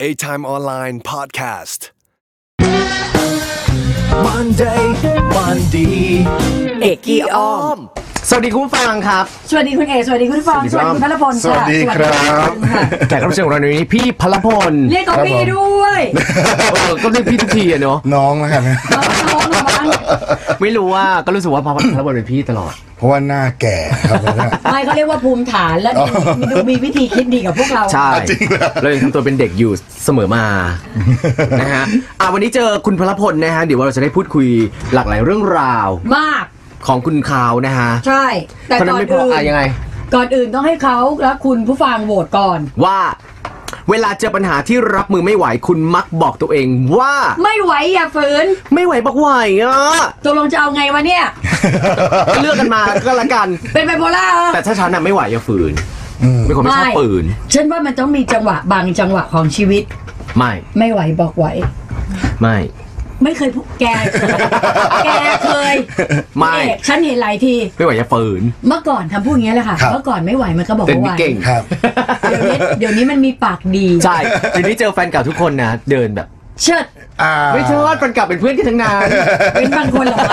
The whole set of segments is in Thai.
A Time Online Podcast Monday Monday เอกกี้อ้อม สวัสดีคุณผู้ฟังครับ สวัสดีคุณเอกสวัสดีคุณฟองสวัสดีคุณพลพล สวัสดีครับ ค่ะ แขกรับเชิญของเราในวันนี้พี่พลพล เรียกเขาพี่ด้วย เออก็เรียกพี่ทุกทีอะเนาะ น้องแล้วกัน นะ น้องน้องน้อง ไม่รู้ว่าก็รู้สึกว่าพลพลเป็นพี่ตลอด เพราะว่าหน้าแก่ครับผม นะ ไม่เขาเรียกว่าภูมิฐานและดูมีดูมีวิธีคิดดีกับพวกเรา ใช่ จริงเหรอ เรายังทำตัวเป็นเด็กอยู่เสมอมา นะฮะอ่ะวันนี้เจอคุณพลพลนะฮะเดี๋ยวเราจะได้พูดคุยหลากหลายเรื่องราว มาก ของคุณข่าวนะฮะ ใช่ แต่ เท่าก่นั้น อน ไม่พอ อื่น อ่ะยังไง ก่อนอื่นต้องให้เขาและคุณผู้ฟังโหวตก่อน ว่าเวลาเจอปัญหาที่รับมือไม่ไหวคุณมักบอกตัวเองว่า ไม่ไหวอย่าฝืน ไม่ไหวบอกไหวอ่ะ ตกลงจะเอาไงวะเนี่ย ก็เลือกกันมาก็แล้วกัน เป็นไบโพล่าเหรอ แต่ถ้าฉันน่ะไม่ไหวอย่าฝืนเป็นคนไม่ชอบ ไม่ ปืน ฉันว่ามันต้องมีจังหวะบางจังหวะของชีวิต ไม่ ไม่ไหวบอกไหว ไม่ ไม่เคยพูดแก แกเคย ไม่ เอกฉันเห็นหลายที ไม่ไหวอย่าฝืน เมื่อก่อนทำพูดอย่างเงี้ยแหละค่ะ ครับ เมื่อก่อนไม่ไหวมันก็บอก เต้น ว่าไห ไม่ ว เก่ง ครับ เดี๋ยวนี้เดี๋ยวนี้มันมีปากดี ใช่ทีนี้เจอแฟนเก่าทุกคนนะเดินแบบ เชิด อ่า ไม่เชื่อว่าแฟนเก่าเป็นเพื่อนกันทั้งนั้น เป็นบางคนเหรอว ะ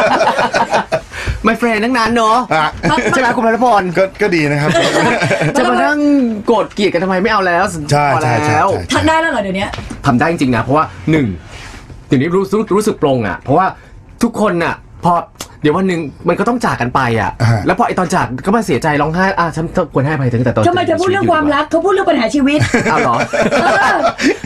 ไม่เฟรนทั้งนั้นเนาะ อ่ะ ใช่ไหมคุณพลพร ก็ก็ดีนะครับ จะมานั่งโกรธเกลียดกันทำไมไม่เอาแล้ว ใช่ พอ ใช่ใช่ แล้ว ใช่ ทักได้แล้วเหรอเดี๋ยวนี้ ทำได้จริงๆนะเพราะว่าหนึ่งเดี๋ยวนี้รู้สึกรู้สึกปลงอ่ะ เพราะว่าทุกคนอ่ะพอเดี๋ยววันหนึ่งมันก็ต้องจากกันไปอ่ะ อ่าฮะ แล้วพอไอตอนจากก็มาเสียใจร้องไห้อ่ะฉันควรให้อภัยเธอตั้งแต่ตอน ทำไมเธอพูดเรื่องความรักเขาพูดเรื่องปัญหาชีวิต อ้าวเหรอ เออ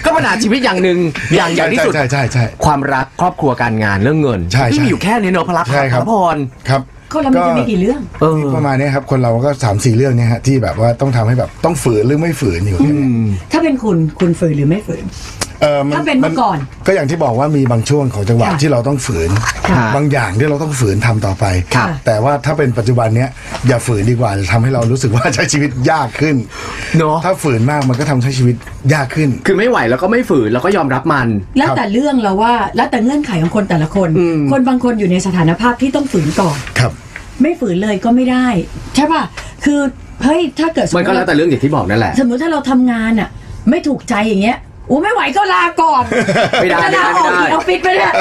ก็ปัญหาชีวิตอย่างหนึ่งอย่างอย่างที่สุด ใช่ใช่ใช่ ความรักครอบครัวการงานเรื่องเงิน ใช่ ที่ ใช่ มีอยู่แค่นี้เนอะพลัก ใช่ครับ พร ครับ เขาเรามีกันไม่กี่เรื่อง เออ ประมาณเนี้ยครับ คนเราก็สามสี่เรื่องเนี่ยฮะที่แบบว่าต้องทำให้แบบต้องฝืนหรือไม่ฝืนอยู่เนี่ย ถ้าเป็นคุณคุณฝืนหรือไม่ฝืน เออมั ถ้าเป็นเมื่อก่อน ก็อย่างที่บอกว่ามีบางช่วงของจังหวะ ค่ะ ที่เราต้องฝืน ค่ะ บางอย่างที่เราต้องฝืนทำต่อไป ค่ะ แต่ว่าถ้าเป็นปัจจุบันเนี้ยอย่าฝืนดีกว่าจะทำให้เรารู้สึกว่าใช้ชีวิตยากขึ้น เนาะ ถ้าฝืนมากมันก็ทำให้ชีวิตยากขึ้น คือไม่ไหวแล้วก็ไม่ฝืนแล้วก็ยอมรับมัน แล้วแต่เรื่องเราว่า แล้วแต่เงื่อนไขของคนแต่ละคน คนบางคนอยู่ในสถานภาพที่ต้องฝืนก่อน ครับ ไม่ฝืนเลยก็ไม่ได้ ใช่ป่ะ คือเฮ้ยถ้าเกิดสม มัน ม ก็ ติ แล้วแต่เรื่องอย่างที่บอกนั่นแหละ สมมติถ้าเราทำงานอ่ะ ไม่ถูกใจอย่างเงี้ยโอ้ไม่ไหวก็ลาก่อน ไม่ได้ จะ ไม่ได้ ลาออก ไม่ได้ จากออฟฟิศไปเนี่ย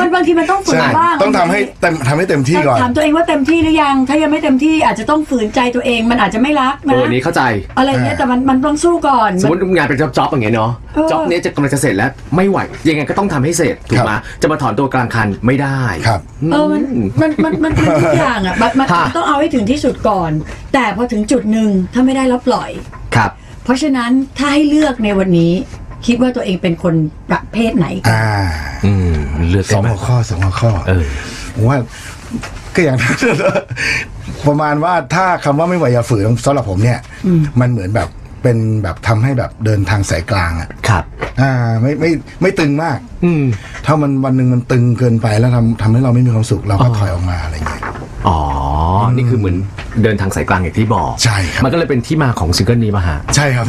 มันบางทีมันต้องฝืน ใช่ บ้าง ต้องทำให้เต็มทำให้เต็มที่ก่อน ถามตัวเองว่าเต็มที่หรือยัง ถ้ายังไม่เต็มที่อาจจะต้องฝืนใจตัวเองมันอาจจะไม่รัก เอ นะ อนี้เข้าใจ อะไรเงี้ยแต่มันมันต้องสู้ก่อน สมมติงานเป็นจ็อบๆอย่างเงี้ยเนาะ เออ จ็อบเนี้ยจะกำลังจะเสร็จแล้วไม่ไหว ยังไงก็ต้องทำให้เสร็จถูกไหม ครับ จะมาถอนตัวกลางคันไม่ได้ ครับ เออมันมันมันมันมันทุกอย่างอ่ะมันมัน ค่ะ ต้องเอาให้ถึงที่สุดก่อน แต่พอถึงจุดหนึ่งถ้าไม่ได้แล้วปล่อย ครับ เพราะฉะนั้นถ้าให้เลือกในวันนี้ คิดว่าตัวเองเป็นคนประเภทไหน อ่า อืมเลือก ส ได้ อง ไหม หัวข้อสองหัวข้อ เออ ผมว่า ก็อย่างนั้น ประมาณว่าถ้าคำว่าไม่ไหวอย่าฝืนสำหรับผมเนี่ย มันเหมือนแบบเป็นแบบทำให้แบบเดินทางสายกลางอ่ะ ครับ อ่า ไม่ไม่ไม่ตึงมาก อืม ถ้ามันวันหนึ่งมันตึงเกินไปแล้วทำทำให้เราไม่มีความสุขเราก็ถอยออกมาอะไรอย่างเงี้ย อ๋ออนี่คือเหมือนเดินทางสายกลางอย่างที่บอก ใช่ครับ มันก็เลยเป็นที่มาของซิงเกิลนี้มาฮะ ใช่ครับ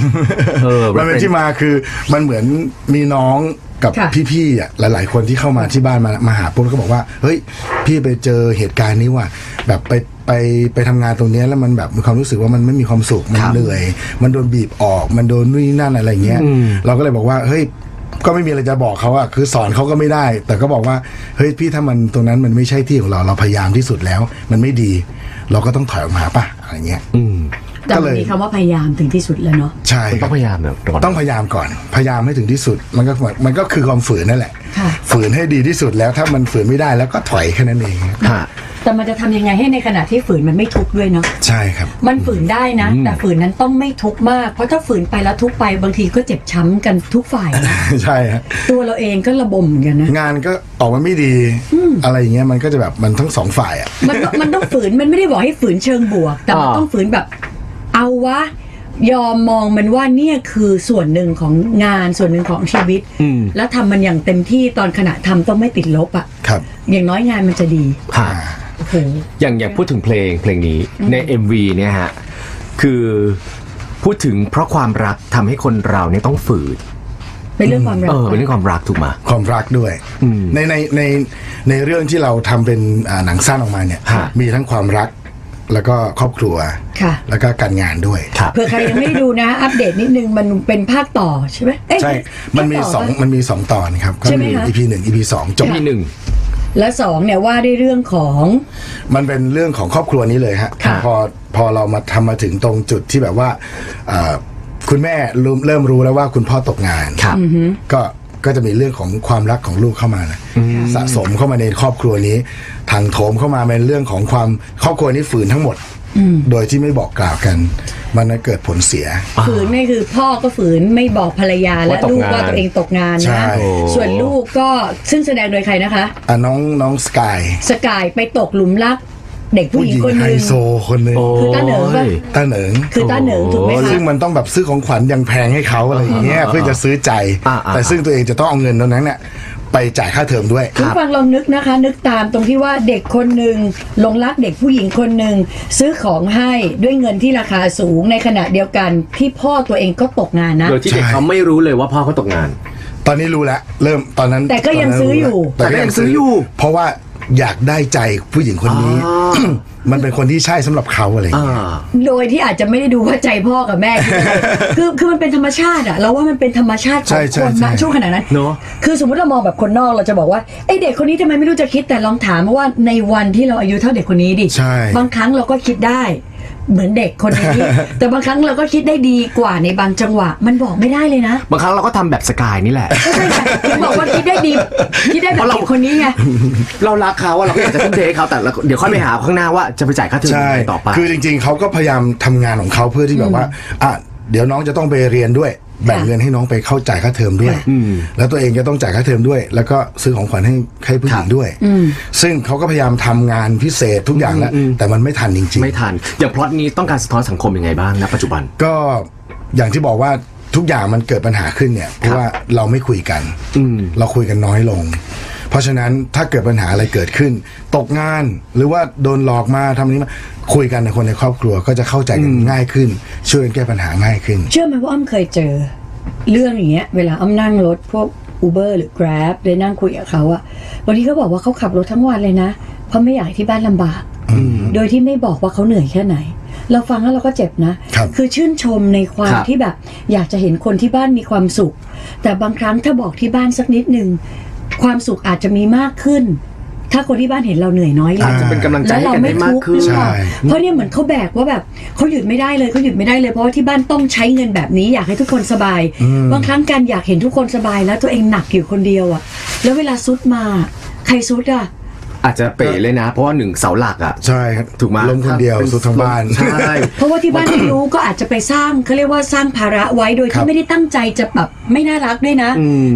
เออ มันเป็นที่มาคือมันเหมือนมีน้องกับ ค่ะ พี่ๆอ่ะหลาย ๆ คนที่เข้ามาที่บ้านมามาหาปุ๊บแล้วก็บอกว่า เฮ้ย พี่ไปเจอเหตุการณ์นี้ว่ะแบบไปไปไปทำงานตรงเนี้ยแล้วมันแบบมีความรู้สึกว่ามันไม่มีความสุขมัน ครับ เหนื่อย มันโดนบีบออก มันโดนนู่นนนั่นอะไรเงี้ย เราก็เลยบอกว่าเฮ้ยก็ไม่มีอะไรจะบอกเขาอะคือสอนเขาก็ไม่ได้ แต่ก็บอกว่าเฮ้ยพี่ถ้ามันตรงนั้นมันไม่ใช่ที่ของเราเราพยายามที่สุดแล้ว มันไม่ดี เราก็ต้องถอยออกมาป่ะอะไรเงี้ย แต่ ก็ มั เล น ย มีคำว่าพยายามถึงที่สุดแล้วเนาะ ใช่ คุณ ค ต้ รั อบ งพยายามเนี่ยก่อน ต้องพยายามก่อน พยายามให้ถึงที่สุด มันก็มันก็คือความฝืนนั่นแหละ ค่ะ ฝืนให้ดีที่สุดแล้วถ้ามันฝืนไม่ได้แล้วก็ถอยแค่นั้นเอง ฮะ แต่มันจะทำยังไงให้ในขณะที่ฝืนมันไม่ทุกข์ด้วยเนาะ ใช่ครับ มันฝืนได้นะ แต่ฝืนนั้นต้องไม่ทุกข์มาก เพราะถ้าฝืนไปแล้วทุกข์ไปบางทีก็เจ็บช้ำกันทุกฝ่าย นะ ใช่ฮะ ตัวเราเองก็ระบมเหมือนกันนะ งานก็ออกมาไม่ดี อะไรอย่างเงี้ยมันก็จะแบบมันทั้งสองฝ่ายอ่ะ มันก็มันต้องฝืนมันไม่ได้บอกให้ฝืนเชิงบวก แต่มัน อ่า ต้องฝืนแบบ เอาวะ ยอมมองมันว่าเนี่ยคือส่วนหนึ่งของงานส่วนหนึ่งของชีวิต แล้วทำมันอย่างเต็มที่ตอนขณะทำต้องไม่ติดลบอะ ครับ อย่างน้อยงานมันจะดี ฮะ โอ้โห อย่างอย่างพูดถึงเพลงเพลงนี้ใน MV เนี่ยฮะ คือพูดถึงเพราะความรักทำให้คนเราเนี่ยต้องฝืน เป็นเรื่องความรั เอก อเป็นเรื่องความรักถูกไหม ความรักด้วย ในในในในเรื่องที่เราทำเป็นอ่าหนังสั้นออกมาเนี่ย ฮะ มีทั้งความรัก แล้วก็ครอบครัว ค่ะ แล้วก็การงานด้วย ครับ เผื่อใครยังไม่ได้ดูนะ อัปเดตนิดนึงมันเป็นภาคต่อใช่ไหมเอ๊ะ ใช่ มันมี ภาค ส ต่ อง ปะ มันมีสองตอนครับ ก็ ใช่ไหม มี คะ EP หนึ่ง EP สองจบ ที่หนึ่ง และสองเนี่ยว่าด้วยเรื่องของ มันเป็นเรื่องของครอบครัวนี้เลยฮะ ค่ะ พอพอเรามาทำมาถึงตรงจุดที่แบบว่าเอ่อคุณแม่รู้เริ่มรู้แล้วว่าคุณพ่อตกงาน ครับอือฮึ ก็ก็จะมีเรื่องของความรักของลูกเข้ามานะสะสมเข้ามาในครอบครัวนี้ทางโถมเข้ามาเป็นเรื่องของความครอบครัวนี้ฝืนทั้งหมด โดยที่ไม่บอกกล่าวกัน มันเกิดผลเสีย ฝืนนี่คือพ่อก็ฝืนไม่บอกภรรยาและ ว่าตก ลูก งาน ว่าตัวเองตกงาน ใช่ นะ ส่วนลูกก็ซึ่งแสดงโดยใครนะคะ อ่ะน้องน้องสกาย สกายไปตกหลุมรัก เด็กผู้หญิงคนห ไฮ นึ่ง โซคนหนึ่ง คือต้าเหนิงปะ โอ้ย ตาเหนิง คือต้าเหนิงถูกไหมคะ ซึ่งมันต้องแบบซื้อของขวัญอยังแพงให้เขาอะไรอย่างเงี้ยเพื่อจะซื้อใจ อ่าๆ แต่ซึ่งตัวเองจะต้องเอาเงินตรงนั้นเนี่ยไปจ่ายค่าเทอมด้วย คุณฟังลองนึกนะคะ นึกตามตรงที่ว่าเด็กคนหนึ่งหลงรักเด็กผู้หญิงคนหนึ่งซื้อของให้ด้วยเงินที่ราคาสูงในขณะเดียวกันที่พ่อตัวเองก็ตกงานนะ โดยที่เด็ก ใช่ เขาไม่รู้เลยว่าพ่อเขาตกงาน ตอนนี้รู้แล้วเริ่มตอนนั้น แต่ก็ยังซื้ออยู่ ตนนั้นรู้แล้ว แต่ก็ยังซื้ออยู่ เพราะว่าอยากได้ใจผู้หญิงคนนี้ มันเป็นคนที่ใช่สำหรับเขาอะไรอย่าง อ่า เงี้ย โดยที่อาจจะไม่ได้ดูว่าใจพ่อกับแม่คือ อะไร คือคือมันเป็นธรรมชาติอะเราว่ามันเป็นธรรมชาติข ใช่ อง ใช่ คน ใช่ นะช่วงขณะนั้น เนอะ คือสมมติเรามองแบบคนนอกเราจะบอกว่าไอเด็กคนนี้ทำไมไม่รู้จะคิดแต่ลองถามว่าในวันที่เราอายุเท่าเด็กคนนี้ดิ ใช่ บางครั้งเราก็คิดได้ เหมือนเด็กคนนี้ แต่บางครั้งเราก็คิดได้ดีกว่าในบางจังหวะ มันบอกไม่ได้เลยนะ บางครั้งเราก็ทำแบบสกายนี่แหละ ก็ใช่ไงถึงบอกว่าคิดได้ดีคิดได้แบบเด็กคนนี้ไง เรารักเขาว่าเราก็อยากจะทุ่มเทให้เขาแต่เราเดี๋ยวค่อยไปหาข้างหน้าว่าจะไปจ่ายค่าเทอมยัง ใช่ ไงต่อไป คือจริงๆ เขาก็พยายามทำงานของเขาเพื่อที่แบบว่า อ่ะ เดี๋ยวน้องจะต้องไปเรียนด้วย แบ่งเงินให้น้องไปเข้าจ่ายค่าเทอมด้วย ค่ะ แล้วตัวเองก็ต้องจ่ายค่าเทอมด้วย แล้วก็ซื้อของขวัญให้ให้ผู้หญิงด้วย ซึ่งเขาก็พยายามทำงานพิเศษทุกอย่างแล้ว แต่มันไม่ทันจริง ไม่ทัน อย่างพล็อตนี้ต้องการสะท้อนสังคมยังไงบ้างณปัจจุบัน ๆ ก็อย่างที่บอกว่าทุกอย่างมันเกิดปัญหาขึ้นเนี่ย เพราะว่าเราไม่คุยกัน เราคุยกันน้อยลง เพราะฉะนั้นถ้าเกิดปัญหาอะไรเกิดขึ้น ตกงานหรือว่าโดนหลอกมาทำนี้มาคุยกันในคนในครอบครัวก็จะเข้าใจกันง่ายขึ้น ช่วยกันแก้ปัญหาง่ายขึ้น เชื่อไหมว่าอ้ำเคยเจอ เรื่องอย่างเงี้ย เวลาอ้ำนั่งรถพวก Uber หรือ Grab ได้นั่งคุยกับเขาอะบางทีเขาบอกว่าเขาขับรถทั้งวันเลยนะ เพราะไม่อยากให้ที่บ้านลำบาก โดยที่ไม่บอกว่าเขาเหนื่อยแค่ไหน เราฟังแล้วเราก็เจ็บนะครับ อชื่นชมในความ ครับ ที่แบบ อยากจะเห็นคนที่บ้านมีความสุข แต่บางครั้งถ้าบอกที่บ้านสักนิดนึงความสุขอาจจะมีมากขึ้น ถ้าคนที่บ้านเห็นเราเหนื่อยน้อยลง อาจจะเป็นกำลังใจ แล้ว ให้ เรา กัน ไม่ ได้มาก ทุกข์ ขึ้น หรือเปล่า ใช่ เพราะเนี่ยเหมือนเขาแบกว่าแบบเขาหยุดไม่ได้เลยเขาหยุดไม่ได้เลยเพราะว่าที่บ้านต้องใช้เงินแบบนี้อยากให้ทุกคนสบาย บางครั้งการอยากเห็นทุกคนสบายแล้วตัวเองหนักอยู่คนเดียวอะแล้วเวลาซุดมา ใครซุดอะ อาจจะเป๋เลยนะ เพราะว่าหนึ่งเสาหลักอะ ใช่ครับ ถูกไหม ล้มคนเดียว ป็ สุดทั้งบ้าน ใช่ เพราะว่าที่บ้านไม่รู้ก็อาจจะไปสร้างเขาเรียกว่าสร้างภาระไว้โดย ครั ที่ บ ไม่ได้ตั้งใจจะแบบไม่น่ารักด้วยนะ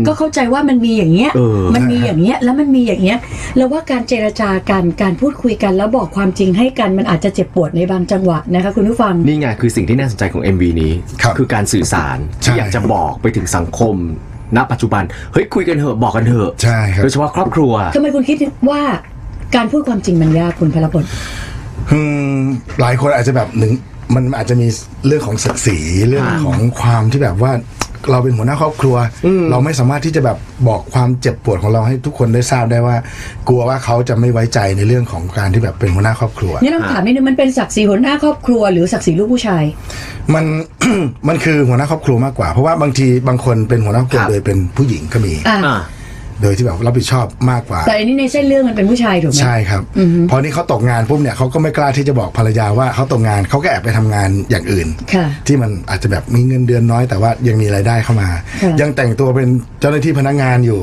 ก็เข้าใจว่ามันมีอย่างเงี้ยมันมีอย่างเงี้ยแล้วมันมีอย่างเงี้ยแล้วว่าการเจรจาการการพูดคุยกันแล้วบอกความจริงให้กันมันอาจจะเจ็บปวดในบางจังหวะนะคะคุณผู้ฟัง นี่ไงคือสิ่งที่น่าสนใจของ MV นี้ ครับ อการสื่อสาร ใช่ ที่อยากจะบอกไปถึงสังคม ณ ปัจจุบันเฮ้ยคุยกันเถอะบอกกันเถอะ ใช่ครับ โดยเฉพาะครอบครัว ทำไมคุณคิดว่าการพูดความจริงมันยากคุณพลพล อืมหลายคนอาจจะแบบหนึ่งมันอาจจะมีเรื่องของศักดิ์ศรีเรื่องของความที่แบบว่าเราเป็นหัวหน้าครอบครัว เราไม่สามารถที่จะแบบบอกความเจ็บปวดของเราให้ทุกคนได้ทราบได้ว่า กลัวว่าเขาจะไม่ไว้ใจในเรื่องของการที่แบบเป็นหัวหน้าครอบครัว นี่เราถามนิดนึงมันเป็นศักดิ์ศรีหัวหน้าครอบครัวหรือศักดิ์ศรีลูกผู้ชาย มัน มันคือหัวหน้าครอบครัวมากกว่า เพราะว่าบางทีบางคนเป็นหัวหน้าครอบครัว ครับ โดยเป็นผู้หญิงก็มี อ่ะ อ่ะ โดยที่แบบรับผิดชอบมากกว่า แต่อันนี้ในเส้นเรื่องมันเป็นผู้ชายถูกไหม ใช่ครับพอนี่เขาตกงานปุ๊บเนี่ยเขาก็ไม่กล้าที่จะบอกภรรยาว่าเขาตกงานเขาก็แอบไปทำงานอย่างอื่น ค่ะ ที่มันอาจจะแบบมีเงินเดือนน้อยแต่ว่ายังมีรายได้เข้ามา ยังแต่งตัวเป็นเจ้าหน้าที่พนักงานอยู่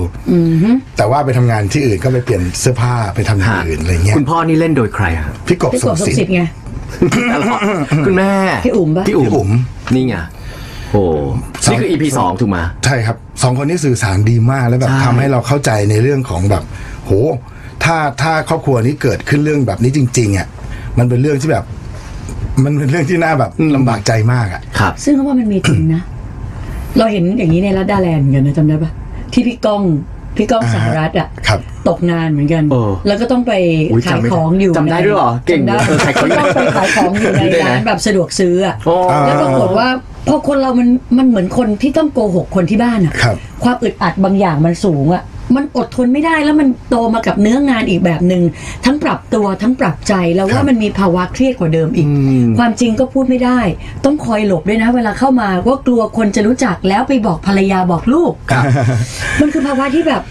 แต่ว่าไปทำงานที่อื่นก็ไปเปลี่ยนเสื้อผ้าไปทำอย่างอื่นอะไรเงี้ย คุณพ่อนี่เล่นโดยใครฮะ พี่กบ พี่ ส ก ม บสม ศิษ ศิษ ย์ ย์ไง คุณแม่ พี่อุ๋มปะ พี่ พี่อุ๋ อุ๋ม ม นี่ไงโอ้นี่คือ EP สองถูกไหม ใช่ครับสองคนนี้สื่อสารดีมากแล้วแบบ ใช่ ทำให้เราเข้าใจในเรื่องของแบบ โห ถ้าถ้าครอบครัวนี้เกิดขึ้นเรื่องแบบนี้จริงๆอ่ะมันเป็นเรื่องที่แบบ มันเป็นเรื่องที่น่าแบบลำบากใจมากอ่ะ ครับ ซึ่งเขาว่ามันมีจริงนะ เราเห็นอย่างนี้ในรัฐดาแลนด์เหมือนกันนะจำได้ปะที่พี่ก้องพี่ก้อง อ่าฮะ สหรัฐอ่ะ ครับ ตกงานเหมือนกัน เออ แล้วก็ต้องไป อุ๊ย ขาย จำไม่ได้ ของอยู่ จำได้ด้วยเหรอเก่ง จำได้ เออขายของอยู่ ต้องไปขายของอยู่ใน ได้นะ ร้านแบบสะดวกซื้ออ่ะ อ๋อ แล้วปรากฏว่าพอคนเรามันมันเหมือนคนที่ต้องโกหกคนที่บ้านอ่ะ ครับ ความอึดอัดบางอย่างมันสูงอ่ะ มันอดทนไม่ได้แล้วมันโตมากับเนื้องานอีกแบบหนึ่งทั้งปรับตัวทั้งปรับใจเรา ครั ว่า บ มันมีภาวะเครียดกว่าเดิมอีก ความจริงก็พูดไม่ได้ ต้องคอยหลบด้วยนะ เวลาเข้ามาว่ากลัวคนจะรู้จักแล้วไปบอกภรรยาบอกลูก มันคือภาวะที่แบบ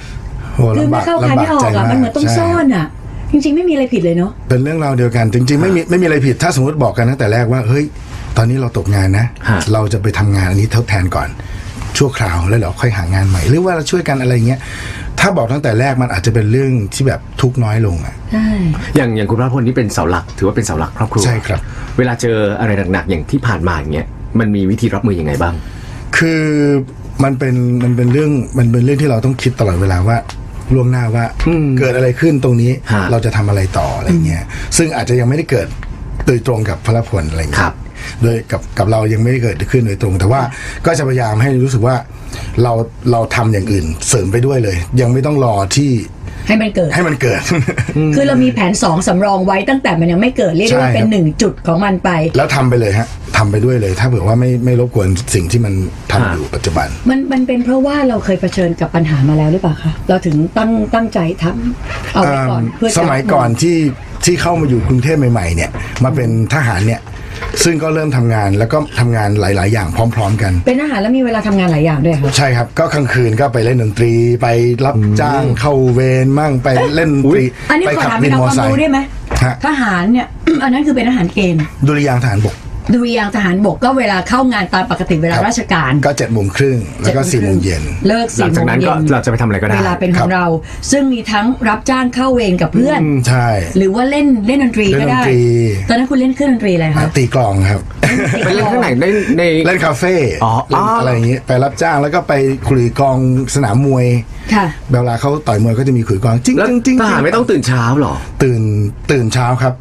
โห ลืม ลำบา ไม่ ก เข้าใคร ลำบา ไม่ ก ออ ใจ กอ่ะ มา มั ก นเหมือนต้อง ใช่ ซ่อนอ่ะ จริง ๆ ไม่มีอะไรผิดเลยเนาะ เป็นเรื่องราวเดียวกันจริง ๆ ไม่มีไม่มีอะไรผิดถ้าสมมติบอกกันตั้งแต่แรกว่าเฮ้ย ตอนนี้เราตกงานนะ ฮะ เราจะไปทำงานอันนี้ทดแทนก่อน ชั่วคราวแล้วเราค่อยหางานใหม่ หรือว่าเราช่วยกันอะไรเงี้ยถ้าบอกตั้งแต่แรกมันอาจจะเป็นเรื่องที่แบบทุกข์น้อยลงอ่ะ ใช่ อย่างอย่างคุณพระพลนี่เป็นเสาหลัก ถือว่าเป็นเสาหลักครอบครัว ใช่ครับ เวลาเจออะไรหนักๆอย่างที่ผ่านมาอย่างเงี้ยมันมีวิธีรับมือยังไงบ้าง คือมันเป็นมันเป็นเรื่องมันเป็นเรื่องที่เราต้องคิดตลอดเวลาว่าล่วงหน้าว่าเกิดอะไรขึ้นตรงนี้ ฮะ เราจะทำอะไรต่ออะไรเงี้ยซึ่งอาจจะยังไม่ได้เกิดโดยตรงกับพระพลอะไร ค เงี้ รั ย บ โดยกับกับเรายังไม่ได้เกิดขึ้นโดยตรง แต่ว่าก็จะพยายามให้รู้สึกว่าเราเราทำอย่างอื่นเสริมไปด้วยเลย ยังไม่ต้องรอที่ ให้มันเกิด ให้มันเกิด คือเรามีแผนสองสำรองไว้ตั้งแต่มันยังไม่เกิดเรียกได้ว่า ใช่ เป็น ครับ หนึ่งจุดของมันไป แล้วทำไปเลยฮะทำไปด้วยเลย ถ้าเผื่อว่าไม่ไม่รบกวนสิ่งที่มันทำอยู่ปัจจุบัน มันมันเป็นเพราะว่าเราเคยเผชิญกับปัญหามาแล้วหรือเปล่าคะ เราถึงตั้งตั้งใจทำเอาไว้ก่อนเพื่อจะ สมัยก่อนที่ที่เข้ามาอยู่กรุงเทพใหม่ๆเนี่ยมาเป็นทหารเนี่ยซึ่งก็เริ่มทำงานแล้วก็ทำงานหลาย ๆ อย่างพร้อม ๆ กัน เป็นอาหารแล้วมีเวลาทำงานหลายอย่างด้วยค่ะ ใช่ครับก็กลางคืนก็ไปเล่นดนตรีไปรับจ้างเข้าเวรมั่งไปเล่นดนตรี อันนี้ ไป ขอถามเป็นเอาความรู้ได้ไหม ฮะ ทหารเนี่ย อันนั้นคือเป็นอาหารเกณฑ์ ดุริยางค์ทหารบก ดุริยางค์ทหารบกก็เวลาเข้างานตามปกติเวลาราชการ ก็เจ็ดโมงครึ่งแล้วก็สี่โมงเย็น เลิก หลั สี่ ง โม จาก ง นั้น เย็ ก็ น เราจะไปทำอะไรก็ได้ เวลาเป็นข ครั อง บ เรา ซึ่งมีทั้งรับจ้างเข้าเวรกับเพื่อน ใช่ หรือว่าเล่นเล่นดนตรีก็ได้ เล่นดนตรี ตอนนั้นคุณเล่นเครื่องดนตรีอะไรคะ ตีกลองครับ ไปเล่นข้างไหนในใน เล่นคาเฟ่ อ๋อ เล่นอะไรอย่างเงี้ยไปรับจ้างแล้วก็ไปขลุยกลองสนามมวย ค่ะ เวลาเขาต่อยมวยก็จะมีขลุยกลองจริง แล้ว จริงจริง ทหารไม่ต้องตื่นเช้าหรอ ตื่นตื่นเช้าครับ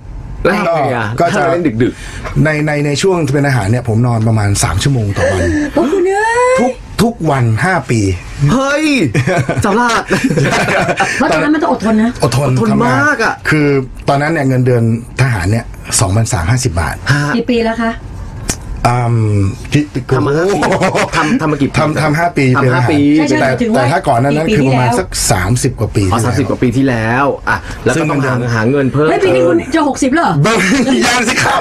แล้วทำไงอะ ก็ ถ้า จะ เราเล่นดึก ในในในช่วงเป็นอาหารเนี่ยผมนอนประมาณ 3 ชั่วโมงต่อวัน โอ้คุณเนื้อ ทุกทุกวัน 5 ปี เฮ้ยเสาหลั ก เพราะตอนนั้นมันต้องอดทนนะ อดทน อดทน ทำงน มากอะ คือตอนนั้นเนี่ยเงินเดือนทหารเนี่ยสองพันสามห้าสิบบาท ฮะ กี่ปีแล้วคะ อืมคิด ทำมาห้าปี โอ้โห ทำทำมากี่ปี ทำทำห้าปี ทำ เป็น ห้า อาหาร ปี ใช่ใช่หแต่มายถึงว่า แต่ถ้าก่อนนั้นนั้น กี่ปี คือประมาณ ที่แล้ว สักสามสิบกว่าปี อ๋อสามสิบ ที่ กว่าแล้วปีที่แล้วอ่ะแล้ว ซึ่ ก็ ง ต้องหามันเดิน หาเงินเพิ่ม เฮ้ยปีนี้คุณจะหกสิบแล้วเหรอ เบอร์ ยานสิครับ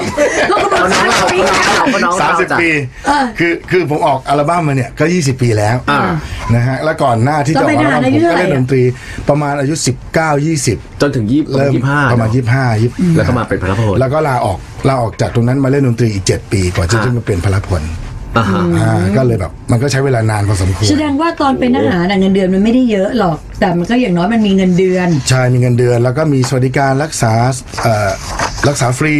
ก็คุณบอก เอาน้อง สาม เรา สิบปีแล้ว เอาน้องเร สามสิบ จ้ะ ปี เออ คือ คือผมออกอัลบั้มมาเนี่ย ก็ 20 ปีแล้ว อ่า นะฮะ แล้วก่อนหน้าที่จะออกอัลบั้มผมก็เล่นดนตรี ประมาณอายุ 19 20 จนถึงยี่สิบ เริ่ม ยี่ห้า ประมาณ 25 20 แล้วก็มาเป็นพลพล แล้วก็ลาออก ลาออกจากตรงนั้นมาเล่นดนตรีอีก 7 ปี กว่าจะ อ่า ขึ้นมาเป็นพลพล อ่าฮะ อ่า ก็เลยแบบ มันก็ใช้เวลานานพอสมควร แสดงว่าตอนเป็นทหารน่ะเงินเดือนมันไม่ได้เยอะหรอก แต่มันก็อย่างน้อยมันมีเงินเดือน ใช่มีเงินเดือน แล้วก็มีสวัสดิการรักษาเอ่อรักษาฟรี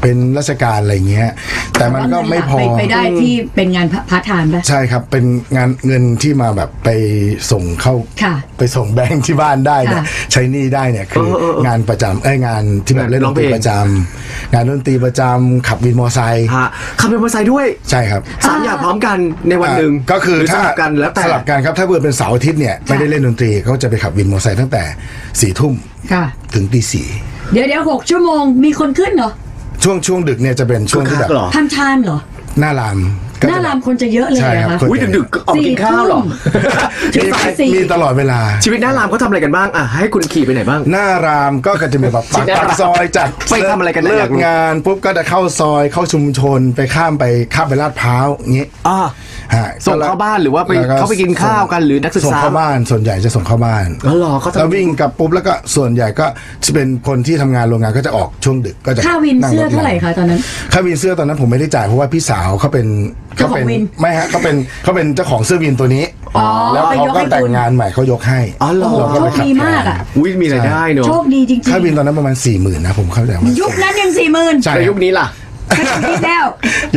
เป็นราชการอะไรเงี้ย แต่มันก็ไม่พอ ไปไปได้ที่เป็นงานพาร์ทไทม์ปะ ใช่ครับ เป็นงานเงินที่มาแบบไปส่งเข้า ค่ะ ไปส่งแบงค์ที่บ้านได้เนี่ย ค่ะ ใช้หนี้ได้เนี่ยคือ เออเออเออง านประจำเอ้ยงานที่แบบเล่นดร้อนตรีงเพลง ประจำงานดนตรีประจำขับวินมอไซค์ ฮะขับเป็นมอเตอร์ไซค์ด้วย ใช่ครับ สามอย่างพร้อมกันในวันหนึ่ง อ่าก็คือ หรืส ถ้า ลับกันแล้วแต่ สลับกันครับถ้าเบื่อเป็นเสาร์อาทิตย์เนี่ยไม่ได้เล่นดนตรีก็จะไปขับวินมอไซค์ตั้งแต่สี่ทุ่ม ค่ะ ถึงตีสี่ เดี๋ยวเดี๋ยวหกชั่วโมงมีคนขึ้นเหรอ ช่วงช่วงดึกเนี่ยจะเป็นช่วงที่แบบ คึกคักเหรอ ทำทานเหรอ หน้ารามก็ หน้ารามคนจะเยอะเลย ใช่ครับ นะคะ คน อุ้ย จะ ดึกๆออกกินข้าวเหรอ สี่ทุ่ม มี สี่ มีตลอดเวลา ชีวิตหน้ารามเขาทำอะไรกันบ้างอ่ะให้คุณขี่ไปไหนบ้าง หน้ารามก็จะมีแบบจปากริงนะ ปากซอยจาก ไปทำอะไรกันเนี่ย เลิ อยากกรู้ งานปุ๊บก็จะเข้าซอยเข้าชุมชนไปข้ามไปข้ามไปลาดพร้าวอย่างเงี้ย อ่า ฮะ ส่งเข้าบ้านหรือว่าไป แล้ว เข้าไปกินข้าวกันหรือนักศึกษา ส่งเข้าบ้านส่วนใหญ่จะส่งเข้าบ้าน อ๋อเหรอเขาทำ แล้ววิ่งกลับปุ๊บแล้วก็ส่วนใหญ่ก็จะเป็นคนที่ทำงานโรงงานก็จะออกช่วงดึกก็จะ ค่าวินเสื้อ ถ เท่าไหร่คะตอนนั้น ค่าวินเสื้อตอนนั้นผมไม่ได้จ่ายเพราะว่าพี่สาวเขาเป็น เจ้าของ เป็น วิน ไม่ฮะเขาเป็นเขาเป็นเจ้าของเสื้อวินตัวนี้ อ๋อ แล้วเขา ไป ก็ ยกให้คุณ แต่งงานใหม่เขายกให้ อ๋อเหรอ เราก็ไปโชคขับดีมากอะ แทน อุ้ยมีรายได้เนอะ โชคดีจริง ค่าบินตอนนั้นประมาณ4ี่หมื่นนะผมเข้าใจว่า ๆ ยุคนั้นยังสี่หมื่น ใช่ แต่ยุคนี้ล่ะ ไม่ต้องคิดแล้ว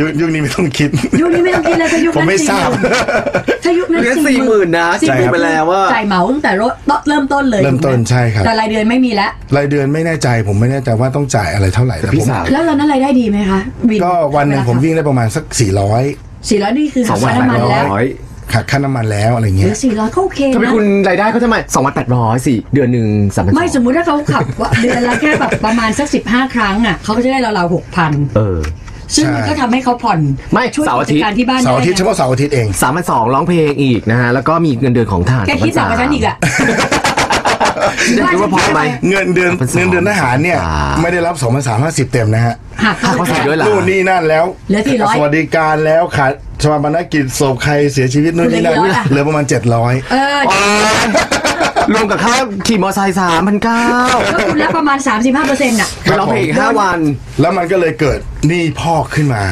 ยุคยุคนี้ไม่ต้องคิด ยุคนี้ไม่ต้องคิดแล้วถ้ายุค ผม นั้น ไม่ทราบ 40,000ถ้ายุคนั้น เรียน สี่หมื่น 40,000นะ สี่หมื่น จ่ายไปแล้วอะ จ่ายเหมาตั้งแต่รถเริ่มต้นเลย เริ่มต้น ถูกไห ใช่ครับ แต่รายเดือนไม่มีแล้ว รายเดือนไม่แน่ใจผมไม่แน่ใจว่าต้องจ่ายอะไรเท่าไหร่แต่ พี่ ผม สาว แล้วเรานั้นรายได้ดีไหมคะน ก็วันหนึ่งผมวิ่งได้ประมาณสัก 400 สี่ร้อยนี่คือ ส หั อก งวัน ค่า แปด น้ำมัน ร้ แล้ว อย หักค่าน้ำมันแล้วอะไร หรื เงี้ อย สี่ร้อยก็โอเค ทำไม นะ คุณรายได้เขาทำไมสองวันแปดร้อยสิเดือนหนึ่งสามพัน ไม่สม มุติถ้าเขาขับว่าเดือนละแค่แบบประมาณสักสิบห้าครั้งอ่ะเขาก็จะได้ราวๆหกพัน เออ ซึ่งมันก็ทำให้เขาผ่อน ไม่ ช่วย เสาร์อาทิ จัดตย์ การที่บ้าน เสาร์อาทิตย์ ได้ เฉพาะเสาร์อาทิตย์เอง สามพันสองร้องเพลงอีกนะฮะ แล้วก็มีเงินเดือนของทหาร แกคิดสามกับฉันอีกอะ ได้คิดว่าพอไหม เงินเดือน พันสอง เงินเดือนทหารเนี่ย อ่า ไม่ได้รับ 2 3 5 0 เต็มนะฮะ หัก หักภาษีด้วยเหรอ นู่นนี่นั่นแล้ว เหลือสี่ร้อย สวัสดิการแล้วขาดสวัสดิกิจศพใครเสียชีวิตนู่นนี่นั่น เหลือเยอะอะ เหลือประมาณ 700 เออ รวมกับค่าขี่มอเตอร์ไซค์สามพันเก้า ก็คุณรับประมาณ 35เปอร์เซ็นต์อ่ะ ครับ ร้องเพลงอีกห้าวัน แล้วมันก็เลยเกิดหนี้พอกขึ้นมา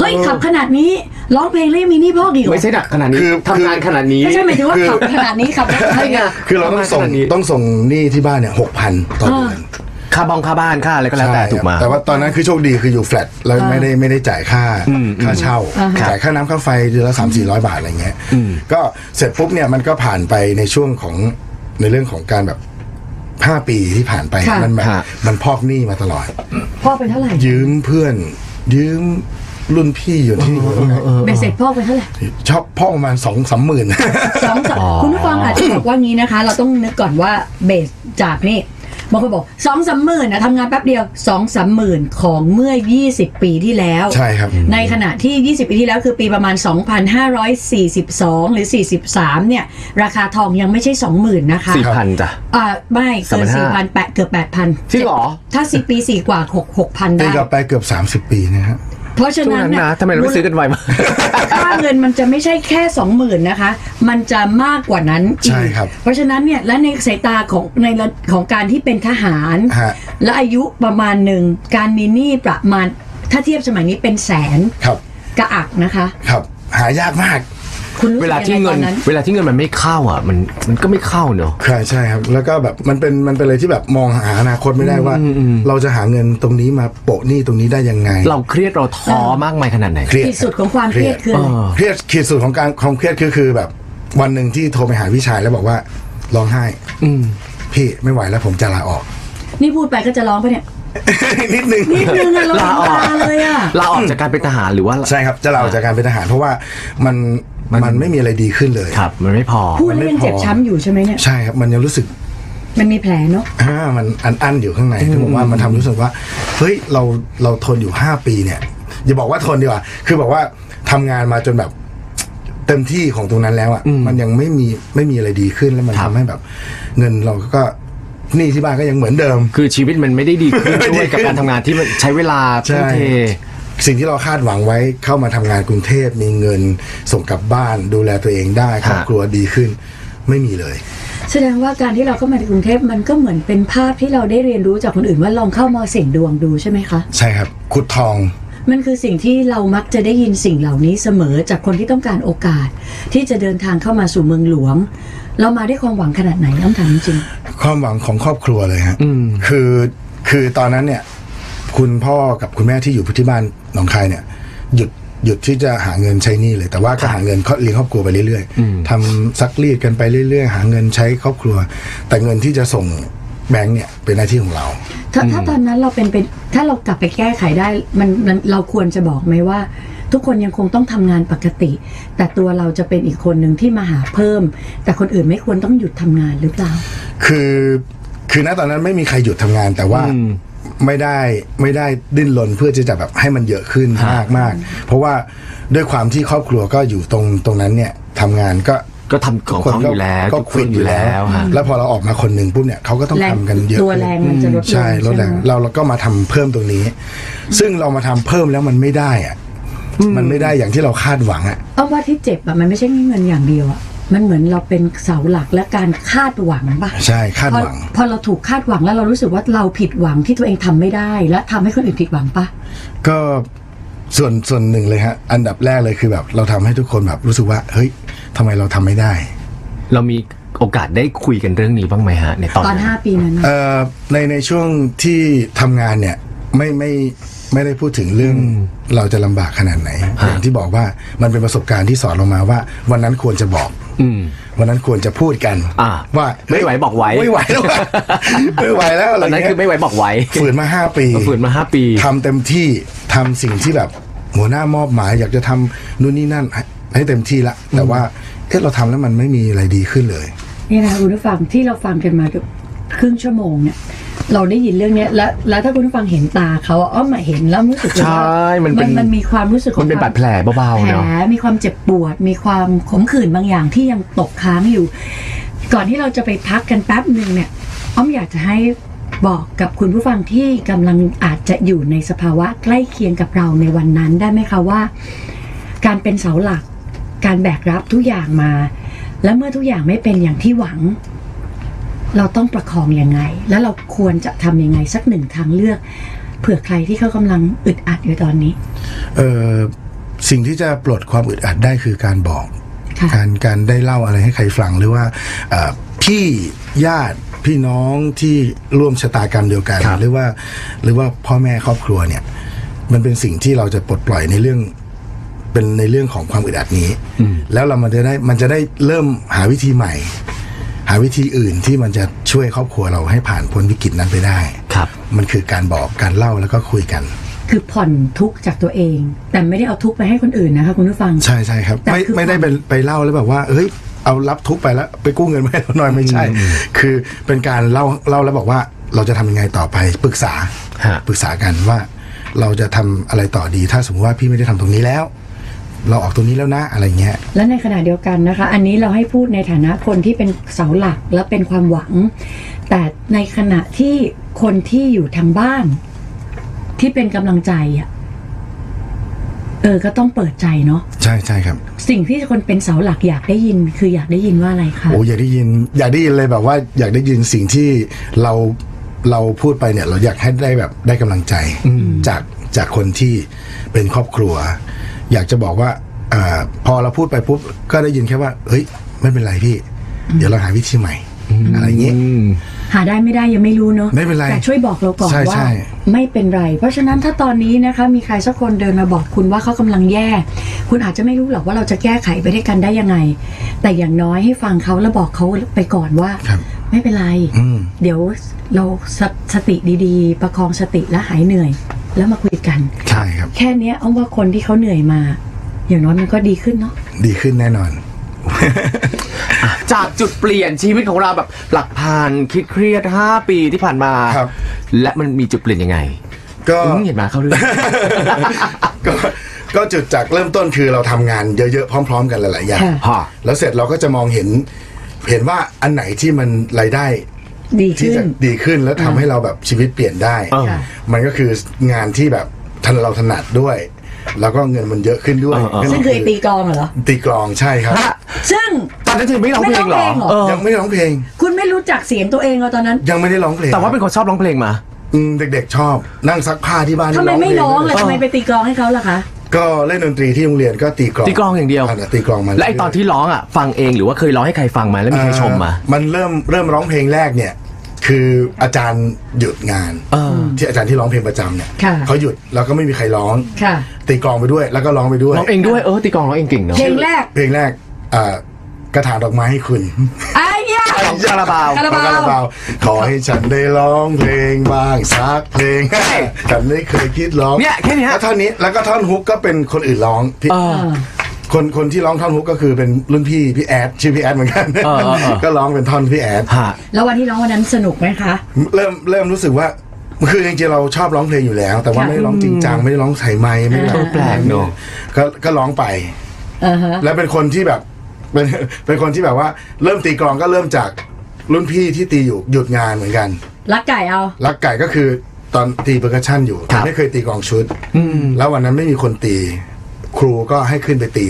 เฮ้ย ขับขนาดนี้ร้องเพลงแล้วยังมีหนี่พอกอีกเหรอ ไม่ใช่หนักขนาดนี้ คือคือ ทำงานขนาดนี้ ก็ใช่หมายถึงว่า คือ ขับขนาดนี้ขับรถ ใช่ไง คือเราต้องส่ง ประมาณขนาดนี้ ต้องส่งหนี้ที่บ้านเนี่ยหกพันต่อเดือน ค่าบ้องค่าบ้านค่าอะไรก็แล้วแต่ ใช่ ถูกมา แต่ว่าตอนนั้นคือโชคดีคืออยู่แฟลตเราไม่ได้ไม่ได้จ่ายค่าค่าเช่า จ่ายค่าน้ำค่าไฟเดือนละสามสี่ร้อยบาทอะไรเงี้ยก็เสร็จปุ๊บเนี่ยมันก็ผ่านไปในช่วงของในเรื่องของการแบบห้าปีที่ผ่านไป ค่ะ มันแบบ ค่ะ มันพอกหนี้มาตลอด พ่อไปเท่าไหร่ ยืมเพื่อน ยืมรุ่นพี่อยู่ที่ เบสเสร็จพ่อไปเท่าไหร่ ชอบพ่อประมาณสองสามหมื่น สองสาม อ๋อ คุณผู้ฟังอาจจะบอกว่างี้นะคะ เราต้องนึกก่อนว่าเบสจากนี่บางคนบอกสองสามหมื่นนะทำงานแป๊บเดียวสองสามหมื่นของเมื่อ 20 ปีที่แล้ว ใช่ครับ ในขณะที่ 20 ปีที่แล้วคือปีประมาณ 2,542 หรือ 43 เนี่ย ราคาทองยังไม่ใช่ 20,000 นะคะ สี่พันจ้ะ อ่าไม่เกิน 3,500 สี่พันแปดเกือบแปดพัน จริงเหรอ ถ้าสี่ปีสี่กว่าหกหกพัน ตี ได้ กลับไปเกือบสามสิบ30 ปีนะฮะ เพราะฉะ ช่วง นั้น นั้น น่ะ นะทำไมเราไม่ซื้อกันไวมาก ค่าเงินมันจะไม่ใช่แค่สองหมื่นนะคะ มันจะมากกว่านั้นอีก ใช่ครับ เพราะฉะนั้นเนี่ยและในสายตาของในระของการที่เป็นทหาร ฮะ และอายุประมาณหนึ่งการมีหนี้ประมาณ ถ้าเทียบสมัยนี้เป็นแสน ครับ กระอักนะคะ ครับ หายากมาก คุณรู้สึก เวลา ยัง ที่ ไงต เงิ อน นนั้น เวลาที่เงินมันไม่เข้าอ่ะ มันมันก็ไม่เข้าเนอะ ใช่ใช่ครับ แล้วก็แบบมันเป็นมันเป็นอะไรที่แบบมองหาอนาคตไม่ได้ว่า เราจะหาเงินตรงนี้มาโปะหนี้ตรงนี้ได้ยังไง เราเครียดเราท้อมากมายขนาดไหน เครียด ขีดสุดของความเครียดคืออะไร เครียดขีดสุดของการความเครียดคือคือแบบ วันหนึ่งที่โทรไปหาพี่ชายแล้วบอกว่าร้องไห้พี่ไม่ไหวแล้วผมจะลาออก นี่พูดไปก็จะร้องไปะเนี่ย นิดนึง นิดนึงอะร้อง ลาออก ตาเลยอะ ลาออกจากการเป็นทหารหรือว่า ใช่ครับ จะลาออกจากการเป็นทหารเพราะว่ามันมันไม่มีอะไรดีขึ้นเลย ครับ มันไม่พอ พูดแล้วยังเจ็บช้ำอยู่ใช่ไหมเนี่ย ใช่ครับ มันยังรู้สึก มันมีแผลเนาะ อ่ามันอันอันอยู่ข้างในที่ผมว่ามันทำรู้สึกว่า เฮ้ยเราเราทนอยู่ 5 ปีเนี่ย อย่าบอกว่าทนดีกว่า คือบอกว่าทำงานมาจนแบบ เต็มที่ของตรงนั้นแล้วอะ่ะมันยังไม่มีไม่มีอะไรดีขึ้นแล้วมันทำให้แบบ เงินเราก็หนี่ที่บ้านก็ยังเหมือนเดิม คือชีวิตมันไม่ได้ดีขึ้น ไม่ดี ด้วยกับ ขึ้น การทำงานที่มันใช้เวลาทุ่มเท สิ่งที่เราคาดหวังไว้เข้ามาทำงานกรุงเทพมีเงินส่งกลับบ้านดูแลตัวเองได้ครอบ ฮะ ครัวดีขึ้น ไม่มีเลย แสดงว่าการที่เราเข้ามาในกรุงเทพมันก็เหมือนเป็นภาพที่เราได้เรียนรู้จากคนอื่นว่าลองเข้ามาเสี่ยงดวงดูใช่ไหมคะ ใช่ครับขุดทอง มันคือสิ่งที่เรามักจะได้ยินสิ่งเหล่านี้เสมอจากคนที่ต้องการโอกาส ที่จะเดินทางเข้ามาสู่เมืองหลวง เรามาด้วยความหวังขนาดไหนต้องถามจริง ความหวังของครอบครัวเลยฮะคือคือตอนนั้นเนี่ย คุณพ่อกับคุณแม่ที่อยู่ที่บ้านหนองคายเนี่ย หยุดหยุดที่จะหาเงินใช้หนี่เลย แต่ว่าก็หาเงินเลี้ยงครอบครัวไปเรื่อยๆทำซักรีดกันไปเรื่อยๆ หาเงินใช้ครอบครัว แต่เงินที่จะส่งแบงค์เนี่ยเป็นหน้าที่ของเรา ถ้าถ้าตอนนั้นเราเป็นเป็นถ้าเรากลับไปแก้ไขได้มันมันเราควรจะบอกไหมว่า ทุกคนยังคงต้องทำงานปกติ แต่ตัวเราจะเป็นอีกคนหนึ่งที่มาหาเพิ่ม แต่คนอื่นไม่ควรต้องหยุดทำงานหรือเปล่า คือคือณตอนนั้นไม่มีใครหยุดทำงานแต่ว่าไม่ได้ไม่ได้ดิ้นรนเพื่อที่จะแบบให้มันเยอะขึ้นมากมากๆเพราะว่าด้วยความที่ครอบครัวก็อยู่ตรงตรงนั้นเนี่ยทำงานก็ ก็ทำของเขาอยู่แล้ว ก็ ทุกค คุ น ด อ อยู่ ยู่ แล้ แล้ว ว ฮะ แล้วพอเราออกมาคนหนึ่งปุ๊บเนี่ยเขาก็ต้อง แรง ทำกันเยอะ ตัวแรงมันจะลดลง ใช่ลดแรง ใช่ไหม เราเราก็มาทำเพิ่มตรงนี้ ซึ่งเรามาทำเพิ่มแล้วมันไม่ได้อะมันไม่ได้อย่างที่เราคาดหวังอะ เอาว่าที่เจ็บอะมันไม่ใช่แค่เงินอย่างเดียวอะมันเหมือนเราเป็นเสาหลักและการคาดหวังปะ ใช่คาด พอ หวัง พอเราถูกคาดหวังแล้วเรารู้สึกว่าเราผิดหวังที่ตัวเองทำไม่ได้ และทำให้คนอื่นผิดหวังปะ ก็ส่วนส่วนหนึ่งเลยฮะ อันดับแรกเลยคือแบบ เราทำให้ทุกคนแบบรู้สึกว่า เฮ้ยทำไมเราทำไม่ได้ เรามีโอกาสได้คุยกันเรื่องนี้บ้างไหมฮะ ในตอน ตอน นั้น ห้าปีนั้นอะ เอ่อในในช่วงที่ทำงานเนี่ยไม่ไม่ไม่ได้พูดถึงเรื่องเราจะลำบากขนาดไหนอย่างที่บอกว่ามันเป็นประสบการณ์ที่สอนเรามาว่า วันนั้นควรจะบอก อืม วันนั้นควรจะพูดกัน อ่า ว่า ไม่ไหวบอกไว้ ไม่ไหว แล้วอะ ไม่ไหวแล้วอะไร ตอนนั้น เงี้ คื ย อไม่ไหวบอกไว้ ฝืนมาห้าปี ฝืนมาห้าปี ทำเต็มที่ทำสิ่งที่แบบหัวหน้ามอบหมาย อยากจะทำนู่นนี่นั่นให้ให้เต็มที่ละ แต่ว่าเอ๊ะเราทำแล้วมันไม่มีอะไรดีขึ้นเลย นี่นะคะคุณผู้ฟังที่เราฟังกันมาเกือบครึ่งชั่วโมงเนี่ย เราได้ยินเรื่องเนี้ยแล้วแล้วถ้าคุณผู้ฟังเห็นตาเขาอะอ้อมมาเห็นแล้วรู้สึกเลยว่า ใช่มันเป็น มันมีความรู้สึกของ มันเป็น คว บาดแผลเบา แผ ๆ ล เนาะ มีความเจ็บปวด มีความขมขื่นบางอย่างที่ยังตกค้างอยู่ ก่อนที่เราจะไปพักกันแป๊บหนึ่งเนี่ย อ้อมอยากจะให้บอกกับคุณผู้ฟังที่กำลังอาจจะอยู่ในสภาวะใกล้เคียงกับเราในวันนั้นได้ไหมคะว่า การเป็นเสาหลัก การแบกรับทุกอย่างมา และเมื่อทุกอย่างไม่เป็นอย่างที่หวัง เราต้องประคองยังไง แล้วเราควรจะทำยังไงสักหนึ่งทางเลือก เผื่อใครที่เขากำลังอึดอัดอยู่ตอนนี้ เออสิ่งที่จะปลดความอึดอัดได้คือการบอก ค่ะ การการได้เล่าอะไรให้ใครฟังหรือว่าเอ่อพี่ญาติพี่น้องที่ร่วมชะตากรรมเดียวกัน ครับ หรือว่าหรือว่าพ่อแม่ครอบครัวเนี่ย มันเป็นสิ่งที่เราจะปลดปล่อยในเรื่อง เป็นในเรื่องของความอึดอัดนี้ แล้วเรามันจะได้มันจะได้เริ่มหาวิธีใหม่ หาวิธีอื่นที่มันจะช่วยครอบครัวเราให้ผ่านพ้นวิกฤตนั้นไปได้ ครับ มันคือการบอกการเล่าแล้วก็คุยกัน คือผ่อนทุกข์จากตัวเอง แต่ไม่ได้เอาทุกข์ไปให้คนอื่นนะคะคุณผู้ฟัง ใช่ใช่ครับ แต่ ไม่ คือ ไม่ได้ไปไปเล่าแล้วแบบว่าเอ้ยเอารับทุกข์ไปแล้วไปกู้เงินมาให้เราหน่อยไม่ใช่ คือเป็นการเล่าเล่าแล้วบอกว่าเราจะทำยังไงต่อไปปรึกษา ฮะ ปรึกษากันว่า เราจะทำอะไรต่อดี ถ้าสมมติว่าพี่ไม่ได้ทำตรงนี้แล้ว เราออกตรงนี้แล้วนะอะไรเงี้ย และในขณะเดียวกันนะคะ อันนี้เราให้พูดในฐานะคนที่เป็นเสาหลักและเป็นความหวัง แต่ในขณะที่คนที่อยู่ทางบ้าน ที่เป็นกำลังใจอ่ะเออ ก็ต้องเปิดใจเนาะ ใช่ใช่ครับ สิ่งที่คนเป็นเสาหลักอยากได้ยิน คืออยากได้ยินว่าอะไรคะ โอ้อยากได้ยินอยากได้ยินเลยแบบว่า อยากได้ยินสิ่งที่เราเราพูดไปเนี่ย เราอยากให้ได้แบบได้กำลังใจจากจากคนที่เป็นครอบครัว อยากจะบอกว่าอาพอเราพูดไปปุ๊บก็ได้ยินแค่ว่า เฮ้ย ไม่เป็นไรพี่ เดี๋ยวเราหาวิธีใหม่อะไรอย่างเงี้ย หาได้ไม่ได้ยังไม่รู้เนาะ ไม่เป็นไร แต่ช่วยบอกเราก่อน ใช่ ว่า ใช่ ไม่เป็นไร เพราะฉะนั้นถ้าตอนนี้นะคะ มีใครสักคนเดินมาบอกคุณว่าเขากำลังแย่ คุณอาจจะไม่รู้หรอกว่าเราจะแก้ไขไปด้วยกันได้ยังไง แต่อย่างน้อยให้ฟังเขาแล้วบอกเขาไปก่อนว่า ครับ ไม่เป็นไร อืม เดี๋ยวเราสสติดีๆ ประคองสติและหายเหนื่อย แล้วมาคุยกัน ใช่ครับ แค่เนี้ยอ้อมว่าคนที่เขาเหนื่อยมา อย่างน้อยมันก็ดีขึ้นเนาะ ดีขึ้นแน่นอน จากจุดเปลี่ยนชีวิตของเราแบบหลักพันคิดเครียด 5 ปีที่ผ่านมา ครับ และมันมีจุดเปลี่ยนยังไง ก็ อืมเห็นไหมาเข้าเรื่อง ก็ก็จุดจากเริ่มต้นคือเราทำงานเยอะๆพร้อม ๆ กันหลายๆอย่าง ค่ะ ฮะ แล้วเสร็จเราก็จะมองเห็น เห็นว่าอันไหนที่มันรายได้ ดี ที่ ขึ้ จะ น ดีขึ้นแล้วทำให้เราแบบชีวิตเปลี่ยนได้ เออ มันก็คืองานที่แบบทันเราถนัดด้วย แล้วก็เงินมันเยอะขึ้นด้วย เออเออ ซึ่งเคยตีกลองเหรอ ตีกลองใช่ครับ ซึ่ง ตอนนั้นเธอไม่ร้องเพลงเหรอ ไม่ร้องเพลงเหรอ เออ ยังไม่ได้ร้องเพลง คุณไม่รู้จักเสียงตัวเองเหรอตอนนั้น ยังไม่ได้ร้องเพลง แต่ว่าเป็นคนชอบร้องเพลงมา อืมเด็กๆชอบ นั่งซักผ้าที่บ้าน ทำไมไม่ร้องเลย พ ทำไมไปตีกลองให้เขาล่ะคะ ก็เล่นดนตรีที่โรงเรียนก็ตีกลอง ตีกลองอย่างเดียว ะตีกลองมา และไอตอนที่ร้องอ่ะฟังเองหรือว่าเคยร้องให้ใครฟังมาแล้วมีใครชมมา เอ่อมันเริ่มเริ่มร้องเพลงแรกเนี่ย คืออาจารย์หยุดงาน เออ ที่อาจารย์ที่ร้องเพลงประจำเนี่ย ค่ะ เขาหยุดแล้วก็ไม่มีใครร้อง ค่ะ ตีกลองไปด้วย แล้วก็ร้องไปด้วย ร้องเองด้วยเออตีกลองร้องเองเก่งเนาะ เพลงแรก เพลงแรกเอ่อกระถางดอกไม้ให้คุณ ไอ้เหี้ย ของคาราบาว คาราบาว ของคขอให้ฉันได้ร้องเพลงบ้างสักเพลง ฉันไม่เคยคิดร้อง เนี่ยแค่เนี้ย ล้วท่อนนี้แล้วก็ท่อนฮุกก็เป็นคนอื่นร้องพี่ เออ คนคนที่ร้องท่อนฮุกก็คือเป็นรุ่นพี่พี่แอดชื่อพี่แอดเหมือนกัน เออเออเออ ก็ร้องเป็นท่อนพี่แอด ฮะ แล้ววันที่ร้องวันนั้นสนุกไหมคะ เริ่มเริ่มรู้สึกว่าคือจริงๆเราชอบร้องเพลงอยู่แล้ว แต่ว่า ค่ะ ไม่ได้ร้องจริงจังไม่ได้ร้องใส่ไม้ไม่ได้บบ เออแปลกเนอะ ก็ก็ร้องไป อ่าฮะ และเป็นคนที่แบบ เป็นเป็นคนที่แบบว่า เริ่มตีกลองก็เริ่มจากรุ่นพี่ที่ตีอยู่หยุดงานเหมือนกัน รักไก่เอา รักไก่ก็คือตอนตีเปอร์คัชชั่นอยู่ ครั แต่ บ ไม่เคยตีกลองชุดแล้ววันนั้นไม่มีคนตี ครูก็ให้ขึ้นไปตี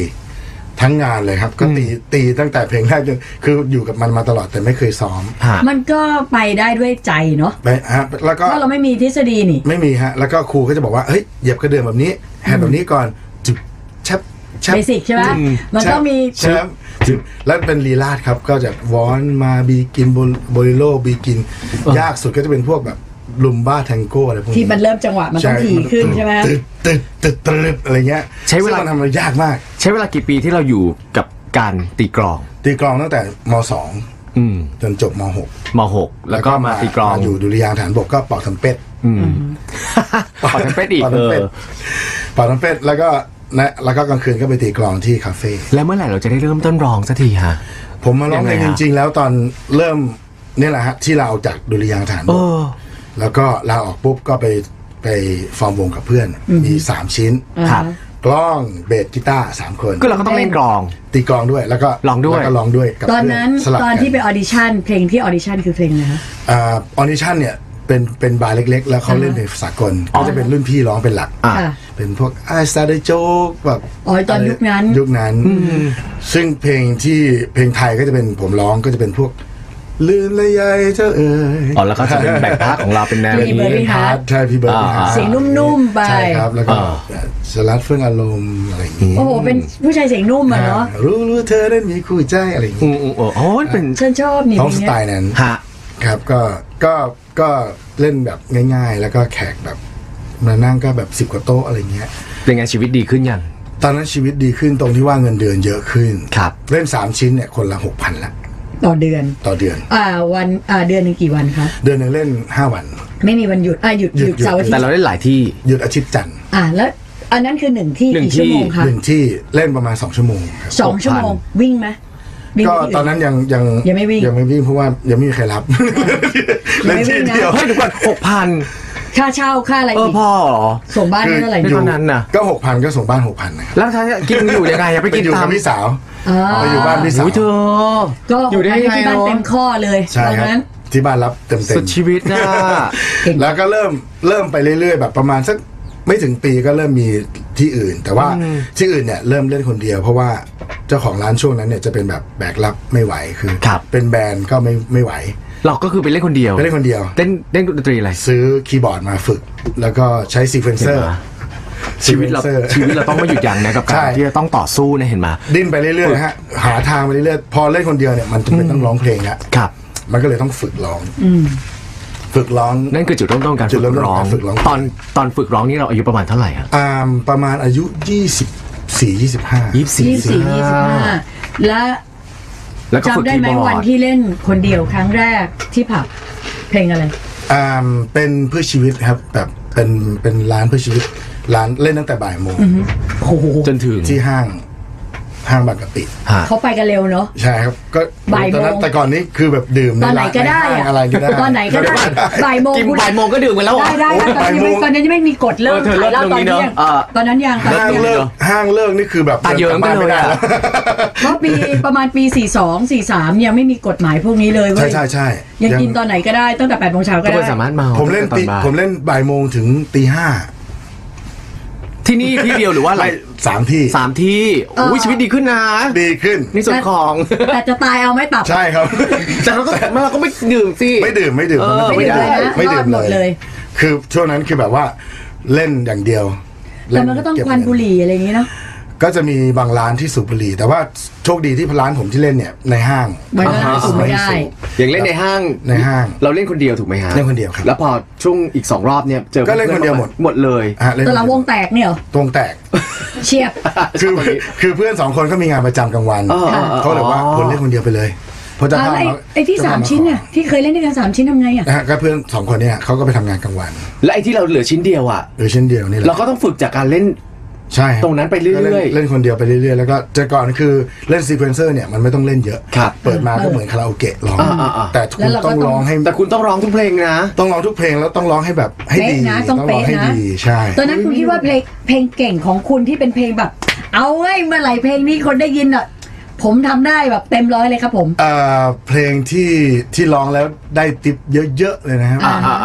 ทั้งงานเลยครับ ก็ตีตีตั้งแต่เพลงแรกจนคืออยู่กับมันมาตลอดแต่ไม่เคยซ้อม ฮะ มันก็ไปได้ด้วยใจเนาะ ไปฮะแล้ว เพ ก็ ราะเราไม่มีทฤษฎีนี่ ไม่มีฮะ แล้วก็ครูก็จะบอกว่าเฮ้ยเหยียบกระเดื่องแบบนี้แฮนด์แบบนี้ก่อนจุบชับชับ เบสิกใช่ไหมมันต้องมี ใช่ครับแล้วเป็นลีลาดครับก็จะวอนมาบีกินโบลิโลบีกิน ยากสุดก็จะเป็นพวกแบบลุมบ้าแทงโก้อะไรพวกนี้ ที่มันเริ่มจังหวะมันต้องถี่ขึ้นใช่ไหม ตึ๊ดตึ๊ดตึ๊ดตึ๊ดอะไรเงี้ย ใช้เวลา ซึ่งมันทำอะไรยากมาก ใช้เวลากี่ปีที่เราอยู่กับการตีกลอง ตีกลองตั้งแต่มสอง อืม จนจบมหก มหกแล้วก็มาตีกลอง มาอยู่ดุริยางค์ฐานบกก็เป่าสัมเป็ด ปอดเป็นเป็ดอีก ปอด เออเป็นเป็ด เป่าสัมเป็ดแล้วก็นะแล้วก็กลางคืนก็ไปตีกลองที่คาเฟ่ แล้วเมื่อไหร่เราจะได้เริ่มต้นร้องสักทีฮะ ผมมาร้องเพลง ยังไงอะจริง ๆ แล้วตอนเริ่มเนี่ยแหละฮะที่เราออกจากดุริยางค์ฐานบ เอก อ แล้วก็ลาออกปุ๊บก็ไปไปฟอร์มวงกับเพื่อน มีสามชิ้น อ่า ครับ กล้องเบสกีตาร์สามคน ก็เราก็ต้องเล่นกลอง ตีกลองด้วยแล้วก็ ลองด้วย แล้วก็ลองด้วยกับ ตอน เพื่ นั้น สลับ ตอน กั ที่ไปออดิชั่นเพลงที่ออดิชั่นคือเพลงอะไรคะ อ่าออดิชั่นเนี่ยเป็นเป็นบาร์เล็ก ๆ แล้วเขาเล่นเพลงสากลก็จะเป็นรุ่นพี่ร้องเป็นหลัก อ่ะ ค่ะ เป็นพวกไอสตาร์ดโจกแบบ อ๋อตอนยุคนั้น ยุคนั้น ซึ่งเพลงที่เพลงไทยก็จะเป็นผมร้องก็จะเป็นพวก ลืมละยายเจ้าเอ๋ย อ๋อแล้วก็จะเป็นแบ่งพาร์ทของเราเป็นแนว มีเบอ นี้ ร์ ฮาร์ดใช่พี่เบิร์ด อ่า เสียงนุ่มๆไป ใช่ครับ แล้วก็ อ่า สลัดเฟื่องอารมณ์อะไรอย่างงี้ โอ้โห เป็นผู้ชายเสียงนุ่มอะเนาะ อ่ารู้รู้เธอนั้นมีคู่ใจอะไรอย่าง อืมงี้อืมเอออ๋อมันเป็น ฉันชอบนี่ ท้อง เพ ส ลงเนี้ย ไตล์นั้น ฮะ ครับก็ก็ก็เล่นแบบง่ายๆ แล้วก็แขกแบบมานั่งก็แบบสิบ10กว่าโต๊ะอะไรเงี้ย เป็นไงชีวิตดีขึ้นยัง ตอนนั้นชีวิตดีขึ้นตรงที่ว่าเงินเดือนเยอะขึ้น ครับ เล่น 3 ชิ้นเนี่ยคนละ 6,000ละ ต่อเดือน ต่อเดือน อ่าวัน อ่าเดือนหนึ่งกี่วันคะ เดือนหนึ่งเล่น 5 วัน ไม่มีวันหยุด อ่าหยุดห หยุ ยุด ด เสาร์อาทิต แต่ ย์ เราเล่นหลายที่ หยุดอาทิตย์จันทร์ อ่าแล้ว อันนั้นคือหนึ่งที่ หนึ่ง กี่ชั่วโมง ที่ คะ หนึ่งที่เล่นประมาณ 2 ชั่วโมงครับ สองชั่วโมง วิ่งไหมวิ่ง ก็ ไปที่ ตอน อื่น นั้นยังยัง ยังไม่วิ่ง ยังไม่วิ่งเพราะว่ายังไม่มีใครรับ ยังไม่ เล่น วิ่งที่นะ เดียว เฮ้ยเดี๋ยวก่อนหกพัน ค่าเช่าค่าอะไร เออ อีก พ่อเหรอ ส่งบ้าน คือ เท่าไหร่ ยู่ เท่านั้นน่ะ ก็หกพันก็ส่งบ้านหกพันนะครับ แล้วถ้ากินอยู่ยังไงอะไป ไป กิน อยู่ ตา กั ม บพี่สาว อ่า ไปอยู่บ้านพี่สาว โอ้ยเธอ ก็ อยู่ได้ยังไง ที่บ้าน เนาะ เต็มข้อเลย ใช่ ตอน ครับ นั้น ที่บ้านรับเต็ม สุดชี ๆ วิตนะ แล้วก็เริ่มเริ่มไปเรื่อย ๆ แบบประมาณสักไม่ถึงปีก็เริ่มมีที่อื่น แต่ว่าที่อื่นเนี่ยเริ่มเล่นคนเดียว เพราะว่าเจ้าของร้านช่วงนั้นเนี่ยจะเป็นแบบแบกรับไม่ไหวคือ ครับ เป็นแบรนด์ก็ไม่ไม่ไหว เราก็คือไปเล่นคนเดียว ไม่ได้คนเดียว เล่นเล่นดนตรีอะไร ซื้อคีย์บอร์ดมาฝึก แล้วก็ใช้ซีเควนเซอร์ เห็นไหม ชีวิตเราชีวิตเราต้องไม่หยุดยั้งนะกับ ใช่ การที่จะต้องต่อสู้นะเห็นไหม ดิ้นไปเรื่อยๆฮะหาทางไปเรื่อยๆพอเล่นคนเดียวเนี่ยมันจะเป็นต้องร้องเพลงละ ครับ มันก็เลยต้องฝึกร้องฝึกร้อง นั่นคือจุดเริ่มต้นการฝึจุด ก เริ่มต้น ร้อง การฝึกร้อง ตอนตอนฝึกร้องนี่เราอายุประมาณเท่าไหร่อะ อามประมาณอายุ 24 ยี่ 25 สิบสี่ ยี่สิบสี่ยี่สิบห้าและ แล้วก็ฝึก จำได้ คีย์ ไหม บอ วันร์ด ที่เล่นคนเดียวครั้งแรกที่ผับ เพลงอะไร อามเป็นเพื่อชีวิตครับแบบเป็นเป็นร้านเพื่อชีวิต ร้านเล่นตั้งแต่บ่ายโมง โอ้โห จนถึง ที่ห้างห้างบางกะปิ ฮะ เขาไปกันเร็วเนาะ ใช่ครับ ก็ บ่ายโมง ตอนนั้นแต่ก่อนนี้คือแบบดื่ม ตอนไหน ร้า ก็ได้ ในห้าง อะ อะไรก็ได้ ตอนไหนก็ได้บ่ายโมง กิน คุณ บ่ายโมงก็ดื่มกันแล้วเหรอ ได้ได้ โอ้ย ตอนนี้ไม่ตอนนั้บ่ายโมงนยังไม่มีกฎเลิก เออเธอเลิก ขายเหล้าตอง นตรนี้ เที่ยง เนอะเออ ตอนนั้นยังตอน ห้า นั้น ง ยัง เลิกห้างเลิกนี่คือแบบ ตาเยิ้ม ดินกลับบ้าน ไปเลย ไม่ได้ อะ แล้ว เพราะปีประมาณปี 42 43 ยังไม่มีกฎหมายพวกนี้เลยเว้ ใช่ ย ใช่ใช่ ยังกินตอนไหนก็ได้ตั้งแต่8โมงเช้าก็ ทุกค ได้ นสามารถเมา ผมเล่น ตั้ง ตี แต่ตอบ่าย ผมเล่นบ่ายโมงถึงตีห้า ที่นี่ที่เดียวหรือว่าอะไร ไปสามที่ สามที่โอ้ยชีวิตดีขึ้นนะ ดีขึ้น ในส่วนของ แต่จะตายเอาไหม่ตับ ใช่ครับ แต่เราก็ไม่เราก็ไม่ดื่มสิ ไม่ดื่มไม่ดื่ม เออ ตอนนั้น ไม่ดื่มเลยนะ ไม่ดื่ม รอดหมดเลย คือช่วงนั้นคือแบบว่าเล่นอย่างเดียว แต่มันก็ต้อง เบ ควัน เ บุหรี่อะไรอย่างนี้เนาะ ก็จะมีบางร้านที่สูบบุหรี่ แต่ว่าโชคดีที่ร้านผมที่เล่นเนี่ยในห้าง มันก็สูบไม่ได้ ให้สูบ อย่างเล่นในห้าง ในห้าง เราเล่นคนเดียวถูกไหมฮะ เล่นคนเดียวครับ แล้วพอช่วงอีกสองรอบเนี่ยเจอ ก็เล่นคนเดียวหมด หมดเลย ฮะเล่น แต่เราวงแตกเนี่ยเหรอ ตรงแตก เชียบ คือคือเพื่อนสองคนก็มีงานประจำกลางวัน เออเออเออ เขาเลยว่าคนเล่นคนเดียวไปเลยเพราะจะ อ่ะแล้วไอ้ ห้าม ไอ้ที่ จะ สาม ห้ ชิ้นน่ะที่เคยเล่นด้วยกันสามชิ้นทำไงอ่ะ นะฮะก็เพื่อนสองคนเนี่ยเขาก็ไปทำงานกลางวัน และไอ้ที่เราเหลือชิ้นเดียวอ่ะ โดยเช่นเดียวนี่แหละ เราก็ต้องฝึกจากการเล่น ใช่คบ ตรงนั้นไปเรื่อยๆ ก็ล่นเล่นคนเดียวไปเรื่อยๆ แล้วก็แต่ก่อนคือเล่นซีเควนเซอร์เนี่ยมันไม่ต้องเล่นเยอะ ครับ เปิดมาก็เหมือนคาราโอเกะร้อง อ่าๆๆ แต่คุณ แล้วเราก็ ต้อง ต้อง ร้องให้ แต่คุณต้องร้องทุกเพลงนะ ต้องร้องทุกเพลงแล้วต้องร้องให้แบบให้ดี เป๊ะนะต้อง ร้อ เป๊ะ งให้ นะ ดีใช่ ตอนนั้นคุณคิดว่าเพลงเพลงเก่งของคุณที่เป็นเพลงแบบ เอาเว้ยเมื่อไหร่เพลงนี้คนได้ยินอ่ะ ผมทำได้แบบเต็มร้อยเลยครับผม เอ่อเพลงที่ที่ร้องแล้วได้ติปเยอะๆเลยนะครับ อ่า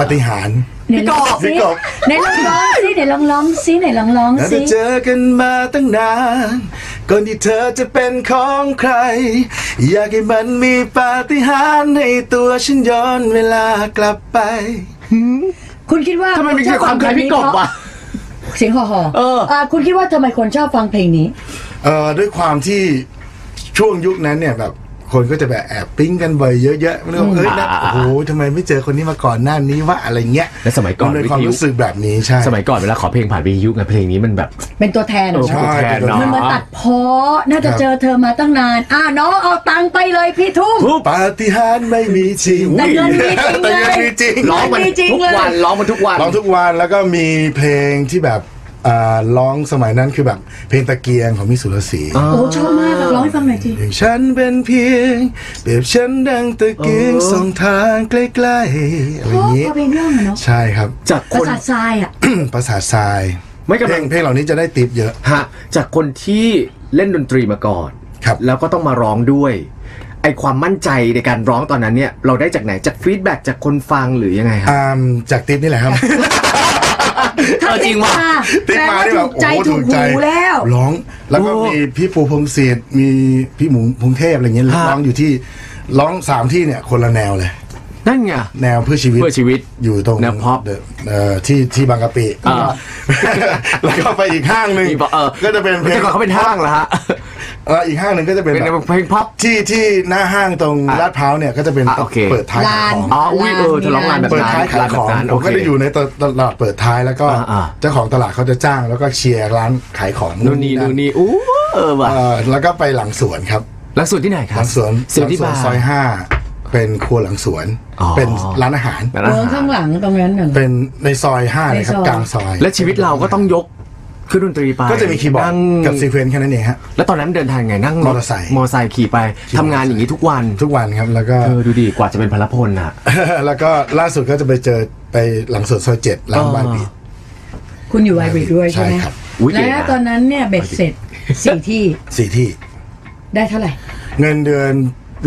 ปาฏิหารย์ ไหนลองร้อง พี่ สิ กบ ไหนลองร้องสิไหนลองร้องสิไหนลองร้อง เรา สิ จะเจอกันมาตั้งนานก่อนที่เธอจะเป็นของใคร อยากให้มันมีปาฏิหาริย์ในตัวฉันย้อนเวลากลับไป คุณคิดว่า ทำไมมี นชอบ ความคล้ายพี่กบวะ เสียงห่อห่อ เออ าคุณคิดว่าทำไมคนชอบฟังเพลงนี้ เอ่อด้วยความที่ช่วงยุคนั้นเนี่ยแบบคนก็จะแบบแอบปิ๊งกันบ่อยเยอะแยะเรื่องเอ้ยนะ อ่า โอ้โหทำไมไม่เจอคนนี้มาก่อนหน้านี้วะอะไรเงี้ย และสมัยก่อน เป็ วิทยุ นความรู้สึกแบบนี้ใช่ สมัยก่อนเวลาขอเพลงผ่านวิทยุไงเพลงนี้มันแบบ เป็นตัวแทนเหรอ เออ ใช่ ผู้แทนเนาะ มันมาตัดเพ้อน่าจะเจอเธอมาตั้งนาน อ่าน้องเอาตังค์ไปเลยพี่ทุ่ม ปาฏิหาริย์ไม่มีจริง แต่เงินมีจริง แต่เงินมีจริง เลย ร้องมัน ไม่จริง ทุก เลย วันร้องมันทุกวัน ร้องทุกวันแล้วก็มีเพลงที่แบบ อ่าร้องสมัยนั้นคือแบบเพลงตะเกียงของมิตรสุรศรี โอ้ชอบมากอะร้องให้ฟังหน่อยที อย่างฉันเป็นเพียงเปรียบฉันดังตะเกียงส่องทางใกล้ๆอะไร โอ้ อย่างนี้ พอเพลงเรื่องอะเนาะ ใช่ครับ จาก ป ค ระ น สาททรายอะ ประสาททราย ไม่กำลัง เพลงเพลงเหล่านี้จะได้ติปเยอะ ฮะจากคนที่เล่นดนตรีมาก่อน ครับ แล้วก็ต้องมาร้องด้วย ไอความมั่นใจในการร้องตอนนั้นเนี่ย เราได้จากไหนจากฟีดแบ็จากคนฟังหรือยังไงครับ อ่ามจากติปนี่แหละครับ ถ้า เอาจริงว่ะ ติปมา แสดงได้แบ ว่าถูกบใจ โอ้ ถูกหูแล้ว ร้อง แล้วก็ โอ้ มีพี่ปูพงษ์เศษมีพี่หมูพงเทพอะไรเงี้ย ฮะ ร้องอยู่ที่ร้องสามที่เนี่ยคนละแนวเลย นั่นไง แนวเพื่อชีวิต เพื่อชีวิต อยู่ตรง แนว pop เดอะเอ่อที่ที่บางกะปิ อ่า แล้วก็ไป อีกห้างหนึ่ง มีบอกเออ ก็จะเป็นเพล แต่ ง ก่อนเขาเป็นห้างเหรอฮะ เอออีกห้างหนึ่งก็จะเป็น เป็น แบบ เพลงพ็อป ที่ที่หน้าห้างตรง อ่ะ ลาดพร้าวเนี่ยก็จะเป็น อ่ะโอเค เปิดท้ายขายของ อ๋ออุ้ยเออ ร้าน จะร้องงานแบบ เปิด นั้น ท้ายขายของ ร้นแบบนั้น ผมก็ โเค จะอยู่ในตตลาดเปิดท้ายแล้วก็ อ่ะอ่ะ เจ้าของตลาดเขาจะจ้างแล้วก็เชียร์ร้านขายของ นู่นนี่นู่นนี่อู้เออว่ะ เออแล้วก็ไปหลังสวนครับ หลักสูตรที่ไหนค ห รับ ลังสวน ศิล หลั ปิน สวน บาร์ ซอยห้าเป็นครัวหลังสวน อ๋อ เป็นร้านอาหาร ร้าน เมื อา อง หา ข้าร งหลังตรงนั้นน่ะเหรอ เป็นในซอยห้าเลยครัในซบอย กลางซอย และชีวิตเราก็ต้องยกขึ้นดนตรีไป ก็จะมีคีย์บอร์ด นั่ง กับซีเควนซ์แค่นั้นเองฮะ แล้วตอนนั้นเดินทางไงนั่งถ มอเตอร์ไซค์ มอเตอร์ไซค์ขี่ไปทำงานอย่างนี้ทุกวัน ทุกวันครับแล้วก็ เออดูดิกว่าจะเป็นพลพลน่ะ แล้วก็ล่าสุดก็จะไปเจอไปหลังสวนซอยเจ็ดร้านวายบีด คุณอยู่ไวบริดด้วยใช่ไหม ใช่ครับ อุ๊ยเก่งนะ แล้วตอนนั้นเนี่ยเบ็ดเสร็จสี่ที่ สี่ที่ ได้เท่าไหร่ เงินเดือน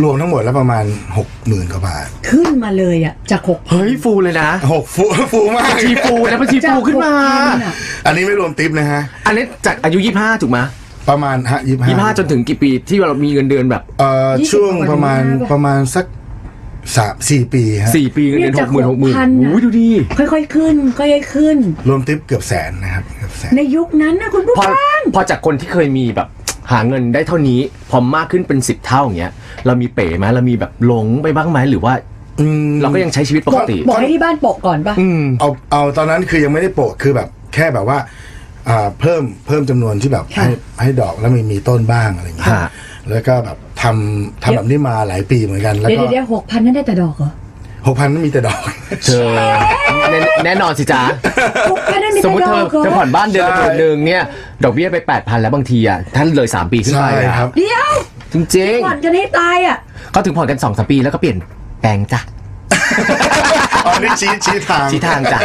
รวมทั้งหมดแล้วประมาณ 6 0,000กว่าบาท ขึ้นมาเลยอะจากหก เฮ้ยฟูเลยนะ หก ฟู ฟูมาก ชีฟูนะมันชี จ ฟู ก ขึ้นมา 6,000อะ อันนี้ไม่รวมทิปนะฮะ อันนี้จากอายุ 25 ถูกไหม ประมาณฮะยี่ ยี่ห้าจนถึงกี่ปีที่เรามีเงินเดือนแบบ เอ่อช่วงประมาณประมาณสักสามสี่ปีฮะ 4 ปีเงินเดือนหกหมื่นหกหมื่น เย โอ้ยดูดิ จาก6,000อะค่อยๆขึ้นค่อยๆขึ้น รวมทิปเกือบแสนนะครับเกือบแสน ในยุคนั้นนะคุณผู้ พอ ฟัง พอจากคนที่เคยมีแบบ หาเงินได้เท่านี้ พอมากขึ้นเป็น 10 เท่าอย่างเงี้ยเรามีเป๋ไหมเรามีแบบหลงไปบ้างไหมหรือว่า อืม เราก็ยังใช้ชีวิตปกติ บอกให้ที่บ้านโปะก่อนปะ เอาเอาตอนนั้นคือยังไม่ได้โปะคือแบบแค่แบบว่าอ่าเพิ่มเพิ่มจำนวนที่แบบให้ให้ดอกแล้วมีมีต้นบ้างอะไรอย่างเงี้ย ฮะ แล้วก็แบบทำทำแบบนี้มาหลายปีเหมือนกันแล้ว เดี๋ยว ก็ เดี๋ยวหกพันนั่นได้แต่ดอกเหรอ หกพันมีแต่ดอก เธอแน่แน่นอนสิจ๊ะ หกพันนั่นได้ สม แต่ มติ ดอเหรเธอกจะผ่ อ อนบ้านเดือนละ ใช่ หมื่นหนึ่งเนี่ย ดอกเบี้ยไป 8,000 แล้วบางทีอ่ะท่านเลย 3 ปีขึ้น ใช่ ไปอะ ครับ เดี๋ยว จริงจริง ผ่อนกันให้ตายอะ ๆเขาถึงผ่อนกัน2อสปีแล้วก็เปลี่ยนแปลงจ้ะ อันนี้ชี้ชี้ทาง ชี้ทางจ้ะ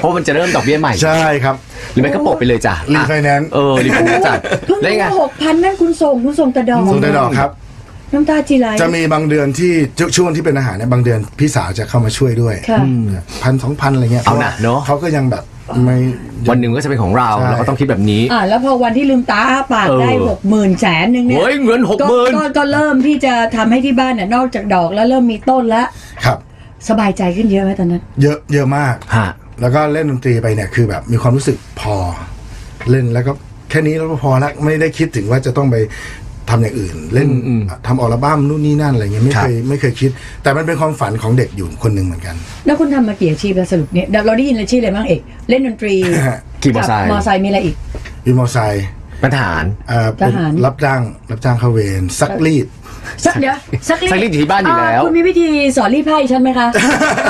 เพราะมันจะเริ่มดอกเบี้ยใหม่ ใช่ครับ หรือไม่ก็โปะไปเลยจ้ะ รีไฟแนนซ์ เออรีไฟแนนซ์จ้ะ เพิ่ง แล้วยังไง หกพันนั่นคุณส่งคุณส่งแต่ดอก ส่วนแต่ดอกครับ น้ำตาจีไหล จะมีบางเดือนที่ชช่วงที่เป็นอาหารเนี่ยบางเดือนพี่สาวจะเข้ามาช่วยด้วย ค่ะอืม พันสองพันอะไรเงี้ย เอาน่ะเนอะ เขาก็ยังแบบไม่ วันหนึ่งก็จะเป็นของเรา ใช่ เราก็ต้องคิดแบบนี้ อ่าแล้วพอวันที่ลืมตาอ้าปาก เออ ได้หกหมื่นแสนหนึ่งเนี่ย โอ้ยเงิน60,000 ก็ก็ก็เริ่มที่จะทำให้ที่บ้านเนี่ยนอกจากดอกแล้วเริ่มมีต้นละ ครับ สบายใจขึ้นเยอะไหมตอนนั้น เยอะเยอะมาก ฮะ แล้วก็เล่นดนตรีไปเนี่ยคือแบบมีความรู้สึกพอ เล่นแล้วก็แค่นี้แล้วก็พอละไม่ได้คิดถึงว่าจะต้องไปทำอย่างอื่น เล่นทำอัลบั้มนู่นนี่นั่นอะไรเงี้ยไม่เคยไม่เคยคิด แต่มันเป็นความฝันของเด็กอยู่คนหนึ่งเหมือนกัน แล้วคุณทำมากี่อาชีพแล้วสรุปเนี่ยเราได้ยินอาชีพอะไรบ้างเอกเล่นดนตรี ขี่มอไซค์ ขับมอไซค์มีอะไรอีก วินมอไซค์ ปัญหาร เอ่อเป็น ทหาร รับจ้างรับจ้างเข้าเวรซักรีด สักเดี๋ยวสักรีด ใช้รีดอยู่ที่บ้านอยู่ า แล้ว คุณมีวิธีสอนรีดผ้าให้ฉันไหมคะ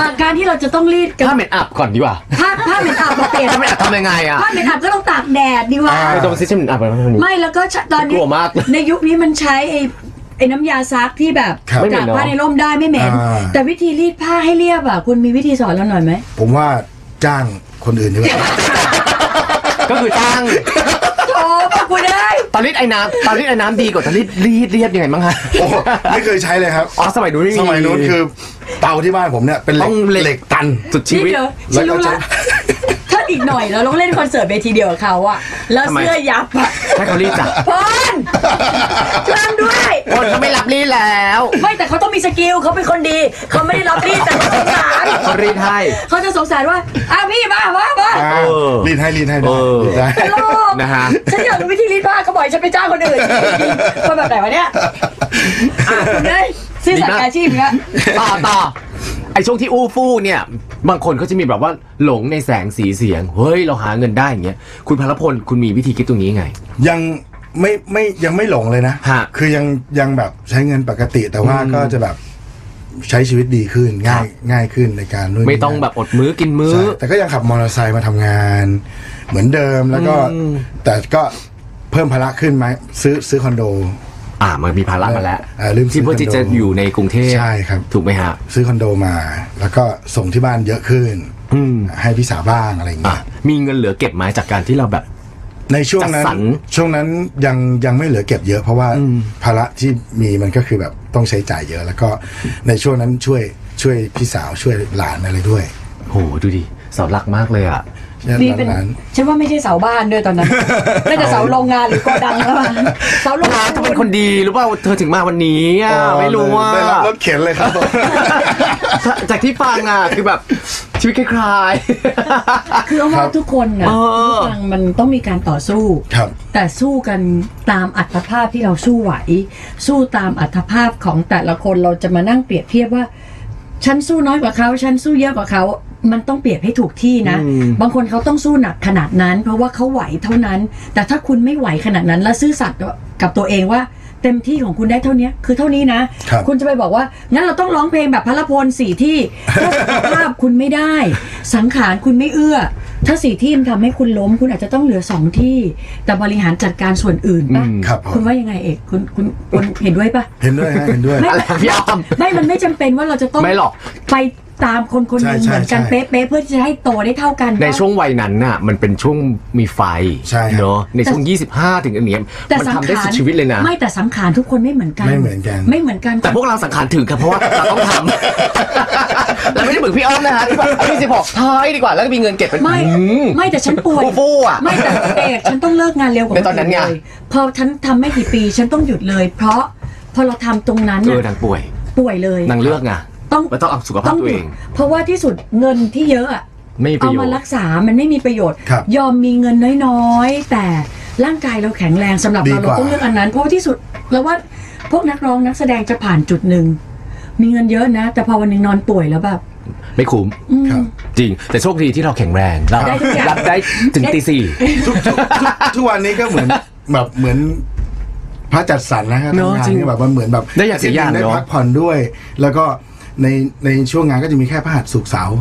อ่าการที่เราจะต้องรีดกับ ถ้าเหม็นอับก่อนดีกว่า ผ้าผ้าเหม็นอับมาเปลี่ยน ถ้าเหม็นอับทำยังไงอ่ะ ผ้าเหม็นอับก็ต้องตากแดดดีกว่า อ่า ไปดมซิใช่เหม็นอับไหม ไม่แล้วก็ชะตอนนี้ กลัวมาก ในยุคนี้มันใช้ไอ้ไอ้น้ำยาซักที่แบบ ครับ ไม่เหม็ ตาน ก เนอะ ผ้าในร่มได้ไม่เหม็น อ่า แต่วิธีรีดผ้าให้เรียบอ่ะคุณมีวิธีสอนเราหน่อยไหม ผมว่าจ้างคนอื่นดีกว่า ก็คือจ้าง โธ่ขอบคุณเลย ตอนรีดไอ้น้ำตอนรีดไอ้น้ำดีกว่าตอนรีดรีดเรียบยังไงบ้างคะ โอ้ไม่เคยใช้เลยครับ อ๋อสมัยนู้นไม่มี สมัยนู้นคือเตาที่บ้านผมเนี่ยเป็นเหล็ ต้อกงเหล็ก ตัน สุดชี นี่ วิต เดี๋ยวฉัแล้วน ก็ รู้ละ จะ ถ้าอีกหน่อยเราต้องเล่นคอนเสิร์ตเวทีเดียวกับเขาอะแล้ว ทำไม เสื้อยับอะ ให้เขารีดจ้ะ พอนช่างด้วย คนเขาไม่รับรีดแล้ว ไม่แต่เขาต้องมีสกิลเขาเป็นคนดีเขาไม่ได้รับรีดแต่เขาสงสาร เขารีดให้ เขาจะสงสารว่าอ่ะพี่มาว่ามา อ่า เออ รีดให้รีดให้ เอ ได้ อ รีดได้ โลก นะฮะ ฉันอยากรู้วิธีรีดผ้าเขาบอกให้ฉันไปจ้างคนอื่นคนแบบไหนวะเนี่ยอ่ะคุณได้ยซื่อสัตย์กับอาชีพเนี้ย ต่อต่อไอช่วงที่อู้ฟู่เนี่ย บางคนเขาจะมีแบบว่าหลงในแสงสีเสียง เฮ้ย เราหาเงินได้อย่างเงี้ยคุณพลพลคุณมีวิธีคิดตรงนี้ยังไง ยังไม่ไม่ยังไม่หลงเลยนะ ฮะ คือยังยังแบบใช้เงินปกติแต่ว่าก็จะแบบ ใช้ชีวิตดีขึ้นง่ายง่ายขึ้นในการนู่นนี่ ไม่ต้อง นั่น แบบอดมื้อกินมื้อ ใช่แต่ก็ยังขับมอเตอร์ไซค์มาทำงานเหมือนเดิมแล้วก็แต่ก็เพิ่มภาระขึ้นไหมซื้อซื้อคอนโด อ่ามันมีภาระมาแล้ว เออลืมซื้อ ที่เพื่อที่จะ คอนโด อยู่ในกรุงเทพ ใช่ครับ ถูกไหมฮะ ซื้อคอนโดมา แล้วก็ส่งที่บ้านเยอะขึ้นให้พี่สาวบ้างอะไรอย่าง อ่ะ เงี้ย มีเงินเหลือเก็บไหมจากการที่เราแบบ ในช่วงจัดนั้สร น ร ช่วงนั้นยังยังไม่เหลือเก็บเยอะ เพราะว่าภาระที่มีมันก็คือแบบต้องใช้จ่ายเยอะ แล้วก็ในช่วงนั้นช่วยช่วยพี่สาวช่วยหลานอะไรด้วย โหดูดิเสาหลักมากเลยอ่ะ นี่เป็น หลาน ฉันว่าไม่ใช่เสาบ้านด้วยตอนนั้นน่าจะเสาโรงงานหรือโกดังแล้วอะเสาโรงงา ร้านนเธอเป็นคนดีหรือเปล่าเธอถึงมาวันนี้อ่ะ อ๋อ ไม่รู้ว่า ได้รับรถเข็นเลยครับผม จากจากที่ฟังอ่ะคือแบบชีวิตคล้าย คือเอา ครั ว่า บ ทุกคนนะ เออ ฟังมันต้องมีการต่อสู้ ครับ แต่สู้กันตามอัตภาพที่เราสู้ไหว สู้ตามอัตภาพของแต่ละคนเราจะมานั่งเปรียบเทียบว่า ฉันสู้น้อยกว่าเขา ฉันสู้เยอะกว่าเขา มันต้องเปรียบให้ถูกที่นะ บางคนเขาต้องสู้หนักขนาดนั้น เพราะว่าเขาไหวเท่านั้น แต่ถ้าคุณไม่ไหวขนาดนั้น และซื่อสัตย์กับตัวเองว่า เต็มที่ของคุณได้เท่านี้คือเท่านี้นะ ครับ คุณจะไปบอกว่า งั้นเราต้องร้องเพลงแบบพระละพลสี่ที่ ถ้าสุขภาพคุณไม่ได้ สังขารคุณไม่เอื้อ ถ้าสี่ที่มันทำให้คุณล้ม คุณอาจจะต้องเหลือสองที่ แต่บริหารจัดการส่วนอื่นป่ะ ครับผม คุณว่ายังไงเอกคุณคุณคุณเห็นด้วยป่ะ เห็นด้วยฮะเห็นด้วย ไม่ อะไรพี่อ้อม ไม่มันไม่จำเป็นว่าเราจะต้อง ไม่หรอก ไปตามคนคนหนึ่งเหใช่ใช่มือนกัน ใช่ เป๊ะๆเพื่อที่จะให้โตได้เท่ากัน ๆ ใน ป่ะ ช่วงวัยนั้นน่ะ มันเป็นช่วงมีไฟ ใช่ครับ เนาะในช่วง 25 ถึงอันเนี้ย แต่ มัน สัง ทำได้ ขาร สุดชีวิตเลยนะ ไม่แต่สังขารทุกคนไม่เหมือนกัน ไม่เหมือนกัน ไม่เหมือนกัน แต่พวกเราสังขารถึงครับเพราะว่าเราต้องทำ เราไม่ได้เหมือนพี่อ้อมนะฮะที่แบบอายุสิบหกท้ายดีกว่าแล้วก็มีเงินเก็บเป็น ไม่ อืม ไม่แต่ฉันป่วย ฟู่ฟู่อะ ไม่แต่เอกฉันต้องเลิกงานเร็วกว่า ในตอนนั้นไง คอื่เลยพอฉันทำไม่กี่ปีฉันต้องหยุดเลย เพราะพอเราทำตรงนั้น เอ น่ะ อนางป่วย ป่วยเลย นางเลือกไง ต้อง มันต้องเอาสุขภาพตัว ห เอ ยุด ง เพราะว่าที่สุดเงินที่เยอะอะ ไม่มีป เอา ระโย มา ชน์ รักษามันไม่มีประโยชน์ ครับ ยอมมีเงินน้อยๆ แต่ร่างกายเราแข็งแรงสำหรับ ดี เรา ก เรา ว่า ต้องเลือกอันนั้น เพราะว่าที่สุดเราว่าพวกนักร้องนักแสดงจะผ่านจุดหนึ่งมีเงินเยอะนะ แต่พอวันหนึ่งนอนป่วยแล้วแบบ ไม่คุ้ม ครับ จริง แต่โชคดีที่เราแข็งแรงเรา ได้ทุกอย่าง รับได้ถึงตีสี่ ทุกทุกทุกทุกวันนี้ก็เหมือนแบบเหมือนพระจัดสรรนะครับ เนอะ ทำงาน จริง นี่แบบว่าเหมือนแบบ ได้อย่างเสียอย่าง ได้ เนอะ พักผ่อนด้วย แล้วก็ในในช่วงงานก็จะมีแค่พระหัสสุกร์เสาร์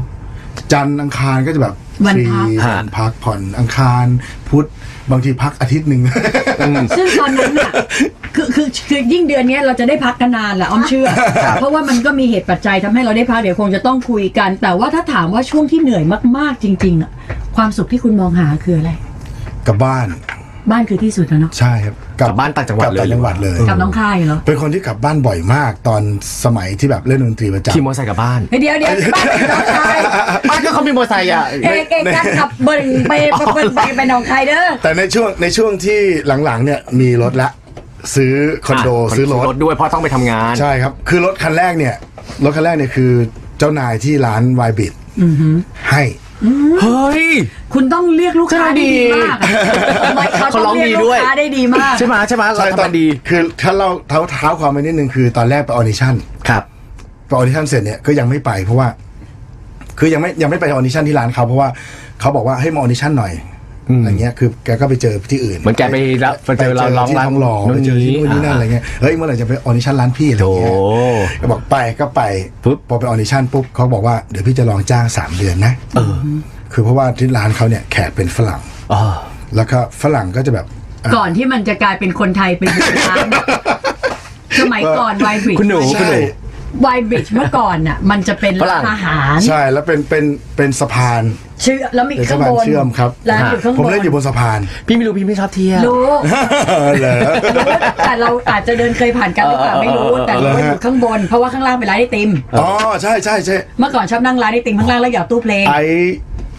จันทร์อังคารก็จะแบบ วันพัก ฟรีวันพักผ่อนอังคาร พุธบางทีพักอาทิตย์หนึ่ง ซึ่งตอนนั้นน่ะคือคือคือยิ่งเดือนเนี้ยเราจะได้พักกันนานแหละอ้อมเชื่อ เพราะว่ามันก็มีเหตุปัจจัยทำให้เราได้พักเดี๋ยวคงจะต้องคุยกัน แต่ว่าถ้าถามว่าช่วงที่เหนื่อยมากๆจริงๆอะความสุขที่คุณมองหาคืออะไร กลับบ้าน บ้านคือที่สุดแล้วเนาะ ใช่ครับ กลับบ้านต่างจังหวัดเลย กบต่างจังหวัดเลย กลับน้องค่ายเหรอ เป็นคนที่กลับบ้านบ่อยมากตอนสมัยที่แบบเล่นดนตรีประจำ ขี่มอเตอร์ไซค์กลับบ้าน เฮ้ยเดี๋ ยวเดี๋ยวบ้านอยู่น้องคาย บ้านก็เขามีมอเตอร์ไซค์อ่ะ เอกเอกการขับเบิ่งไปเบิ่งไปไปหน้องคายเด้อ แต่ในช่วงในช่วงที่หลังๆเนี่ยมีรถละ ซื้อคอนโด ะ ซื้อร ร ถ ถด้วยเพราะต้องไปทำงาน ใช่ครับ คือรถคันแรกเนี่ย รถคันแรกเนี่ยคือเจ้านายที่ร้านวายบิดให้ เฮ้ย คุณต้องเรียกลูกค้าได้ดีมากอะไม่เขาต้เขาร้ อ อง ง เรีย ดี ก ด้ ลูก วย ค้าได้ดีมาก ใช่ไหมใช่ไหมเรา ใช่ ทำงานดี คือถ้าเราเท้าเท้าความไปนิดนึงคือตอนแรกไปออดิชั่น ครับ ไปออดิชั่นเสร็จเนี่ยก็ยังไม่ไปเพราะว่า คือยังไม่ยังไม่ไปออดิชั่นที่ร้านเขาเพราะว่าเขาบอกว่าให้มาออดิชั่นหน่อยอะไรเงี้ยคือแกก็ไปเจอที่อื่น เหมือนแกไปรับไปเจอเราร้อง ที่ ร้าน ทองหล่อไปเจอที่นู่นนี่นั่นอะไรเงี้ยเฮ้ยเมื่อไหร่จะไปออดิชั่นร้านพี่อะไรเงี้ย โอ้ ก็บอกไปก็ไป ปุ๊บ พอไปออดิชั่นปุ๊บเขาบอกว่าเดี๋ยวพี่จะลองจ้าง 3 เดือนนะเออ คือเพราะว่าที่ร้านเขาเนี่ยแขกเป็นฝรั่ง อ๋อ แล้วก็ฝรั่งก็จะแบบอ่ะ ก่อนที่มันจะกลายเป็นคนไทยเป็น ร้านอะสมัยก่อนไวบริด คุณหนู ใช่ คุณหนู ไวบริดเมื่อก่อนน่ะ มันจะเป็น ฝรั่ ร้าง นอาหาร ใช่แล้วเป็นเป็นเป็นสะพาน เชื่อแล้วมี เป็น ข้างสะพา บ น น เชื่อมครับ ร้านอยู่ข้างบน ผมเล่นอยู่บนสะพาน พี่ไม่รู้พี่ไม่ชอบเที่ยว รู้ เหรอ แต่เราอาจจะเดินเคยผ่านกันหรือเปล่าไม่รู้แต่รู้ว่าอยู่ข้างบน เพราะว่าข้างล่างเป็นร้านไอติม อ๋อใช่ใช่ใช่ เมื่อก่อนชอบนั่งร้านไอติมข้างล่างแล้วหยอดตู้เพลง ไอ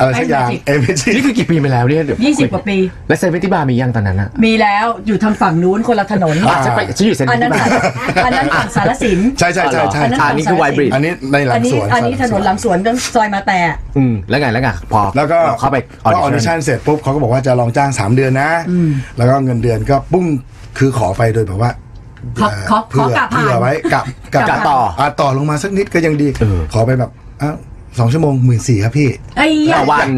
อะไรสักอย่าง ไอ้ เอเมจิ นี่คือกี่ปีมาแล้วเนี่ยเดี๋ว ยี่สิบกว่าปี แล้วเซเว่นที่บาร์มียังตอนนั้นอะ มีแล้วอยู่ทางฝั่งนู้นคนละถนน อ่ะฉันไปฉันอยู่เซ อัน เว่น นั้น ที่บา ฝั่ง ร์ อันนั้นฝั่งสารสิน ใช่ใช่ใช่ใช่ อันนั้น อ่ะนี่คือ White Bridge อันนี้ในหลั อันงนี้ สวน อันนี้ถนนหลังสวนตรงซอยมาแต่ อืมแล้วไงแล้วไงพอ แล้วก็ เข้าไปอ ก็อ อ อ ดิ ดิ ชั่ ชั่ น นเสร็จปุ๊บเขาก็บอกว่าจะลองจ้าง 3 เดือนนะ แล้วก็เงินเดือนก็ปุ้งคือขอไปโดยแบบว่า ขอขอ เผื่ ขอกะผ่าน เผื่อไว้กับ กะ ต่ออ่ ะต่อลงมาสักนิดก็ยังดี เออ ขอไปแบบอ่ะสองชั่วโมงหมื่นสี่ครับพี่ ไอ้ย ต่อวัน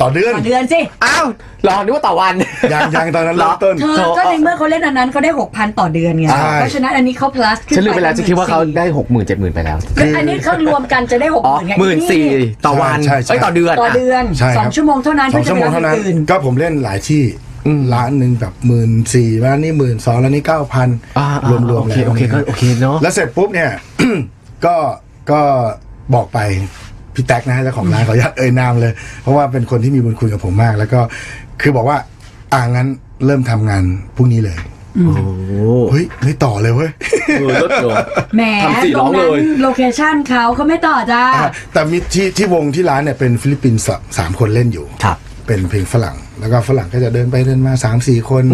ต่อเดือน ต่อเดือนสิ อ้าวเหรอนึกว่าต่อวัน ยังยังตอนนั้นเริ่มต้น เธอก็ในเมื่อเขาเล่นอันนั้นเขาได้หกพันต่อเดือนไง ใช่ เพราะฉะนั้นอันนี้เขา plus ขึ้น ฉันลืมไปแล้ว น ฉันคิดว่าเขา 14,000 ได้หกหมื่นเจ็ดหมื่นไปแล้ว ก็อันนี้เขารวมกันจะได้หก อ๋อ หมื่นไง หมื่นสี่ต่อวัน ใช่ใช่ เอ้ยต่อเดือน ต่อเดือน ใช่ สอครั ง บ ชั่วโมงเท่านั้น สองชั่วโมงเท่านั้น พื่อจะไปล ก็ผมเล่นหลายที่ร้านหนึ่งแบบหมื่นสี่ร้านนี้หมื่นสองร้านนี้เก้าพัน อ่าร วมรวม โอเคโอเคก็โอเคเนาะ แล้วเสร็จปุ๊บเนี่ย ก็ก็บอกไปพี่แท็กนะฮะเจ้าของร้านขออนุญาตเอ่ยนามเลย เพราะว่าเป็นคนที่มีบุญคุณกับผมมาก แล้วก็คือบอกว่าอ่างั้นเริ่มทำงานพรุ่งนี้เลย โอ้โห เฮ้ยเฮ้ยต่อเลยเว้ย เออลดลง แหม ทำสี่ ตรร้อง งเล นั้น ย โลเคชั่นเขาเขาไม่ต่อจ้า อ่ะแต่มีที่ที่วงที่ร้านเนี่ยเป็นฟิลิปปินส์สะสามคนเล่นอยู่ ครับ เป็นเพลงฝรั่ง แล้วก็ฝรั่งก็จะเดินไปเดินมา3ามสี่คน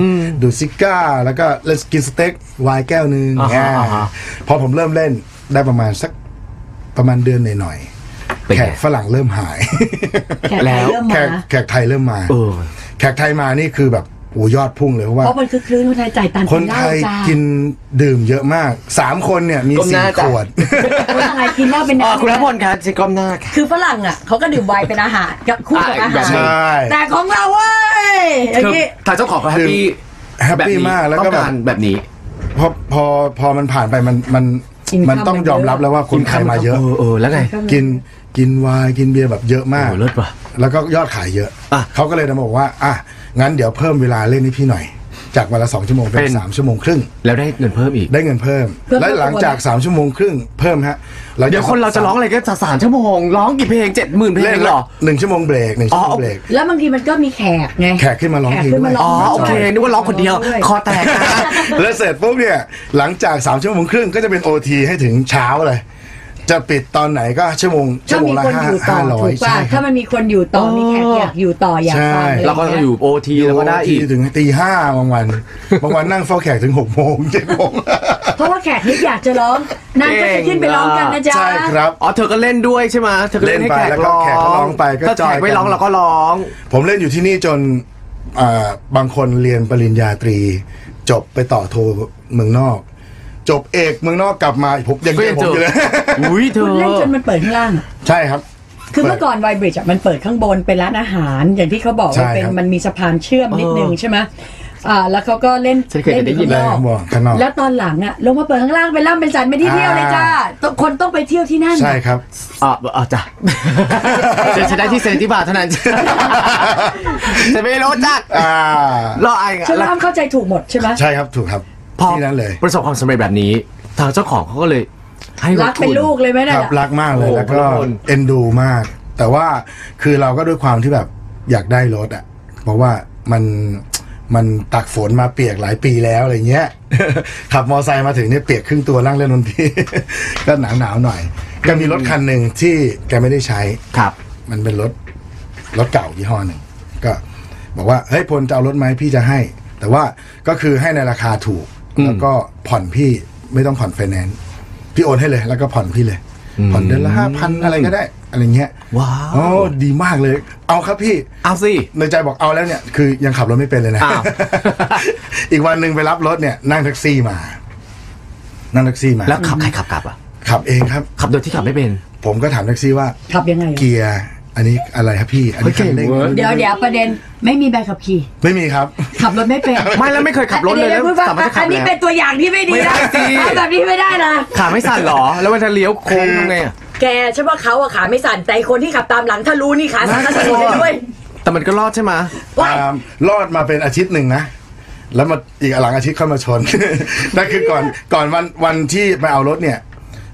ดูดซิก้า แล้วก็เล่นกินสเต็กไวน์แก้วหนึง อ่าฮะ อ่า อ่าฮะ พอผมเริ่มเล่นได้ประมาณสักประมาณเดือนหน่อยๆ เป็นไง แขกฝรั่งเริ่มหาย แขกไทยเริ่ม แข มาก แขกไทยเริ่มมา เออ แขกไทยมานี่คือแบบโอ้ยอดพุ่งเลยเพราะว่า เพราะมันคือคลื่นคนไทยจ่ายตังค์ คนไทย เหล้าจ้า กินดื่มเยอะมากสามคนเนี่ยมี ก้มห สี่ น้าจ้ะ ขวด คนไทยกินเหล้าเป็น อ๋อคุณพระพลครับจิกอมหน้าค่ะ คือฝรั่งอ่ะเขาก็ดื่มไวน์เป็นอาหารกับคู่กับอา อ่ะแบ หาร บ ใช่ แต่ของเราเว้ยอย่างนี้ ทางเจ้าของเขาแฮปปี้ แฮปปี้มากแล้วก็ ต้อง แบบ การแบบนี้ พอพอพอมันผ่านไปมันมัน กินข้าว มันต้องยอมรับแล้วว่าคนไทยมาเยอะ เออเออแล้วไง กินกินไวายกินเบียร์แบบเยอะมาก โอ้เลิศว่ะ แล้วก็ยอดขายเยอะ อ่ะ เขาก็เลยนะบอกว่าอ่ะงั้นเดี๋ยวเพิ่มเวลาเล่นให้พี่หน่อย จากวันละสองชั่วโมงเป็ เป็น น สามชั่วโมงครึ่ง แล้วได้เงินเพิ่มอีก ได้เงินเพิ่ม เพิ่ม และ เท่าตัว หลังจากสามชั่วโมงครึ่งเพิ่มฮะหลังจก เดี๋ยวคนเราจะร้องอะไรก็จะสามชั่วโมง ร้องกี่เพลงเจ็ดหมื่นเพล เล่ ง น เหรอ หนึ่งชั่วโมงเบรกหนึ่งชั่วโม อ๋อ งเบรก แล้วบางทีมันก็มีแขกไง แขกขึ้นมาร้องเพลง แขกขึ้นมา ด้วย ร้ อ๋อ ง โอเค นึกว่าร้องคนเดียว คอแตกนะ แล้วเสร็จปุ๊บเนี่ยหลังจากสามชั่วโมงครึ่งก็จะเป็นโอทีให้ถึงเช้าเลย จะปิดตอนไหนก็ชั่วโมงชั่ ถ้าว โมง มี ละ คน ห้า อยู่ต่อ ห้าร้อ ถู ย กป่ะ ใช่ค ถ้า รับ มันมีคนอยู่ต่อมีแขก อ๋อ อ อ ยากอยู่ต่ออยากฟัง ใช่ อะไร เราก็ เงี้ อยู่โอทีแล้วก็ได้อีก ที่ถึงตีห้าบางวัน บางวันนั่งเฝ้าแขกถึงหกโม งเจ็ดโมง เพราะว่าแขกนึกอยากจะร้องนางก็จะขึ้นไปร้องกันนะจ๊ะ ใช่ครับ อ๋อ เธอก็เล่นด้วยใช่ไหมเธอก็เล่นให้แขก เล่นไปแล้วก็ ร้อง แขกก็ร้องไปก็ ถ้าแข จอยกั ก น ไม่ร้องเราก็ร้อง ผมเล่นอยู่ที่นี่จนอ่าบางคนเรียนปริญญาตรี จบไปต่อโทเมืองนอก จบเอกเมืองนอกกลับมาผมยัง ก็ เจ ยั อง ผ เจอมอยู่เลย อุ้ยเธ คุ อ ณเล่นจนมันเปิดข้างล่างอะ ใช่ครับ คือเมื่อก่อนไวบริดจ์อะมันเปิดข้างบนเป็นร้านอาหาร อย่างที่เขาบอก ใช่ ว่าเป็น ครับ มันมีสะพานเชื่อมนิดนึงใช่ไหมอ่าแล้วเขาก็เล่น ฉันเคยได้ยิน เล่ ได้ อ ข้า ข้าง ง บ น น อก ข้างนอก แล้วตอนหลังอะลงมาเปิดข้างล่างเป็นล่ำเป็นสันเป็นที่เที่ยวเลยจ้าต้องคนต้องไปเที่ยวที่นั่น ใช่ ครับ อ่ะอ่ะจ้ะ เดี๋ยวฉันได้ที่เซนติบาเท่านั้น ฉันไม่รู้จัก อ่า รอไอ้ไง ฉันว่า แล้ว อ้ำเข้าใจถูกหมดใช่ไหม ใช่ครับถูกครับ พอ ที่นั้นเลย ประสบความสำเร็จแบบนี้ ทางเจ้าของเขาก็เลย ให้ลด รักเป็น ทุ ลูกเลยไหม ค น่ะ รับรักมากเลย โอ้โห แล้วก็ ขอบคุณ เอ็นดูมาก แต่ว่าคือเราก็ด้วยความที่แบบอยากได้รถอ่ะเพราะว่ามันมันตักฝนมาเปียกหลายปีแล้วอะไรเงี้ย ขับมอไซค์มาถึงเนี่ยเปียกครึ่งตัวนั่งเล่นดนตรี ก็หนาวหนาวๆหน่อยก็มีรถคันหนึ่งที่แกไม่ได้ใช้ ครับ มันเป็นรถรถเก่ายี่ห้อหนึ่งก็ บอกว่าเฮ้ยพลจะเอารถไหมพี่จะให้ แต่ว่าก็คือให้ในราคาถูก แล้วก็ผ่อนพี่ไม่ต้องผ่อนไฟแนนซ์พี่โอนให้เลย แล้วก็ผ่อนพี่เลย ผ่อนเดือนละห้าพันอะไรก็ได้ อะไรเงี้ย ว้าว โอ้ดีมากเลย เอาครับพี่ เอาสิ ในใจบอกเอาแล้วเนี่ย คือยังขับรถไม่เป็นเลยนะ อ้าว อีกวันหนึ่งไปรับรถเนี่ย นั่งแท็กซี่มา นั่งแท็กซี่มา แล้วขับใครขับกลับอ่ะ ขับเองครับ ขับโดยที่ขับไม่เป็น ผมก็ถามแท็กซี่ว่า ขับยังไงอะ เกียร์อันนี้อะไรครับพี่ อันนี้ เฮ้ยเก่ง คันร่ง เว้ย เดี๋ยวเดี๋ยวประเด็นไม่มีใบขับขี่ ไม่มีครับ ขับรถไม่เป็น ไม่แล้วไม่เคยขับรถเลอันยนี้ แล้ว พูดว่า สามารถจะขั อั บ นนี้ แล้ว เป็นตัวอย่างที่ไม่ดี ไม่ได้ นะ สิ เอาแบบนี้ไม่ได้นะ ขาไม่สั่นเหรอ แล้วมันจะเลี้ยวโค้งยังไงอ่ะ แกใช่ว่าเขาอะขาไม่สั่นแต่คนที่ขับตามหลังถ้ารู้นี่ขาสั่นก็สั่นเลยด้วย แต่มันก็รอดใช่ไหม ว้าย ตามรอดมาเป็นอาทิตย์หนึ่งนะ แล้วมาอีกหลังอาทิตย์เข้ามาชน นั่นคือก่อนก่อนวันวันที่ไปเอารถเนี่ย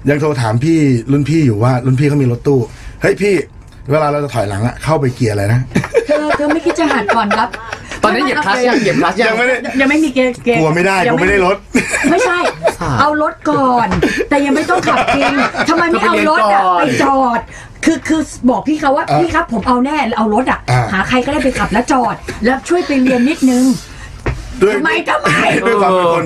ยังโทรถามพี่รุ่นพี่อยู่ว่ารุ่นพี่เขามีรถตู้ เฮ้ยพี่ เวลาเราจะถอยหลังอะเข้าไปเกียร์อะไรนะ เธอเธอไม่คิดจะหัดก่อนรับ ตอนนั้นเหยียบคลัตช์ยังเหยียบคลัตช์ยั ยัง งไม่ได้ ยังไม่มีเกเก กลัวไม่ได้กลัวไม่ได้รถ ไม่ใช่ สาว เอารถก่อน แต่ยังไม่ต้องขับจริงทำไมไม่เอารถอะ ก็ไป ไป เรียนก่อน จอด คือคือบอกพี่เขาว่า อ่ะ พี่ครับผมเอาแน่เอารถอะ อ่ะ หาใครก็ได้ไปขับแล้วจอด แล้วช่วยไปเรียนนิดนึง ด้วย ทำไมทำไม ด้วยความเป็นคน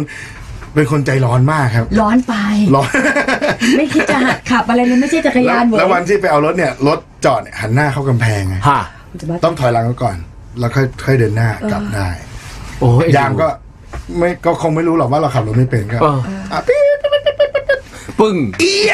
เป็นคนใจร้อนมากครับ ร้อนไป ร้อน ไม่คิดจะหัดขับอะไรเลยไม่ใช่จักรยานเว้ย แล้ววันที่ไปเอารถเนี่ยรถจอดเนี่ยหันหน้าเข้ากำแพงไง ฮะ ต้องถอยหลังก่อน แล้วค่อยค่อยเดินหน้ากลับได้ โอ้ย ยามก็ไม่ก็คงไม่รู้หรอกว่าเราขับรถไม่เป็นก็ เออ อ่ะปี๊ด ปึ้ง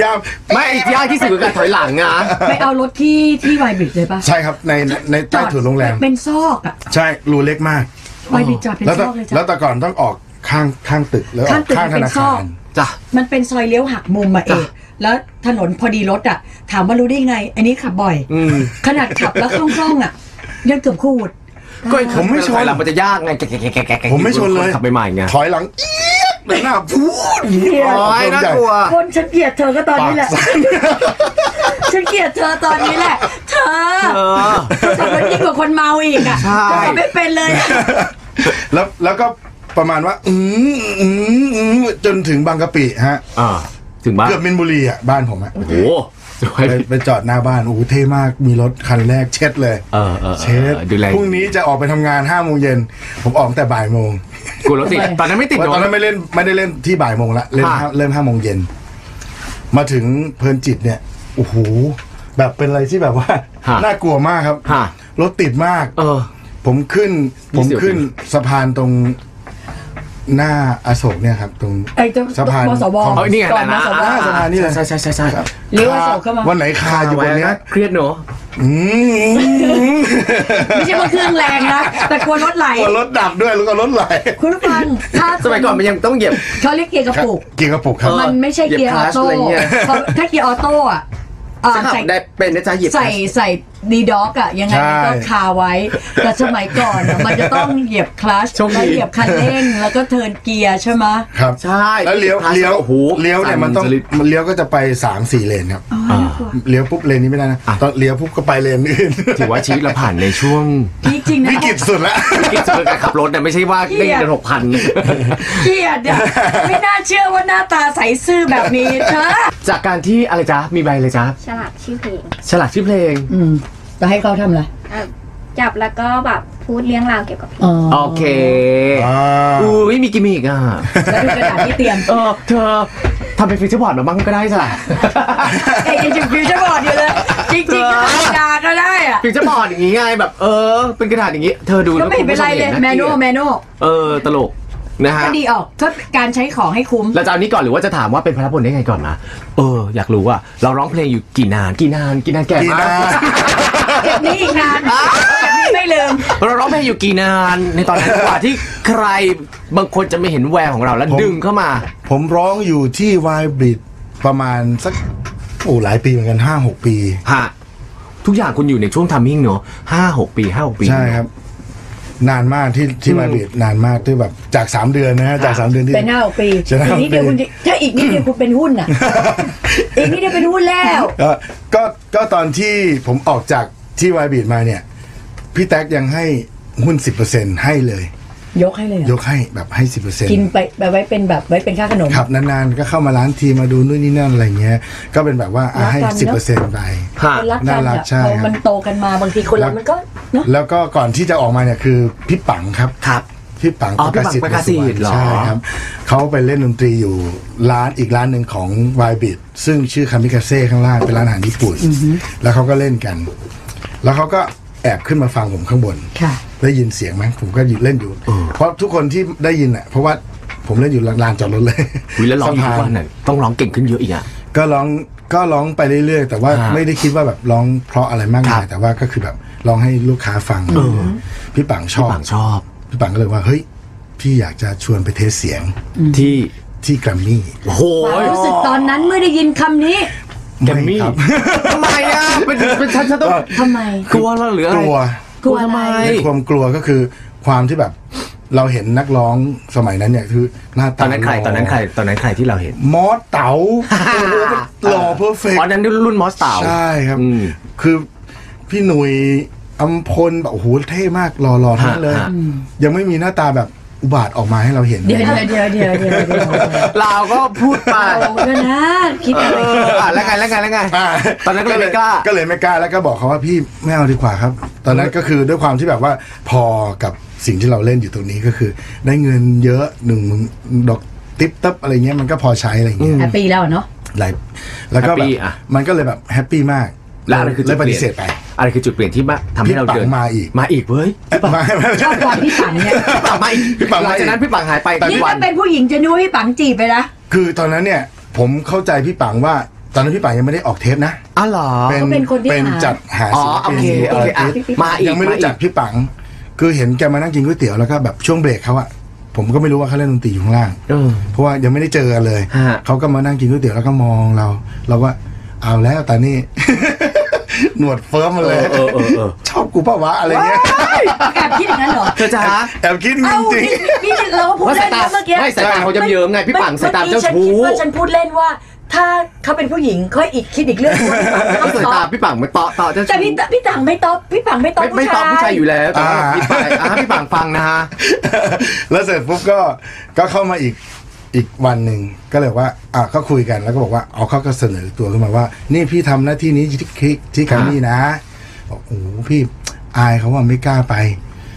ยาม ไม่ยากที่สุดคือการถอยหลังอะ ไปเอารถที่ที่ไวบริดเลยปะ ใช่ครับในในใต้ถุนโรงแรม เป็นซอกอะ ใช่รูเล็กมาก ไวบริดจอดเป็น แล้ว ซ แต่ อกเลย แล้ จ้ะ วแต่ก่อนต้องออกข้างข้างตึกแล้วออ ข้าง ก ตึก ข้าเป็นซองธนาคาก ร จ้ะ มันเป็นซอยเลี้ยวหักมุมมาเอง แล้วถนนพอดีรถอ่ะ ถามว่ารู้ได้ไง อันนี้ขับบ่อย อืม ขนาดขับแล้วคล่องๆอ่ะ ยังเกือบขูด ก็ ผมไม่ชน ถอยหลังมันจะยากไงแกะแกะแกะแกะแกะ ผมไม่ชนเลย ขับไปใหม่ไง ถอยหลังเอี๊ยดหน้าพูด อย่างนี้ โอ๊ โอ้ยน่ากลัว คนฉันเกลียดเธอก็ตอน ปาก นี้แหละ สั่น ฉันเกลียดเธอตอนนี้แหละ เธอเธอขับรถยิ่งกว่าคนเมาอีกอ่ะ ใช่ เธอขับไม่เป็นเลยอะ แล้วแล้วก็ประมาณว่า อืมอืมอืมจนถึงบางกะปิฮะ อ่าถึงบ้าน เกือบมินบุรีอ่ะ บ้านผมอ่ะ โอ้โหสวย ไปไปจอดหน้าบ้าน โอ้โหเท่มากมีรถคันแรกเช็ดเลย เออเออเออ ด ดูแล พรุ่งนี้จะออกไปทำงานห้าโมงเย็น ผมออกตั้งแต่บ่ายโมง กูรถติดตอนนั้นไม่ติด เพ หร ราะ อ ตอนนั้นไม่เล่นไม่ได้เล่นที่บ่ายโมงละเล่น ค่ะ ห้าเริ่มห้าโมงเย็น มาถึงเพลินจิตเนี่ยโอ้โหแบบเป็นอะไรที่แบบว่า ฮะ น่ากลัวมากครับ ฮะ รถติดมาก เออ ผมขึ้น มี ผม เสียว ขึ้น จริง สะพานตรงหน้าอโศกเนี่ยครับ ตรง ไอ้ตรง สะพาน มสว ของ เอานี่ไง ก่อนมา นะ สอง หน้าสะพานนี่เลย ใช่ใช่ใช่ใช่ ครับ เลี้ยวอโศกเข้ามา วันไหนคาอยู่บนเนี้ย เครียดเนอะ อืม ไม่ใช่ว่าเครื่องแรงนะ แต่กลัวรถไหล กลัวรถดับด้วยแล้วก็รถไหล คุณผู้ฟังถ้า สมัยก่อนมันยังต้องเหยียบ เขาเรียกเกียร์กระปุก เกียร์กระปุกครับ เออ มันไม่ใช่เกียร์ออโต้ เหยียบคลัตช์เพอะไรเงี้ยราะถ้าเกียร์ออโต้อะอ่า จะขับ ใส่ ได้เป็นนะจ๊ะเหยียบ ใส่ใส่ดีด็อกอะยังไงมันก็ ใช่ คาไว้ แต่สมัยก่อนอะมันจะต้องเหยียบคลัช โชคดี แล้วเหยียบคันเร่ง แล้วก็เทิร์นเกียร์ใช่ไหม ครับ ใช่ แล้วเลี้ยว ท้า เลี้ยว โอ้โห เลี้ยวเนี่ยมันต้อง สลิด มันเลี้ยวก็จะไปสามสี่เลนครับ อ่า เลี้ยวปุ๊บเลนนี้ไม่ได้นะตอนเลี้ยวปุ๊บก็ไปเลนอื่น ถือว่าชีวิตเราผ่านในช่วง พี่จริงนะ วิกฤตสุดละ กิจการขับรถเนี่ยไม่ใช่ว่าได้เงินหกพัน เกียร์เนี่ยไม่น่าเชื่อว่าหน้าตาใสซื่อแบบนี้เธอ จากการที่อะไรจ๊ะ มีใบเลยจ๊ะ ฉลากชื่อเพลง ฉลากชื่อเพลง อืมจะให้เขาทำอะไร เอ่อจับแล้วก็แบบพูดเรื่องราวเกี่ยวกับเพลง อ๋อ โอเค อ่า อุ้ยมีกิมมิกอ่ะ แล้วดูกระดาษที่เตรียม เออ เธอทำเป็นฟิวเจอร์บอร์ดมาบ้างก็ได้จ้ะ ไอ้ยังฟิวเจอร์บอร์ดอยู่เลย จริงๆก็ธรรมดาก็ได้อะ ฟิวเจอร์บอร์ดอย่างงี้ไงแบบ เออ เป็นกระดาษอย่างงี้ เธอดู ก็ แล้ว ไม่เห็นเป็นไรเลย คุณผู้แมนชโน ห็ะ แมนโน เออ ตลกนะฮะ ก็ดีออกก็การใช้ของให้คุ้ม เราจะเอานี้ก่อนหรือว่าจะถามว่าเป็นพระพลได้ไงก่อนนะเออ อยากรู้ว่า เราร้องเพลงอยู่กี่นาน กี่นาน กี่นานแก่ กี มา ฬา ก เก็บนี้อีกนานเก็บนี้ไม่ลืม เราร้องเพลงอยู่กี่นานในตอนนั้นกว่าที่ใครบางคนจะไม่เห็นแววของเราแล้ว ผม ดึงเข้ามา ผมร้องอยู่ที่วายบริดประมาณสักโอ้หลายปีเหมือนกันห้าหกปี ฮะ ทุกอย่างคุณอยู่ในช่วงทัมมิ่งเนอะห้าหกปีห้าหกปี ใช่ครับ นานมากที่ที่วายบริดนานมากที่แบบจากสามเดือนนะฮะจากสามเดือนที่ เป็น ห้าปี จะได้ อีกนิดเดียวคุณจะถ้าอีกนิดเดียวคุณเป็นหุ้นอ่ะ อีกนิดเดียวเป็นหุ้นแล้ว ก็ก็ก็ตอนที่ผมออกจากที่วายบริดมาเนี่ย พี่แท็กยังให้หุ้นสิบเปอร์เซ็นให้เลย ยกให้เลยอะ ยกให้แบบให้สิบเปอร์เซ็น กินไปแบบไว้เป็นแบบไว้เป็นค่าขนม ครับนานๆก็เข้ามาร้านทีมาดูนู่นนี่นั่นอะไรเงี้ย ก็เป็นแบบว่าอ่ะให้ รักกั สินบเปอร์เซ็น เน ต์ อะ ไป ฮะ คนรักกั น่านรัก อะ ใช่ พอ ครับ มันโตกันมาบางทีคนเรามันก็เนาะ แล้วก็ก่อนที่จะออกมาเนี่ยคือพี่ปังครับ ครับ พี่ปัง อ๋อพี่ปัง ทธิ์ ประกาศิทธิ์เหรอ ใช่ครับเขาไปเล่นดนตรีอยู่ร้านอีกร้านหนึ่งของวายบิดซึ่งชื่อคามิคาเซ่ข้างล่างเป็นร้านอาหารญี่ปุ่น แล้วเขาก็เล่นกัน แล้วเขาก็แอบขึ้นมาฟังผมข้างบน ค่ะ ได้ยินเสียงไหมผมก็อยู่เล่นอยู่ เพราะทุกคนที่ได้ยินอ่ะเพราะว่าผมเล่นอยู่ลานจอดรถเลย วิแล้วร้อง สะ อีก พา ทุก น วันน่ะต้องร้องเก่งขึ้นเยอะอีกอ่ะ ก็ร้องก็ร้องไปเรื่อยๆ แต่ว่า ฮะ ไม่ได้คิดว่าแบบร้องเพราะอะไรมากมา ครั ย บ แต่ว่าก็คือแบบร้องให้ลูกค้าฟังพี่ปังชอบ ปังชอบ พี่ปังก็เลยว่าเฮ้ยพี่อยากจะชวนไปเทสเสียง ที่ ที่แกรมมี่ โอ้โห รู้สึกตอนนั้นเมื่อได้ยินคำนี้ แกมมี่ ไครับ ทำไมอ่ะ เป็นเป็นฉันฉันต้อง ทำไม กลัวเราหรืออะ ก ไร ลัว กลัวอะไร ทำไม ในความกลัวก็คือความที่แบบเราเห็นนักร้องสมัยนั้นเนี่ยคือหน้า ต ตา อนนั้นใคร หล่ ตอนนั้นใคร ตอนนั้นใครที่เราเห็น มอสเต๋าโอ้โหหล่อเพอร์เฟก ตอนนั้นรุ่นมอสเตา ใช่ครับ อืม คือพี่หนุยอัมพลแบบโอ้โหเท่มากหล่อๆทั้งนั้นเลย ฮะฮะ ยังไม่มีหน้าตาแบบอุบาทออกมาให้เราเห็น เดี๋ยวเดี๋ยวเดี๋ยวเดี๋ยวเดี๋ยวเดี๋ยว เราก็พูดไป เอาเดี๋ยวนะคิด เอ อะไร ออ่ะแล้วไงแล้วไงแล้วไง อ่า ตอนนั้นก็เลยไม่กล้า ก็เลยไม่กล้าแล้วก็บอกเขาว่าพี่ไม่เอาดีกว่าครับ ตอนนั้นก็คือด้วยความที่แบบว่าพอกับสิ่งที่เราเล่นอยู่ตรงนี้ก็คือ ได้เงินเยอะหนึ่งดอกติปตับอะไรเงี้ยมันก็พอใช้อะไรเงี้ย แฮปปี้แล้วอะเนาะ หลายแล้วก็แบ แฮปปี้ บ อ่ะ มันก็เลยแบบแฮปปี้มาก แล้วอะไรคือจุด ป เป ฏิ ลี่ยน เสธไป อะไรคือจุดเปลี่ยนที่มาทำให้เราเดิน พี่ปังมาอีก มาอีกเว้ยพี่ปัง มา ชอบความพี่ปังเนี่ย พี่ปังมาอีก พี่ปัง ห มาอีลังกจากนั้นพี่ปังหายไป นี่ วั ถ้าเป็นผู้หญิงจะนึกว่าพี่ปังจีบไปนะ คือตอนนั้นเนี่ย ผมเข้าใจพี่ปังว่า ตอนนั้นพี่ปังยังไม่ได้ออกเทปนะ อ๋อเหรอ ก็เป็นคนที่ เป็น หา จัดหา อ๋อ ศิล โอ ปิน เคโอเคอ่ะ อาทิตย์ มาอีก ยังไม่รู้จัก มาอีก พี่ปัง คือเห็นแกมานั่งกินก๋วยเตี๋ยวแล้วก็แบบช่วงเบรกเขาอะผมก็ไม่รู้ว่าเขาเล่นดนตรีอยู่ข้างล่าง เออ เพราะว่ายังไม่ได้เจอกันเลย ฮะ เขาก็มานั่งกินก๋วยเตี๋ยวแล้วก็มองเรา เราก็เอาแล้ว ตานี่ หนวดเฟิร์มมาเลย เออเออเออ ชอบกูปะวะอะไรเงี้ย แอบคิดอย่างนั้นเหรอ เธอจ๋า แอบคิดจ เอ้า ริง นี่นี่เราพูด ว่าสา เล่ ย น ตา นะเมื่อกี้ ไม่สายตาเขาจะเยิ้มๆไงพี่ปังสายตาเจ้า มื่อ ชู้ กี้ฉันคิดว่าฉันพูดเล่นว่า ถ้าเขาเป็นผู้หญิงเขาอีกคิดอีกเรื่องหนึ่งว่า ก็สายตาพี่ปังมันเตาะเตาะเจ้า แต่ ชู้ พี่ตพี่ต่างไม่ตอบพี่ปังไม่ตอบ ไม่ไม่เตาะผู้ชายอยู่แล้วแต่ว่าพี่ปังอ่ะพี่ปังฟังนะฮะ ๆ แล้วเสร็จปุ๊บก็ก็เข้ามาอีกอีกวันหนึ่งก็เลยว่าอ่ะก็คุยกันแล้วก็บอกว่าเอาเขาก็เสนอตัวขึ้นมาว่า นี่พี่ทำหน้าที่นี้ที่ที่ที่แคมนี่นะบอกโอ้โหพี่อายเขาว่าไม่กล้าไป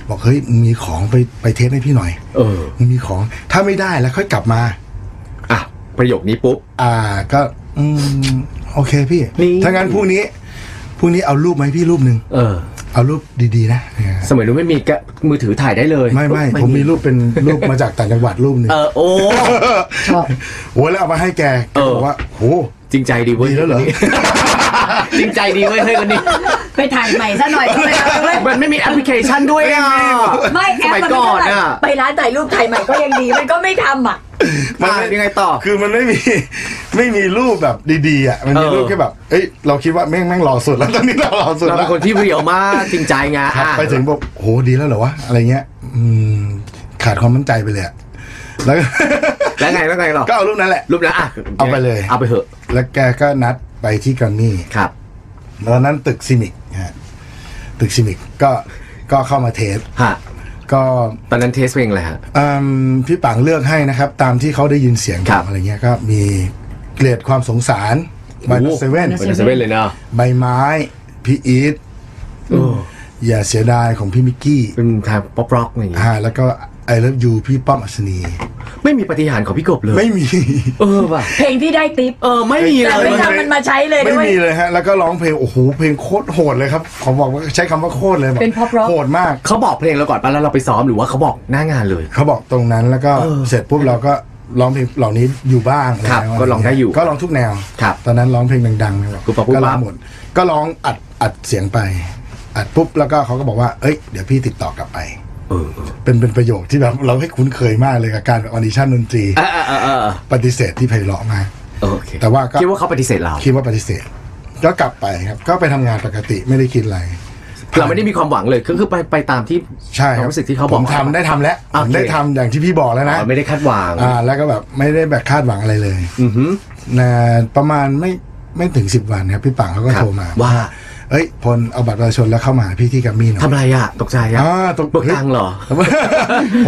บอกเฮ้ยมึงมีของไปไปเทสให้พี่หน่อย เออ มึงมีของถ้าไม่ได้แล้วค่อยกลับมา อ่ะประโยคนี้ปุ๊บ อ่าก็อืมโอเคพี่ นี่ ถ้างั้นพรุ่งนี้พรุ่งนี้เอารูปมาให้พี่รูปหนึ่ง เออ เอารูปดีๆนะ สมัยนู้นไม่มีกะมือถือถ่ายได้เลย ไม่ไม่ผมมีรูปเป็น รูปมาจากต่างจังหวัดรูปหนึ่ง เออโอ้ ชอบ โอ้ยแล้วเอามาให้แกแก เออ บอกว่าโห จริงใจดีเว้ย ดีแล้วเหรอ จริงใจดีเว้ยเฮ้ยวันนี้ ไปถ่ายใหม่ซะหน่อยก็ไม่เอาเลย มันไม่มีแอปพลิเคชันด้วยอ่ะ ไม่แอปสมัมัยนไม่ ก่อ เท่าน ไหร่ อ่ะ ไปร้านถ่ายรูปถ่ายใหม่ก็ยังดีมันก็ไม่ทำอ่ะ อ่ะยังไงต่อ คือมันไม่มี ไม่มีรูปแบบดีๆอ่ะมันมี เออ รูปแค่แบบเอ้ยเราคิดว่าแม่งแม่งหล่อสุดแล้วต อนนี้เราหล่อสุด เรา แล้ เป็น ว คนที่เรียวมากจริงใจไง ครับ อ่ะ ไปถึงบอกโหดีแล้วเหรอวะอะไรเงี้ย อืม ขาดความมั่นใจไปเลยอะแล้วก็ แล้วไงแล้วไงหรอ ก็เอารูปนั้นแหละ รูปนั้นอ่ะ เอาไปเลย เอาไปเถอะ แล้วแกก็นัดไปที่แกรมมี่ ครับ ตอนนั้นตึกซิมิกฮะตึกซิมิกก็ก็เข้ามาเทส ฮะ ก็ ตอนนั้นเทสเพลงอะไรฮะ อืมพี่ปังเลือกให้นะครับ ตามที่เขาได้ยินเสียง ครับ ผมอะไรเงี้ยก็มีเกรดความสงสารบานเซเว่น โอ้ เป็ โห นเซเว่นเลยเนาะ ใบไม้ พี่อีทอย่าเสียดายของพี่มิกกี้ เป็นทางป๊อปร็อกอะไรอย่างเงี้ย ฮะแล้วก็ไอ o ล e ฟยูพี่ป้อมอัศนี ไม่มีปฏิหารย์ของพี่กบเลย ไม่มี เออว่ะ เพลงที่ได้ติป เออไม่มี แต่ เลย ไม่ทำมันมาใช้เลยด้ไม่วย มีเลยฮะ แล้วก็ร้องเพลง โอ้โห เพลงโคตรโหดเลยครับ ขอบอกว่าใช้คำว่าโคตรเลยแบบ เป็น pop rock โหดมาก เขาบอกเพลงเราก่อนป่ะแล้วเราไปซ้อมหรือว่าเขาบอกหน้างานเลย เขาบอกตรงนั้นแล้วก็เสร็จปุ๊บเราก็ร้องเพลงเหล่านี้อยู่บ้าง ครับ ะร ก็ลองได้อยู่ ก็ลองทุกแนว ครับ ตอนนั้นร้องเพลงดังๆนะครับ ปุ๊บปั๊บปุ๊บปั๊บ ก็ร้องหมดก็ร้องอัดอัดเสียงไป อัดปุ๊บแล้วก็เขาก็บอกว่าเอ้ยเดี๋ยวพี่ติดต่อกลับไป เออเออ เป็นเป็นประโยคที่แบบ เราให้คุ้นเคยมากเลยกับการออดิชั่นดนตรี อ่ะอ่ะอ่ะอ่ะอ่ะ ปฏิเสธที่ไพเราะมาก เออโอเค แต่ว่าก็ คิดว่าเขาปฏิเสธเรา คิดว่าปฏิเสธ ก็กลับไปครับก็ไปทำงานปกติไม่ได้คิดอะไร เราไม่ได้มีความหวังเลยก็คือไปไปตามที่ ใช่คครั วาม บ รู้สึกที่เขาบ ผ อก มทำได้ทำแล้ว โอเค ผมได้ทำอย่างที่พี่บอกแล้ว อ๋ นะ อไม่ได้คาดหวัง อ่าแล้วก็แบบไม่ได้แบบคาดหวังอะไรเลย อือหือ นะประมาณไม่ไม่ถึงสิบวันครับพี่ปังเขาก็ ครับ โทรมา ว่า เอ้ยพลเอาบัตรประชาชนแล้วเข้ามาหาพี่ที่แกัมมี่หน่อย ทำอะไรอ่ะ ตกใจอ่ะ อ่าตก เบิกตังค์เหรอ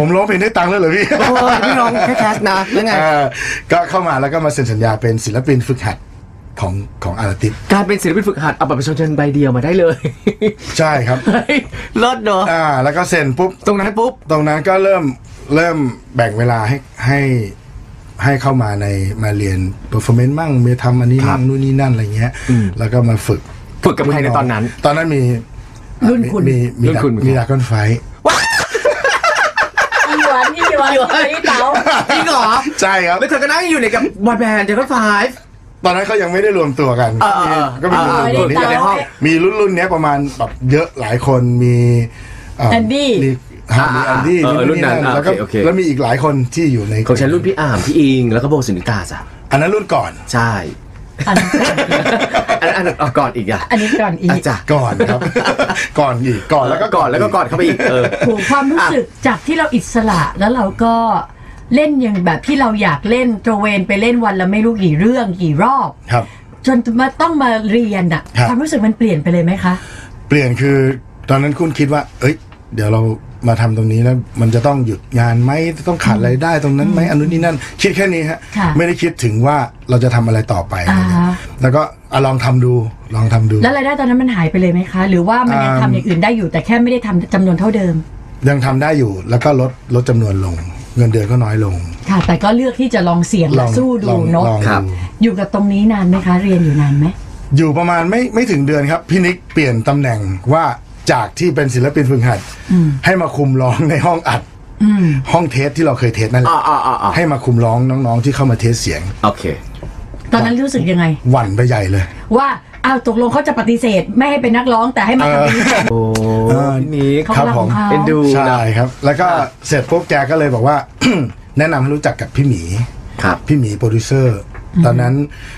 ผมร้องเพลงได้ตังค์แล้วเหรอพี่ โอ้ยพี่น้องแค่แคสนะแล้วไง อ่าก็เข้ามาแล้วก็มาเซ็นสัญญาเป็นศิลปินฝึกหัดของของอาราติส การเป็นศิลปินฝึกหัดเอาบัตรประชาชนใบเดียวมาได้เลย ใช่ครับ เฮ้ยลดเนาะ อ่าแล้วก็เซ็นปุ๊บ ตรงนั้นปุ๊บ ตรงนั้นก็เริ่มเริ่มแบ่งเวลาให้ให้ให้เข้ามาในมาเรียน performance มั่งเมทำอันนี้ ครับ มั่งนู่นนี่นั่นอะไรเงี้ย อืม แล้วก็มาฝึก ฝึกกับใครในตอนนั้น ตอนนั้นมี รุ่นคุณ มีมี รุ่นคุณ มีดากอนไฟ อีหวานอีหวานอีเต๋า จริงเหรอ ใช่ครับ แล้วเธอก็นั่งอยู่ในกับบอยแบนด์เจอก็ไฟฟ์ ตอนนั้นเขายังไม่ได้รวมตัวกัน เออเออ ก็มี เออ รวม เอ ตัว อ นี้ เออ ในห้อง เออ มีรุ่นรุ่นเนี้ยประมาณแบบเยอะหลายคนมีเ แอนดี้ มีฮะมีแอนดี้ อ่าอ่า มี เออรุ่นนั้นอ่า แล้วก็ โอเคโอเค แล้วมีอีกหลายคนที่อยู่ใน ของฉันรุ่นพี่อามพี่อิง แล้วก็โบสุนิตาจ้ะ อันนั้นรุ่นก่อน ใช่ อันนี้ก่อน อันอันเอาก่อนอีกอ่ะ อันนี้ก่อนอี อ่ะ ก จ้ะ ก่อน ครับ ก่อนอีกก่อนแล้วก็ ก่อนแล้วก็ก่อนเข้าไปอีกเออ โหความรู้สึกจากที่เราอิสระแล้วเราก็เล่นอย่างแบบที่เราอยากเล่นตระเวนไปเล่นวันละไม่รู้กี่เรื่องกี่รอบ ครับ จนมาต้องมาเรียนอะ ครับ ความรู้สึกมันเปลี่ยนไปเลยไหมคะ เปลี่ยนคือตอนนั้นคุณคิดว่า เอ้ย เดี๋ยวเรามาทำตรงนี้แล้ว มันจะต้องหยุดงานไหมต้องขาดรายได้ตรงนั้นไหมอันนู้นนี่นั่น คิดแค่นี้ฮะ ค่ะ ไม่ได้คิดถึงว่าเราจะทำอะไรต่อไป อ่าฮะ แล้วก็อะลองทำดูลองทำดู แล้วรายได้ตอนนั้นมันหายไปเลยไหมคะ หรือว่ามันยัง อ่า ทำอย่างอื่นได้อยู่แต่แค่ไม่ได้ทำจำนวนเท่าเดิม ยังทำได้อยู่แล้วก็ลดลดจำนวนลง เงินเดือนก็น้อยลง ค่ะ แต่ก็เลือกที่จะลองเสี่ยง ลอง สู้ ล ดู อง เนาะ ลอง ครับ ดู อยู่กับตรงนี้นานไหมคะ เรียนอยู่นานไหม อยู่ประมาณไม่ไม่ถึงเดือนครับ พี่นิกเปลี่ยนตำแหน่งว่าจากที่เป็นศิลปินฝึกหัด ให้มาคุมร้องในห้องอัดห้องเทสที่เราเคยเทสนั่นแห อ่า ละ อ่าอ่าอ่า ให้มาคุมร้องน้องๆที่เข้ามาเทสเสียง โอเค ตอนนั้นรู้สึกยังไง หวั่นไปใหญ่เลย ว่าอ้าวตกลงเขาจะปฏิเสธ ไม่ให้เป็นนักร้องแต่ให้มาทำเป็น โอ้ เออ พี่นิก ครับผม เอ็นดู ใช่ นะ ครับ แล้วก็เสร็จปุ๊บแกก็เลยบอกว่า แนะนำให้รู้จักกับพี่หมี ครับ พี่หมีโปรดิวเซอร์ ตอนนั้น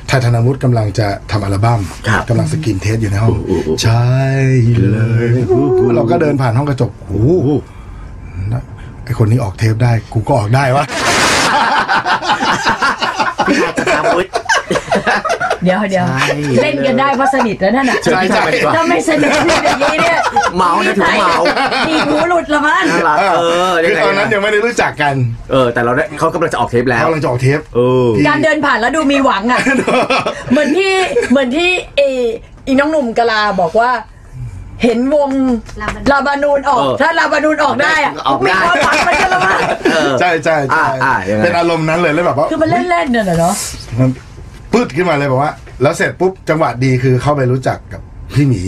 ไทยธนวุฒิกำลังจะทำอัลบั้ม ครับ กำลังสกินเทสอยู่ในห้อง ใช่เลยเราก็เดินผ่านห้องกระจกโอ้โหไอคนนี้ออกเทปได้ กูก็ออกได้วะ ตามวุฒิ เดี๋ยวเดี๋ยว ใช่ เล่นกันได้เพราะสนิทแล้วนั่นน่ะ ใช่ใช่ไปดีกว่า ถ้าไม่สนิทอย่างนี้เนี่ย เมาเนี่ยถือว่าเมา ตีหูหลุดละมั้ง น่ารักเออยั คื งไงอตอนนั้นยังไม่ได้รู้จักกัน เออ แต่เราได้เขากำลังจะออกเทปแล้ว กำลังจะออกเทป เออ การเดินผ่านแล้วดูมีหวังอ่ะ เหมือนที่เหมือนที่เออีน้องหนุ่มกะลาบอกว่า เห็นวงลาบานูนออก เออ ถ้าลาบานูนออกได้ะ ออกได้ มีความหวังเหมันกันละมั้ง เออ ใช่ใช่ใช่ อ่าอ่ายังไง เป็นอารมณ์นั้นเลยเลยแบบว่า คือมันเล่นๆเนี่ยเหรอเนาะ มันปืดขึ้นมาเลยบอกว่า แล้วเสร็จปุ๊บจังหวะดีคือเข้าไปรู้จักกับพี่หมี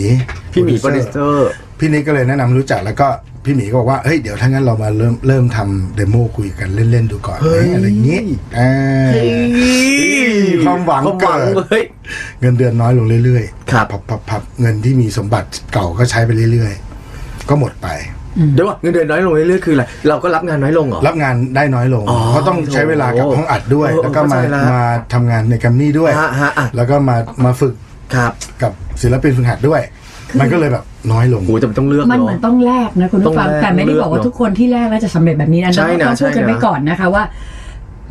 พี่หมีโปรดิวเซอร์ พี่นิกก็เลยแนะนำรู้จักแล้วก็พี่หมีก็บอกว่าเฮ้ยเดี๋ยวถ้างั้นเรามาเริ่มเริ่มทำเดโมคุยกันเล่น ๆ ดูก่อนไหมอะไรอย่างนี้อ่า ความหวัง ความหวัง เกิด เฮ้ย เงินเดือนน้อยลงเรื่อย ครับ พับพับพับเงินที่มีสมบัติเก่าก็ใช้ไปเรื่อย ๆ ก็หมดไป เดี๋ยวว่าเงินเดือนน้อยลงเรื่อยๆคืออะไร เราก็รับงานน้อยลงเหรอ รับงานได้น้อยลง อ๋อ เพราะต้องใช้เวลากับห้องอัดด้วย โอ้โห แล้วก็มา เข้าใจละ มาทำงานในแกัมมี่ด้วย ฮะฮะอ่ะ แล้วก็มามาฝึก ครับ กับศิลปินฝึกหัดด้วย มันก็เลยแบบน้อยลง โหแต่มันต้องเลือก มันเหมื าะ อนต้องแลกนะคุณผู้ฟัง ต้องแลก แต่ไม่ได้บอกว่า เนอะ ทุกคนที่แลกแล้วจะสำเร็จแบบนี้นะ ใช่นะ ต้องพูดกัน ใช่นะ ไว้ก่อนนะคะว่า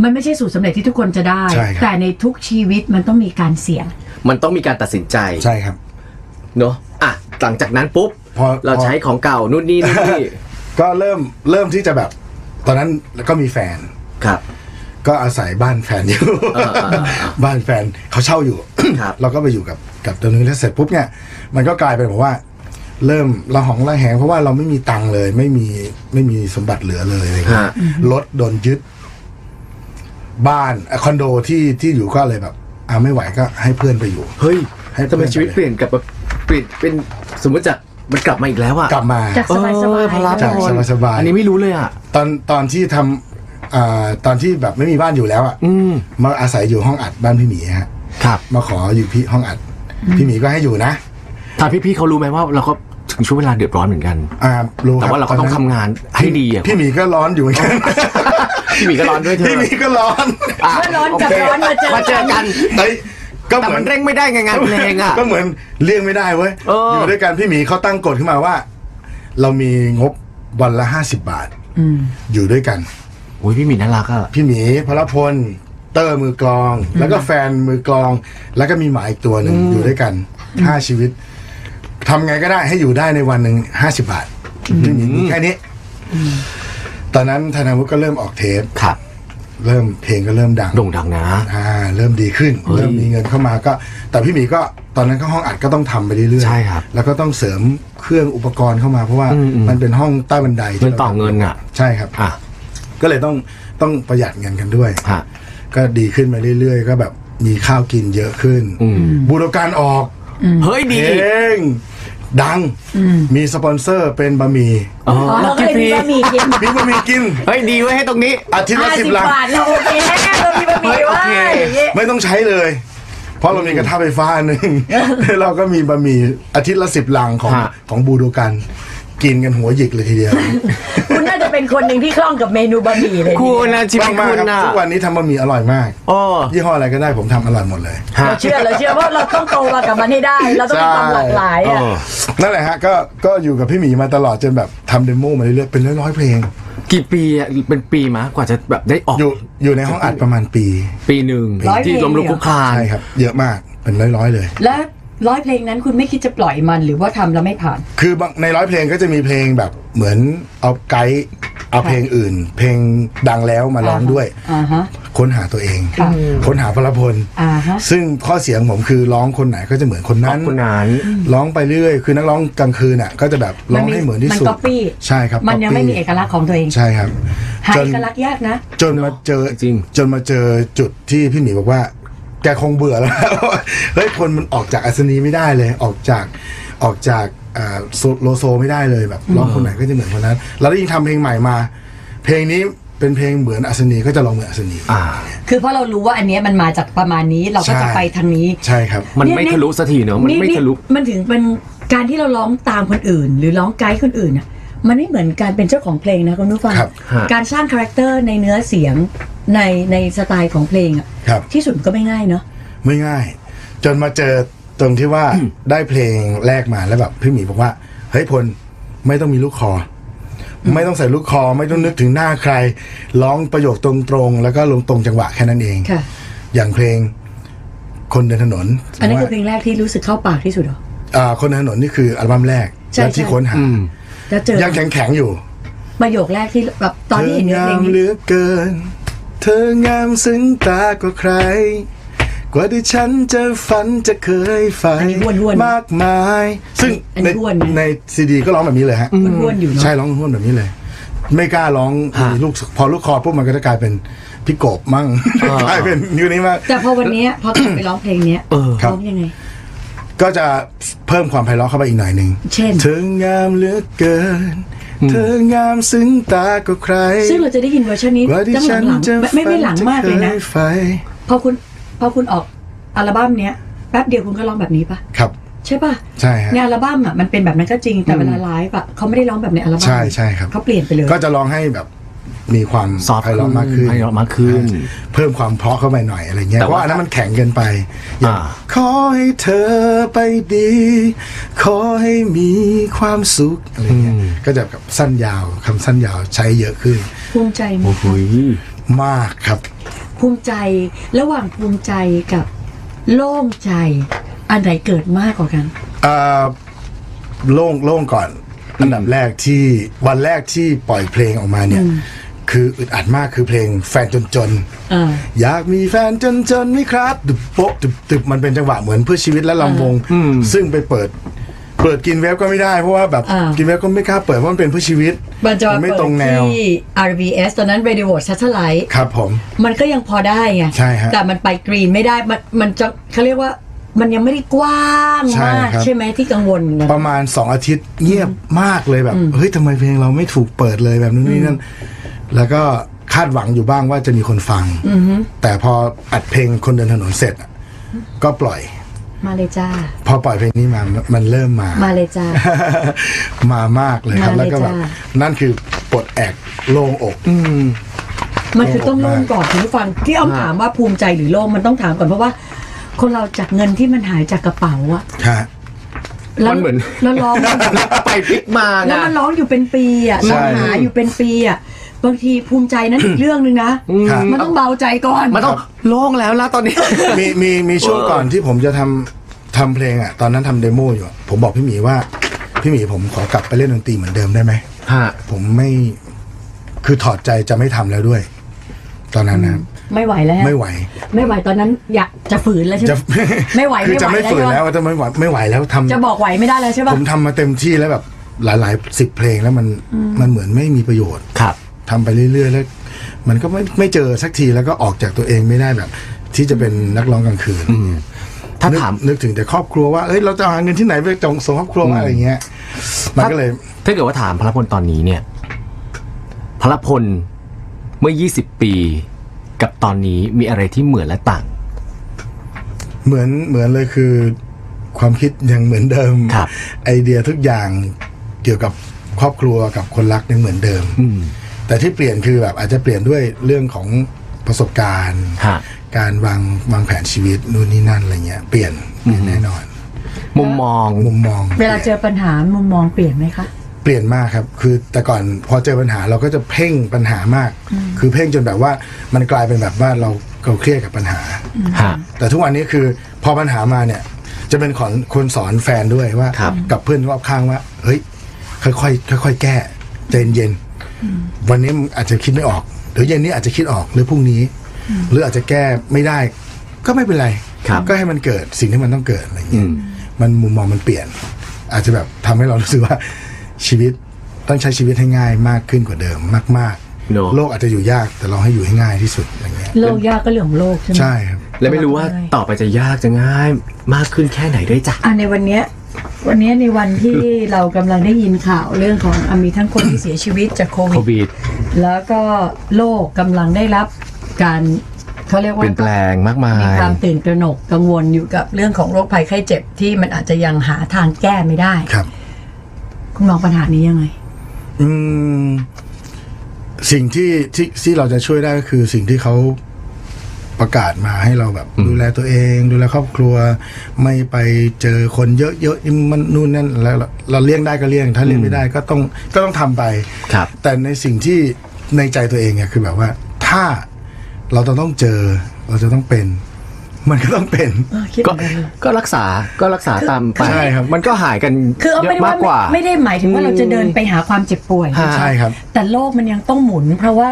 มันไม่ใช่สูตรสำเร็จที่ทุกคนจะได้ ใช่ครับ แต่ในทุกชีวิตมันต้องมีการเสี่ยง มันต้องมีการตัดสินใจ ใช่ครับ เนาะอ่ะ หลังจากนั้นปุ๊บ พอ เราใช้ของเก่านู่นนี่นี่ ก็เริ่มเริ่มที่จะแบบ ตอนนั้นก็มีแฟน ครับ ก็อาศัยบ้านแฟนอยู่ เออเออเออ บ้านแฟนเขาเช่าอยู่ ครับ เราก็ไปอยู่กับกับตรงนี้แล้วเสร็จปุ๊บเนี่ย มันก็กลายเป็นแบบว่า เริ่มระหองระแหงเพราะว่าเราไม่มีตังค์เลย ไม่มีไม่มีสมบัติเหลือเลยอะไรอย่างเงี้ย ฮะ รถโดนยึด บ้านเอ่อคอนโดที่ที่อยู่ก็เลยแบบอ่าไม่ไหวก็ให้เพื่อนไปอยู่ เฮ้ย ให้เพื่ ทำ อน ไมชีวิตเปลี่ยนกลับมาเปลี่ยนเป็นสมมติจากมันกลับมาอีกแล้วอะ กลับมา จากสบายๆ เออพลัง จากสบายๆ อันนี้ไม่รู้เลยอะ ตอนตอนที่ทำอ่าตอนที่แบบไม่มีบ้านอยู่แล้วอ่ะ อืม มาอาศัยอยู่ห้องอัดบ้านพี่หมีฮะ ครับ มาขออยู่พี่ห้องอัด พี่หมีก็ให้อยู่นะ ถามพี่ๆเขารู้ไหมว่าเราก็ถึงช่วงเวลาเดือดร้อนเหมือนกัน อ่ารู้ค แต่ บ ว่าเราก็ต้อง นนั้น ทำงานให้ดีอะ พี่หมีก็ร้อนอยู่เหมือนกัน พี่หมีก็ร้อนด้วยเธ พี่ อ หมีก็ร้อน อ่ะ เมื่อร้อนกับ โเค ร้อนมาเจอ มาเจอกัน เฮ้ยก็ แต่ เหมื มั อน นเร่งไม่ได้ไงงานเพลงอะ ก็เหมือนเลี่ยงไม่ได้เว้ย เอออ ยู่ด้วยกันพี่หมีเขาตั้งกฎขึ้นมาว่า เรามีงบวันละห้าสิบบาทอยู่ด้วยกัน โอ้ยพี่หมีน่ารักอะ พี่หมีพลพล เตอร์มือกลอง แล้วก็แฟนมือกลอง แล้วก็มีหมาอีกตัวหนึ่งอยู่ด้วยกันห้าชีวิตทำไงก็ได้ให้อยู่ได้ในวันหนึ่งห้าสิบบาทพี่หมีมีแค่นี้ ตอนนั้นธนาวุฒิก็เริ่มออกเทป ครับ เริ่มเพลงก็เริ่มดัง โด่งดังนะ อ่า เริ่มดีขึ้น เริ่มมีเงินเข้ามาก็ แต่พี่หมีก็ตอนนั้นก็ห้องอัดก็ต้องทำไปเรื่อยๆ ใช่ครับ แล้วก็ต้องเสริมเครื่องอุปกรณ์เข้ามาเพราะว่ามันเป็นห้องใต้บันไดที่ มันต่อเงินอะ ใช่ครับ อ่ะ ก็เลยต้องต้องประหยัดเงินกันด้วย ฮะ ก็ดีขึ้นมาเรื่อยๆ ก็แบบมีข้าวกินเยอะขึ้น บูรการออก เฮ้ย เพ ดี ลงดัง มีสปอนเซอร์เป็นบะหมี่ อ๋อ อ๋อเราเคยมีบะหมี่เย็น มีบะหมี่กิน เฮ้ยดีเว้ยให้ตรงนี้ อาทิตย์ละ ห้า สิบ สิบ ลัง บาทเราโอเคแล้วเรามีบะหมี่ เฮ้ยโอ ว่า เค อย่างเงี้ย ไม่ต้องใช้เลย เพราะเรามีกระทะไฟฟ้าอันหนึ่ง แล้วเราก็มีบะหมี่อาทิตย์ละสิบลังของ ฮะ ของบูโดกันกินกันหัวหยิกเลยทีเดียว คุณน่าจะเป็นคนหนึ่งที่คล่องกับเมนูบะหมี่เลย คุณนะชีวิต มาก คุ ๆ ณ ครับ นะ ทุกวันนี้ทำบะหมี่อร่อยมาก โอ้ ยี่ห้ออะไรก็ได้ผมทำอร่อยหมดเลย ฮะ เราเชื่อเราเชื่อว่าเราต้องโตมากับมันให้ได้ เราต้องมีความหลากหลายอ่ะ นั่นแหละฮะก็ก็อยู่กับพี่หมีมาตลอดจนแบบทำเดโมมาเรื่อยๆเป็นร้อยๆเพลง กี่ปีอะเป็นปีมะกว่าจะแบบได้ออก อยู่อยู่ในห้องอัดประมาณปี ปีหนึ่ง ร้อยเพลง ที่ล้มลุก เลยเหรอ คลุกคลาน ใช่ครับ เยอะมากเป็นร้อยๆเลย และร้อยเพลงนั้นคุณไม่คิดจะปล่อยมันหรือว่าทำแล้วไม่ผ่าน คือบางในร้อยเพลงก็จะมีเพลงแบบเหมือนเอาไกด์เอาเพลงอื่น เพลงดังแล้วมาร้องด้วย อ่าฮะ ค้นหาตัวเอง ค่ะ ค้นหาพลพล อ่าฮะ ซึ่งข้อเสียงผมคือร้องคนไหนก็จะเหมือนคนนั้น ร้องคนนั้น ร้องไปเรื่อยคือนักร้องกลางคืนอ่ะก็จะแบบร้องให้เหมือนที่สุด มันก๊อปปี้ ใช่ครับ มันยัง copy ไม่มีเอกลักษณ์ของตัวเอง ใช่ครับ หาเอกลักษณ์ยากนะ จนมาเจอ จริง จนมาเจอจุดที่พี่หมีบอกว่า แกคงเบื่อแล้ว เฮ้ยคนมันออกจากอัศนีไม่ได้เลย ออกจากออกจากอ่าโซโลโซไม่ได้เลยแบบร้องคนไหนก็จะเหมือนคนนั้น แล้วยิ่งทำเพลงใหม่มา เพลงนี้ เป็นเพลงเหมือนอัศนีก็จะลองเหมือนอัศนี อ่า คือเพราะเรารู้ว่าอันเนี้ยมันมาจากประมาณนี้เราก็จะ ใช่ ไปทางนี้ ใช่ครับ มัน เย ไม่ทะลุสักทีเนอะมันไม่ทะลุ มันถึงเป็นการที่เราร้องตามคนอื่น หรือร้องไกด์คนอื่นน่ะมันไม่เหมือนการเป็นเจ้าของเพลงนะคุณผู้ฟัง ครับ ฮะ การสร้างคาแรคเตอร์ในเนื้อเสียงในในสไตล์ของเพลงอ่ะ ครับ ที่สุดก็ไม่ง่ายเนาะ ไม่ง่าย จนมาเจอตรงที่ว่าได้เพลงแรกมาแล้วแบบพี่หมีบอกว่า เฮ้ยพลไม่ต้องมีลูกคออไม่ต้องใส่ลูกคอ ไม่ต้องนึกถึงหน้าใคร ร้องประโยคตรงๆ แล้วก็ลงตรงจังหวะแค่นั้นเอง ค่ะ อย่างเพลงคนเดินถนน อันนั้นคือ ว่า เพลงแรกที่รู้สึกเข้าปากที่สุดเหรอ อ่าคนเดินถนนนี่คืออัลบั้มแรก ใช่ และที่ ใช่ ค้นหา แล้วเจอ ยังแข็งๆอยู่ ประโยคแรกที่แบบตอนที่เห็นเนื้อเพลง ธงามเหลื นี้ อเกิน เธองามซึ้งตากว่าใคร กว่าที่ฉันจะฝันจะเคยใฝ่มากมาย ซึ่งในในซีดีก็ร้องแบบนี้เลยฮะ มันวนๆอยู่เนาะ ใช่ร้องห้วนแบบนี้เลย ไม่กล้าร้อง ฮะ มีลูกพอลูกคอปุ๊บมันก็จะกลายเป็นพี่กบมั่ง อ่า กลายเป็นนิ้วนี้มาก แต่พอวันเนี้ยพอกลับไปร้องเพลงเนี้ย เออ ครับ ร้องยังไง ก็จะเพิ่มความไพเราะเข้าไปอีกหน่อยหนึ่ง เช่น เธองามเหลือเกิน เธองามซึ้งตากว่าใคร ซึ่งเราจะได้ยินเวอร์ชันนี้ กว่าที่ ตั้ง ฉัน หลัง จะ ๆไม่ไม่ไม่หลังมากเลยนะ ฝัจคไฟ พอคุณพอคุณออกอัลบั้มเนี้ยแป๊บเดียวคุณก็ร้องแบบนี้ปะ ครับ ใช่ปะ ใช่ฮะ ในอัลบั้มอ่ะมันเป็นแบบนั้นก็จริงแต่เวลาไลฟ์อ่ะเขาไม่ได้ร้องแบบในอัลบั้ม ใช่ใช่ครับ เขาเปลี่ยนไปเลย ก็จะลองให้แบบมีความ ซอฟต์ ไพเราะมากขึ้น ไพเราะมากขึ้น เพิ่มความเพราะเข้าไปหน่อยอะไรเงี้ย แต่ เพ ว่า ราะอันนั้นมันแข็งเกินไปอย่าง อ่า ขอให้เธอไปดี ขอให้มีความสุขอะไรเงี้ยก็จะแบบสั้นยาวคำสั้นยาวใช้เยอะขึ้น ภูมิใจไหม โอ้โห มากครับ ภูมิใจระหว่างภูมิใจกับโล่งใจ อันไหนเกิดมากกว่ากัน อ่าโล่งโล่งก่อน อันดับแรกที่วันแรกที่ปล่อยเพลงออกมาเนี่ย คืออึดอัดมากคือเพลงแฟนจนจนๆ อ่า อยากมีแฟนจนจนๆไหมครับดึบโปะดึบดึบมันเป็นจังหวะเหมือนเพื่อชีวิตและลำวง ซึ่งไปเปิด เปิดกินเว็บก็ไม่ได้เพราะว่าแบบ อ่ากิ กินเว็บก็ไม่กล้าเปิดเพราะมันเป็นเพื่อชีวิต มันจะ ไม่ตรงแนว ที่ RBS ตอนนั้น Radio World Satellite ครับผม มันก็ยังพอได้ไง ใช่ฮะ แต่มันไปกรีนไม่ได้มันมันจะเขาเรียกว่ามันยังไม่ได้กว้าง ใช่ มาก ครับ ใช่ไหมที่กังวลกัน ประมาณสองอาทิตย์เงียบมากเลยแบบเฮ้ยทำไมเพลงเราไม่ถูกเปิดเลยแบบนู้นนี่นั่นแล้วก็คาดหวังอยู่บ้างว่าจะมีคนฟังแต่พออัดเพลงคนเดินถนนเสร็จอะก็ปล่อย มาเลยจ้า พอปล่อยเพลงนี้มามันเริ่มมา มาเลยจ้า มามากเลยครับ มาเลย แล้วก็แบบ จ้า นั่นคือปลดแอกโล่งอก มันคือต้องโล่งก่อนคุณผู้ฟังที่อ้อม อ่า ถามว่าภูมิใจหรือโล่งมันต้องถามก่อนเพราะว่า คนเราจากเงินที่มันหายจากกระเป๋าอะ ค่ะ แล้ว มันเหมือน แล้วร้อง ไปพลิกมาไง แล้วมันร้องอยู่เป็นปีอะ ใช่ ร้องหาอยู่เป็นปีอะบางทีภูมิใจนั้น อีกเรื่องหนึ่งนะครับ มันต้องเบาใจก่อน มันต้องโล่งแล้วล่ะตอนนี้ มีมีมีช่วงก่อนที่ผมจะทำทำเพลงอ่ะ ตอนนั้นทำเดโมอยู่อะผมบอกพี่หมีว่า พี่หมีผมขอกลับไปเล่นดนตรีเหมือนเดิมได้ไหม ฮะ ผมไม่คือถอดใจจะไม่ทำแล้วด้วย ตอนนั้นนะครับ ไม่ไหวแล้วฮะ ไม่ไหว ไม่ไหวตอนนั้นอยากจะฝืนแล้วใช่ไหม จะ ไม่ไหว คือ ไม่ไหว จะไม่ฝืนแล้ว ใช่ป จะไม่ไหวไม่ไหวแล้วทำ ะจะบอกไหวไม่ได้แล้วใช่ป่ะ ผมทำมาเต็มที่แล้วแบบหลายๆสิบเพลงแล้วมันมันเหมือนไม่มีประโยชน์ ครับ ทำไปเรื่อยๆแล้ว มันก็ไม่ไม่เจอสักทีแล้วก็ออกจากตัวเองไม่ได้แบบ ที่จะเป็นนักร้องกลางคืน ถ้า นึก ถาม นึกถึงแต่ครอบครัวว่าเอ้ยเราจะหาเงินที่ไหนไปจงส่งครอบครัวว่าอะไรเงี้ยมันก็เลย ถ้าเกิดว่าถามพลพลตอนนี้เนี่ย พลพลเมื่อ 20 ปี กับตอนนี้มีอะไรที่เหมือนและต่าง เหมือนเหมือนเลยคือความคิดยังเหมือนเดิม ครับ ไอเดียทุกอย่างเกี่ยวกับครอบครัวกับคนรักยังเหมือนเดิม แต่ที่เปลี่ยนคือแบบอาจจะเปลี่ยนด้วยเรื่องของประสบการณ์ ฮะ การวางวางแผนชีวิตนู่นนี่นั่นอะไรเงี้ยเปลี่ยนเปลี่ยนแน่นอน มุมมอง มุมมอง เวลาเจอปัญหามุมมองเปลี่ยนไหมคะ เปลี่ยนมากครับ คือแต่ก่อนพอเจอปัญหาเราก็จะเพ่งปัญหามาก คือเพ่งจนแบบว่ามันกลายเป็นแบบว่าเราเราเครียดกับปัญหา ฮะ แต่ทุกวันนี้คือพอปัญหามาเนี่ย จะเป็นขอนคนสอนแฟนด้วยว่า ครับ กับเพื่อนรอบข้างว่า เฮ้ย ค่อยๆค่อยๆแก้ใจเย็นๆวันนี้มันอาจจะคิดไม่ออกหรือเย็นนี้อาจจะคิดออกหรือพรุ่งนี้ หรืออาจจะแก้ไม่ได้ ก็ไม่เป็นไร ครับ ก็ให้มันเกิดสิ่งที่มันต้องเกิดอะไรอย่างเงี้ยมันมุมมองมันเปลี่ยน อาจจะแบบทำให้เรารู้สึกว่าชีวิตต้องใช้ชีวิตให้ง่ายมากขึ้นกว่าเดิมมาก เนอะ ๆ โลกอาจจะอยู่ยากแต่เราให้อยู่ให้ง่ายที่สุดอะไรเงี้ย โลกยากก็เรื่องของโลกใช่ไหม ใช่ครับ และไม่รู้ว่าต่อไปจะยากจะง่าย มากขึ้นแค่ไหนด้วยจ้ะ อ่ะในวันเนี้ย วันนี้ในวันที่ เรากำลังได้ยินข่าวเรื่องของอ่ะมีทั้งคนที่เสียชีวิตจากโควิโคด วิด แล้วก็โลกกำลังได้รับการเขาเรียก เป ว่า ลี่ยนแปลงมากมา มี ย ความตื่นตระหนกกังวลอยู่กับเรื่องของโรคภัยไข้เจ็บที่มันอาจจะยังหาทางแก้ไม่ได้ ครับ คุณมองปัญหานี้ยังไง อืมสิ่งที่ที่ที่เราจะช่วยได้ก็คือสิ่งที่เขาประกาศมาให้เราแบบ ดูแลตัวเอง ดูแลครอบครัว ไม่ไปเจอคนเยอะๆมันนู่นนั่นแล้วเราเราเลี่ยงได้ก็เลี่ยง ถ้าเลี่ยงไม่ได้ก็ต้องก็ต้องทำไป ครับ แต่ในสิ่งที่ในใจตัวเองเนี่ยคือแบบว่า ถ้าเราจะต้องเจอ เราจะต้องเป็น มันก็ต้องเป็น ก็ก็รักษาก็รักษาตามไป ใช่ครับ มันก็หายกัน คือเอา เย เป็นว่ามอะากกว่า ไม่ไม่ได้หมายถึงว่าเราจะเดินไปหาความเจ็บป่วย ฮะ ใช่ครับ แต่โลกมันยังต้องหมุน เพราะว่า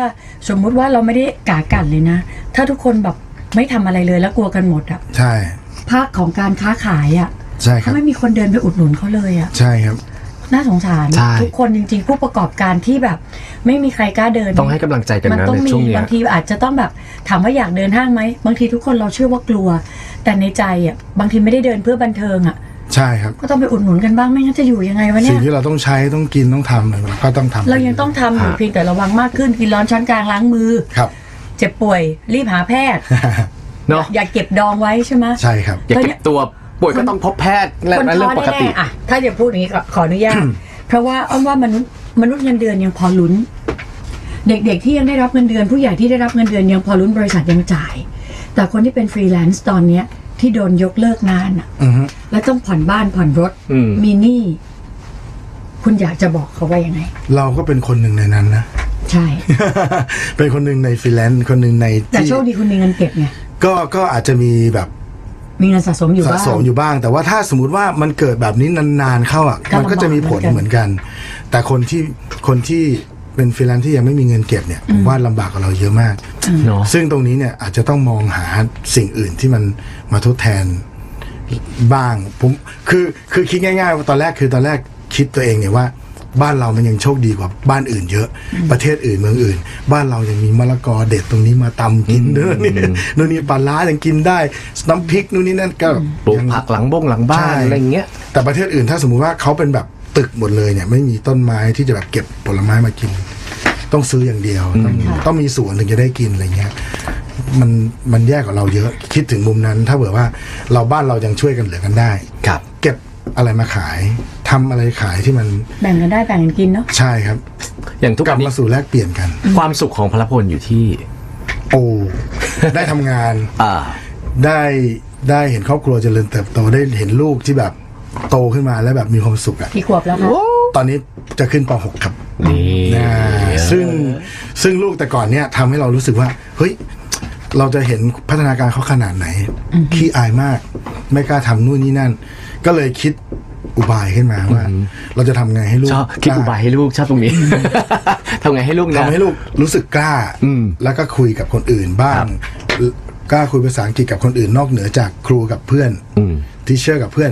สมมุติว่าเราไม่ได้กากันเลยนะ ถ้าทุกคนแบบไม่ทำอะไรเลยแล้วกลัวกันหมดอะ ใช่ ภาคของการค้าขายอะ ใช่ค ถ้า รับ ไม่มีคนเดินไปอุดหนุนเขาเลยอะ ใช่ครับ น่าสงสาร ใช่ ทุกคนจริง ๆ ผู้ประกอบการที่แบบ ไม่มีใครกล้าเดิน ต้องให้กำลังใจกัน มั นะ ต้อง ใน มี ช่วงเนี้ย บางทีอาจจะต้องแบบถามว่าอยากเดินห้างไหมบางทีทุกคนเราเชื่อว่ากลัว แต่ในใจอะบางทีไม่ได้เดินเพื่อบันเทิงอะ ใช่ครับ ก็ต้องไปอุดหนุนกันบ้างไม่งั้นจะอยู่ยังไงวะเนี่ สิ่ ย งที่เราต้องใช้ต้องกินต้องทำอะไรมันก็ต้องทำ เรายังต้องทำอยู่ ฮะ เพียงแต่ระวังมากขึ้นกินร้อนช้อนกลางล้างมือ ครับ เจ็บป่วยรีบหาแพ ทย์ เนาะ อย่าเก็บดองไว้ใช่ไหม ใช่ครับ อย่า ตอนเนี้ เก็บ ย ตัวป่วยก็ต้องพบแพทย์และ คน และ ท้ เรื่ อ องปก แน่ ติ ๆอะถ้าจะพูดอย่างนี้ก็ขออนุญาต เพราะว่าอ้อมว่ามนุษย์มนุษย์เงินเดือนยังพอลุ้น เด็กๆที่ยังได้รับเงินเดือน ผู้ใหญ่ที่ได้รับเงินเดือนยังพอลุ้นบริษัทยังจ่าย แต่คนที่เป็นฟรีแลนซ์ตอนเนี้ยที่โดนยกเลิกงานอะ อือฮึ แล้วต้องผ่อนบ้านผ่อนรถ อืม มีหนี้คุณอยากจะบอกเขาว่ายังไง เราก็เป็นคนหนึ่งในนั้น นะ ใช่ เป็นคนหนึ่งในฟรีแลนซ์คนหนึ่งใน แต่ ที่ โชคดีคุณมีเงินเก็บไง ก็ก็อาจจะมีแบบ มีเงินสะสมอยู่ สะ บ้าง สมอยู่บ้าง แต่ว่าถ้าสมมติว่ามันเกิดแบบนี้นานๆเข้าอ่ะ ก็ลำบาก มันก็จะมีผล เห เห มื มื อ อน น กั กัน น แต่คนที่คนที่เป็นฟรีแลนซ์ที่ยังไม่มีเงินเก็บเนี่ยผมว่าลำบากกว่าเราเยอะมาก เนาะ ซึ่งตรงนี้เนี่ยอาจจะต้องมองหาสิ่งอื่นที่มันมาทดแทนบ้างผมคือคือคิดง่ายๆว่าตอนแรกคือตอนแรกคิดตัวเองเนี่ยว่า บ้านเรามันยังโชคดีกว่าบ้านอื่นเยอะ ประเทศอื่นเมืองอื่น บ้านเรายังมีมะละกอเด็ดตรงนี้มาตำกินนู่นนี่นู่นนี่ปลาล้ายังกินได้น้ำพริกนู่นนี่นั่นก็ ปลูก ยัง ผักหลังบ้งหลังบ้าน ใช่ อะไรอย่างเงี้ย แต่ประเทศอื่นถ้าสมมุติว่าเขาเป็นแบบตึกหมดเลยเนี่ยไม่มีต้นไม้ที่จะแบบเก็บผลไม้มากิน ต้องซื้ออย่างเดียว ต้องต้องมีสวนถึงจะได้กินอะไรเงี้ยมันมันแย่กว่าเราเยอะคิดถึงมุมนั้น ถ้าเผื่อว่าเราบ้านเรายังช่วยกันเหลือกันได้ ครับ เก็บอะไรมาขายทำอะไรขายที่มัน แบ่งกันได้แบ่งกันกินเนาะ ใช่ครับ อย่างทุก ก วั ลันบนี้ มาสู่แลกเปลี่ยนกัน ความสุขของพลพลอยู่ที่ โอ้ได้ทำงาน อ่า ได้ได้เห็นครอบครัวเจริญเติบโตได้เห็นลูกที่แบบโตขึ้นมาแล้วแบบมีความสุขอะ กี่ขวบแล้วคะ ตอนนี้จะขึ้นป .6 ครับ นี่ นะซึ่งซึ่งลูกแต่ก่อนเนี่ยทำให้เรารู้สึกว่า เฮ้ย เราจะเห็นพัฒนาการเขาขนาดไหน ขี้อายมาก ไม่กล้าทำนู่นนี่นั่น ก็เลยคิดอุบายขึ้นมาว่า เราจะทำไงให้ลูก ชอบคิดอุบายให้ลูกชอบต รงนี้ ทำไงให้ลูก กล้า นะ ทำให้ลูกรู้สึกกล้า อืม แล้วก็คุยกับคนอื่นบ้างกล้าคุยภาษาอังกฤษกับคนอื่นนอกเหนือจากครูกับเพื่อน อืม ที่เชื่อกับเพื่อน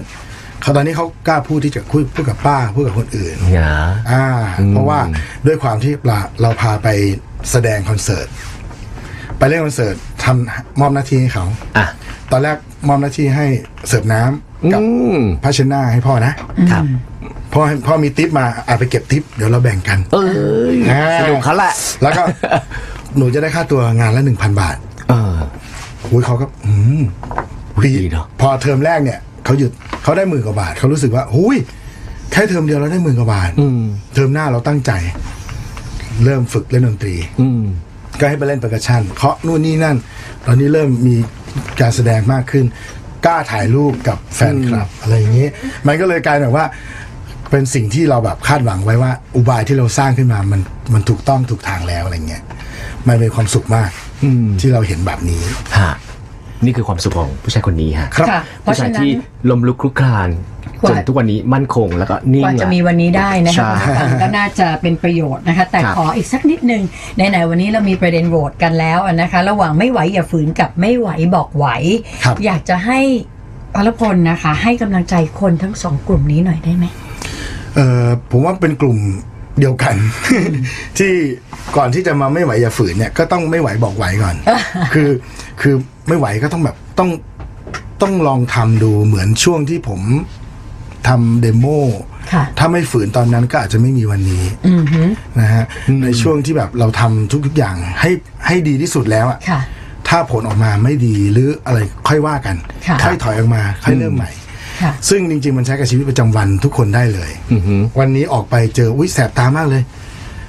เขาตอนนี้เขากล้าพูดที่จะคุยพูดกับป้าพูดกับคนอื่น หงา อ่า อืม เพราะว่าด้วยความที่เราเราพาไปแสดงคอนเสิร์ต ไปเล่นคอนเสิร์ตทำมอบหน้าที่ให้เขา อ่ะ ตอนแรกมอบหน้าที่ให้เสิร์ฟน้ำกับ อืม ภาชนะให้พ่อนะครับ พ่อให้พ่อมีทิปมาอาไปเก็บทิปเดี๋ยวเราแบ่งกัน เอ้ย อ่า สนุกเขาแหละ แล้วก็ หนูจะได้ค่าตัวงานละหนึ่งพันบาท เออ อุ้ยเขาก็อืม ดีเนอะ พอเทอมแรกเนี่ยเขาหยุดเขาได้หมื่นกว่าบาทเขารู้สึกว่าหุยแค่เทอมเดียวเราได้หมื่นกว่าบาทเทอมหน้าเราตั้งใจ เริ่มฝึกเล่นดนตรี อืม ก็ให้ไปเล่นเปอร์กัชชันเคาะนู่นนี่นั่น ตอนนี้เริ่มมีการแสดงมากขึ้น กล้าถ่ายรูปกับแฟนคลับ อะไรอย่างนี้ มันก็เลยกลายแบบว่า เป็นสิ่งที่เราแบบคาดหวังไว้ว่า อุบายที่เราสร้างขึ้นมามันมันถูกต้องถูกทางแล้วอะไรเงี้ยมันเป็นความสุขมากที่เราเห็นแบบนี้ ฮะ นี่คือความสุขของผู้ชายคนนี้ฮะ ครับ ค่ะ เพ ผู้ ราะ ชา ฉะ ย นั้น ที่ลมลุกคลุกคลาน กว่า จนทุกวันนี้มั่นคงแล้วก็นิ่ง กว่าจะมีวันนี้ได้นะคะ ใช่ คุณผู้ฟังก็น่าจะเป็นประโยชน์นะคะ แต่ ครับ ขออีกสักนิดนึงไหนๆวันนี้เรามีประเด็นโหวตกันแล้วอะนะคะ ระหว่างไม่ไหวอย่าฝืนกับไม่ไหวบอกไหว ครับ อยากจะให้พลพลนะคะ ให้กำลังใจคนทั้งสองกลุ่มนี้หน่อยได้ไหม เออผมว่าเป็นกลุ่มเดียวกัน ที่ก่อนที่จะมาไม่ไหวอย่าฝืนเนี่ยก็ต้องไม่ไหวบอกไหว ก่อน คือคือไม่ไหวก็ต้องแบบต้องต้องลองทำดูเหมือนช่วงที่ผม ทำเดโม ค่ะ ถ้าไม่ฝืนตอนนั้นก็อาจจะไม่มีวันนี้ อือหือ นะฮะในช่วงที่แบบเราทำทุกๆอย่างให้ให้ดีที่สุดแล้วอะ ค่ะ ถ้าผลออกมาไม่ดีหรืออะไรค่อยว่ากัน ค่ะ ค่อยถอยออกมาค่อยเริ่มใหม่ ค่ะ ซึ่งจริงๆ มันใช้กับชีวิตประจำวันทุกคนได้เลยวันนี้ออกไปเจออุ้ยแสบตามากเลย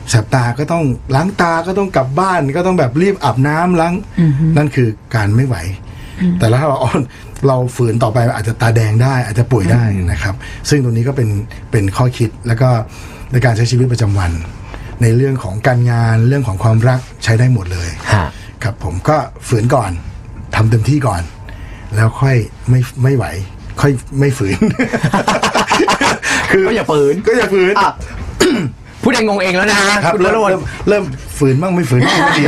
แสบตาก็ต้องล้างตาก็ต้องกลับบ้านก็ต้องแบบรีบอาบน้ำล้างนั่นคือการไม่ไหว แต่ถ้าเราอ่อนเราฝืนต่อไปอาจจะตาแดงได้อาจจะป่วยได้นะครับ ซึ่งตรงนี้ก็เป็นเป็นข้อคิดแล้วก็ในการใช้ชีวิตประจำวัน ในเรื่องของการงานเรื่องของความรักใช้ได้หมดเลย ฮะ ครับผมก็ฝืนก่อนทำเต็มที่ก่อน แล้วค่อยไม่ไม่ไหว ค่อยไม่ฝืน ก็อย่าฝืน ก็อย่าฝืน อ่ะ ผู้ใดงงเองแล้วนะ ครั คุณ เริ่ ว ม รวรร เริ่ ณ มเริ่มฝืนบ้างไม่ฝืนบ้างก็ดี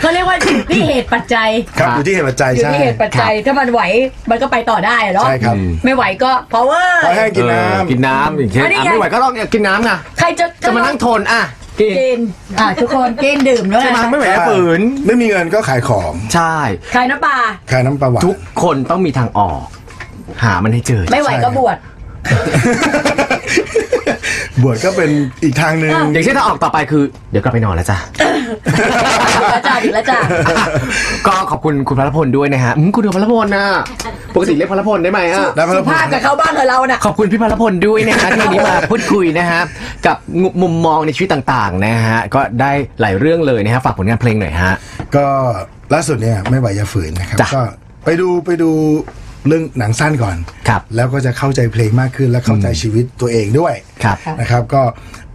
เขาเรียกว่า นี่เหตุปัจจัย ครับอยู่ที่เหตุปัจจัย อยู่ ใช่ ที่เหตุปัจจัยถ้ามันไหวมันก็ไปต่อได้อะเนาะ ใช่ครับ ไม่ไหวก็ power ขอให้กินน้ เออกินน้ำอย่างเช่น อันนี้ อ่ะ ไง ไม่ไหวก็ลองเนี่ยกินน้ำไง ใครจะ จะมานั่งทนอ่ะกิน กินอ่ะทุกคนกินดื่มด้วย ใช่ไหม นะ ไม่ไหว ำ ก็ฝืน ไม่มีเงินก็ขายของ ใช่ ใครน้ำปลา ขายน้ำปลาหวาน ทุกคนต้องมีทางออก หามันให้เจอ ไม่ไหวก็บวช บวชก็เป็นอีกทางหนึ่ง อย่างเช่นถ้าออกต่อไปคือ เดี๋ยวกลับไปนอนแล้วจ้ะ ถึงแล้วจ้าถึงแล้วจ้า ก็ขอบคุณคุณพระพลด้วยนะฮะอืมคุณพระพลนะปกติเรียกพระพลได้ไหมอ่ะ ได้พระ สุ พุท ภาพ ธ กับเขาบ้างเถอะเราน่ะ ขอบคุณพี่พลพลด้วยนะฮะ ที่วันนี้มาพูดคุยนะฮะ กับมุมมองในชีวิตต่างๆ นะฮะ ก็ได้หลายเรื่องเลยนะฮะ ฝากผลงานเพลงหน่อยฮะ ก็ล่าสุดเนี่ยไม่ไหวอย่าฝืนนะครับ จ้ะ ก็ไปดูไปดูเรื่องหนังสั้นก่อน ครับ แล้วก็จะเข้าใจเพลงมากขึ้นและเข้าใจชีวิตตัวเองด้วย ครับ นะครับ ก็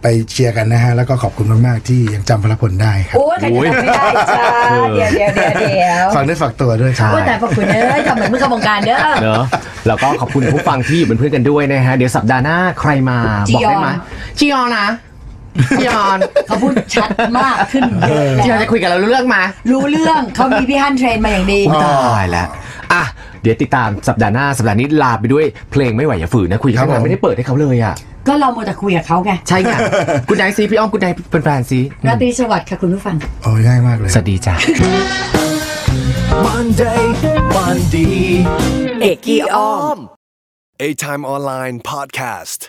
ไปเชียร์กันนะฮะ แล้วก็ขอบคุณมากๆที่ยังจำพลพลได้ครับ โอ้ยใครจะทำไม่ได้จ้าเดี๋ยวเดี๋ยวเดี๋ยวเดี๋ยว ฝากด้วยฝากตัวด้วยครับ ใช่ โอ้ยแต่พอคุณเอ้ยทำเหมือนมึงกำลังการเด้อ เนอะแล้วก็ขอบคุณผู้ฟังที่อยู่เป็นเพื่อนกันด้วยนะฮะ เดี๋ยวสัปดาห์หน้าใครมา จี บอก ยอน ได้ไหมจียอนนะจียอน เขาพูดชัดมากขึ้นเยอะ จียอน แล้ว จะคุยกับเรารู้เรื่องไหมา รู้เรื่องเขามีพี่ฮันเทรนมาอย่างดี ตายแล้วอ่ะ เดี๋ยวติดตามสัปดาห์หน้า สัปดาห์นี้ลาไปด้วยเพลงไม่ไหวอย่าฝืนนะคุยกั ครับ บผม เราไม่ได้เปิดให้เขาเลยอ่ะ ก็เราโมวแต่คุยกับเขาไง ใช่ไงคุณนายซีพี่อ้อมคุณนายเป็นแฟนซี ราตรีสวัสดิ์ค่ะคุณผู้ฟัง โอ้ยง่ายมากเลย สวัสดีจ้ะ Monday, Monday. เอกกี้อ้อม A Time Online Podcast.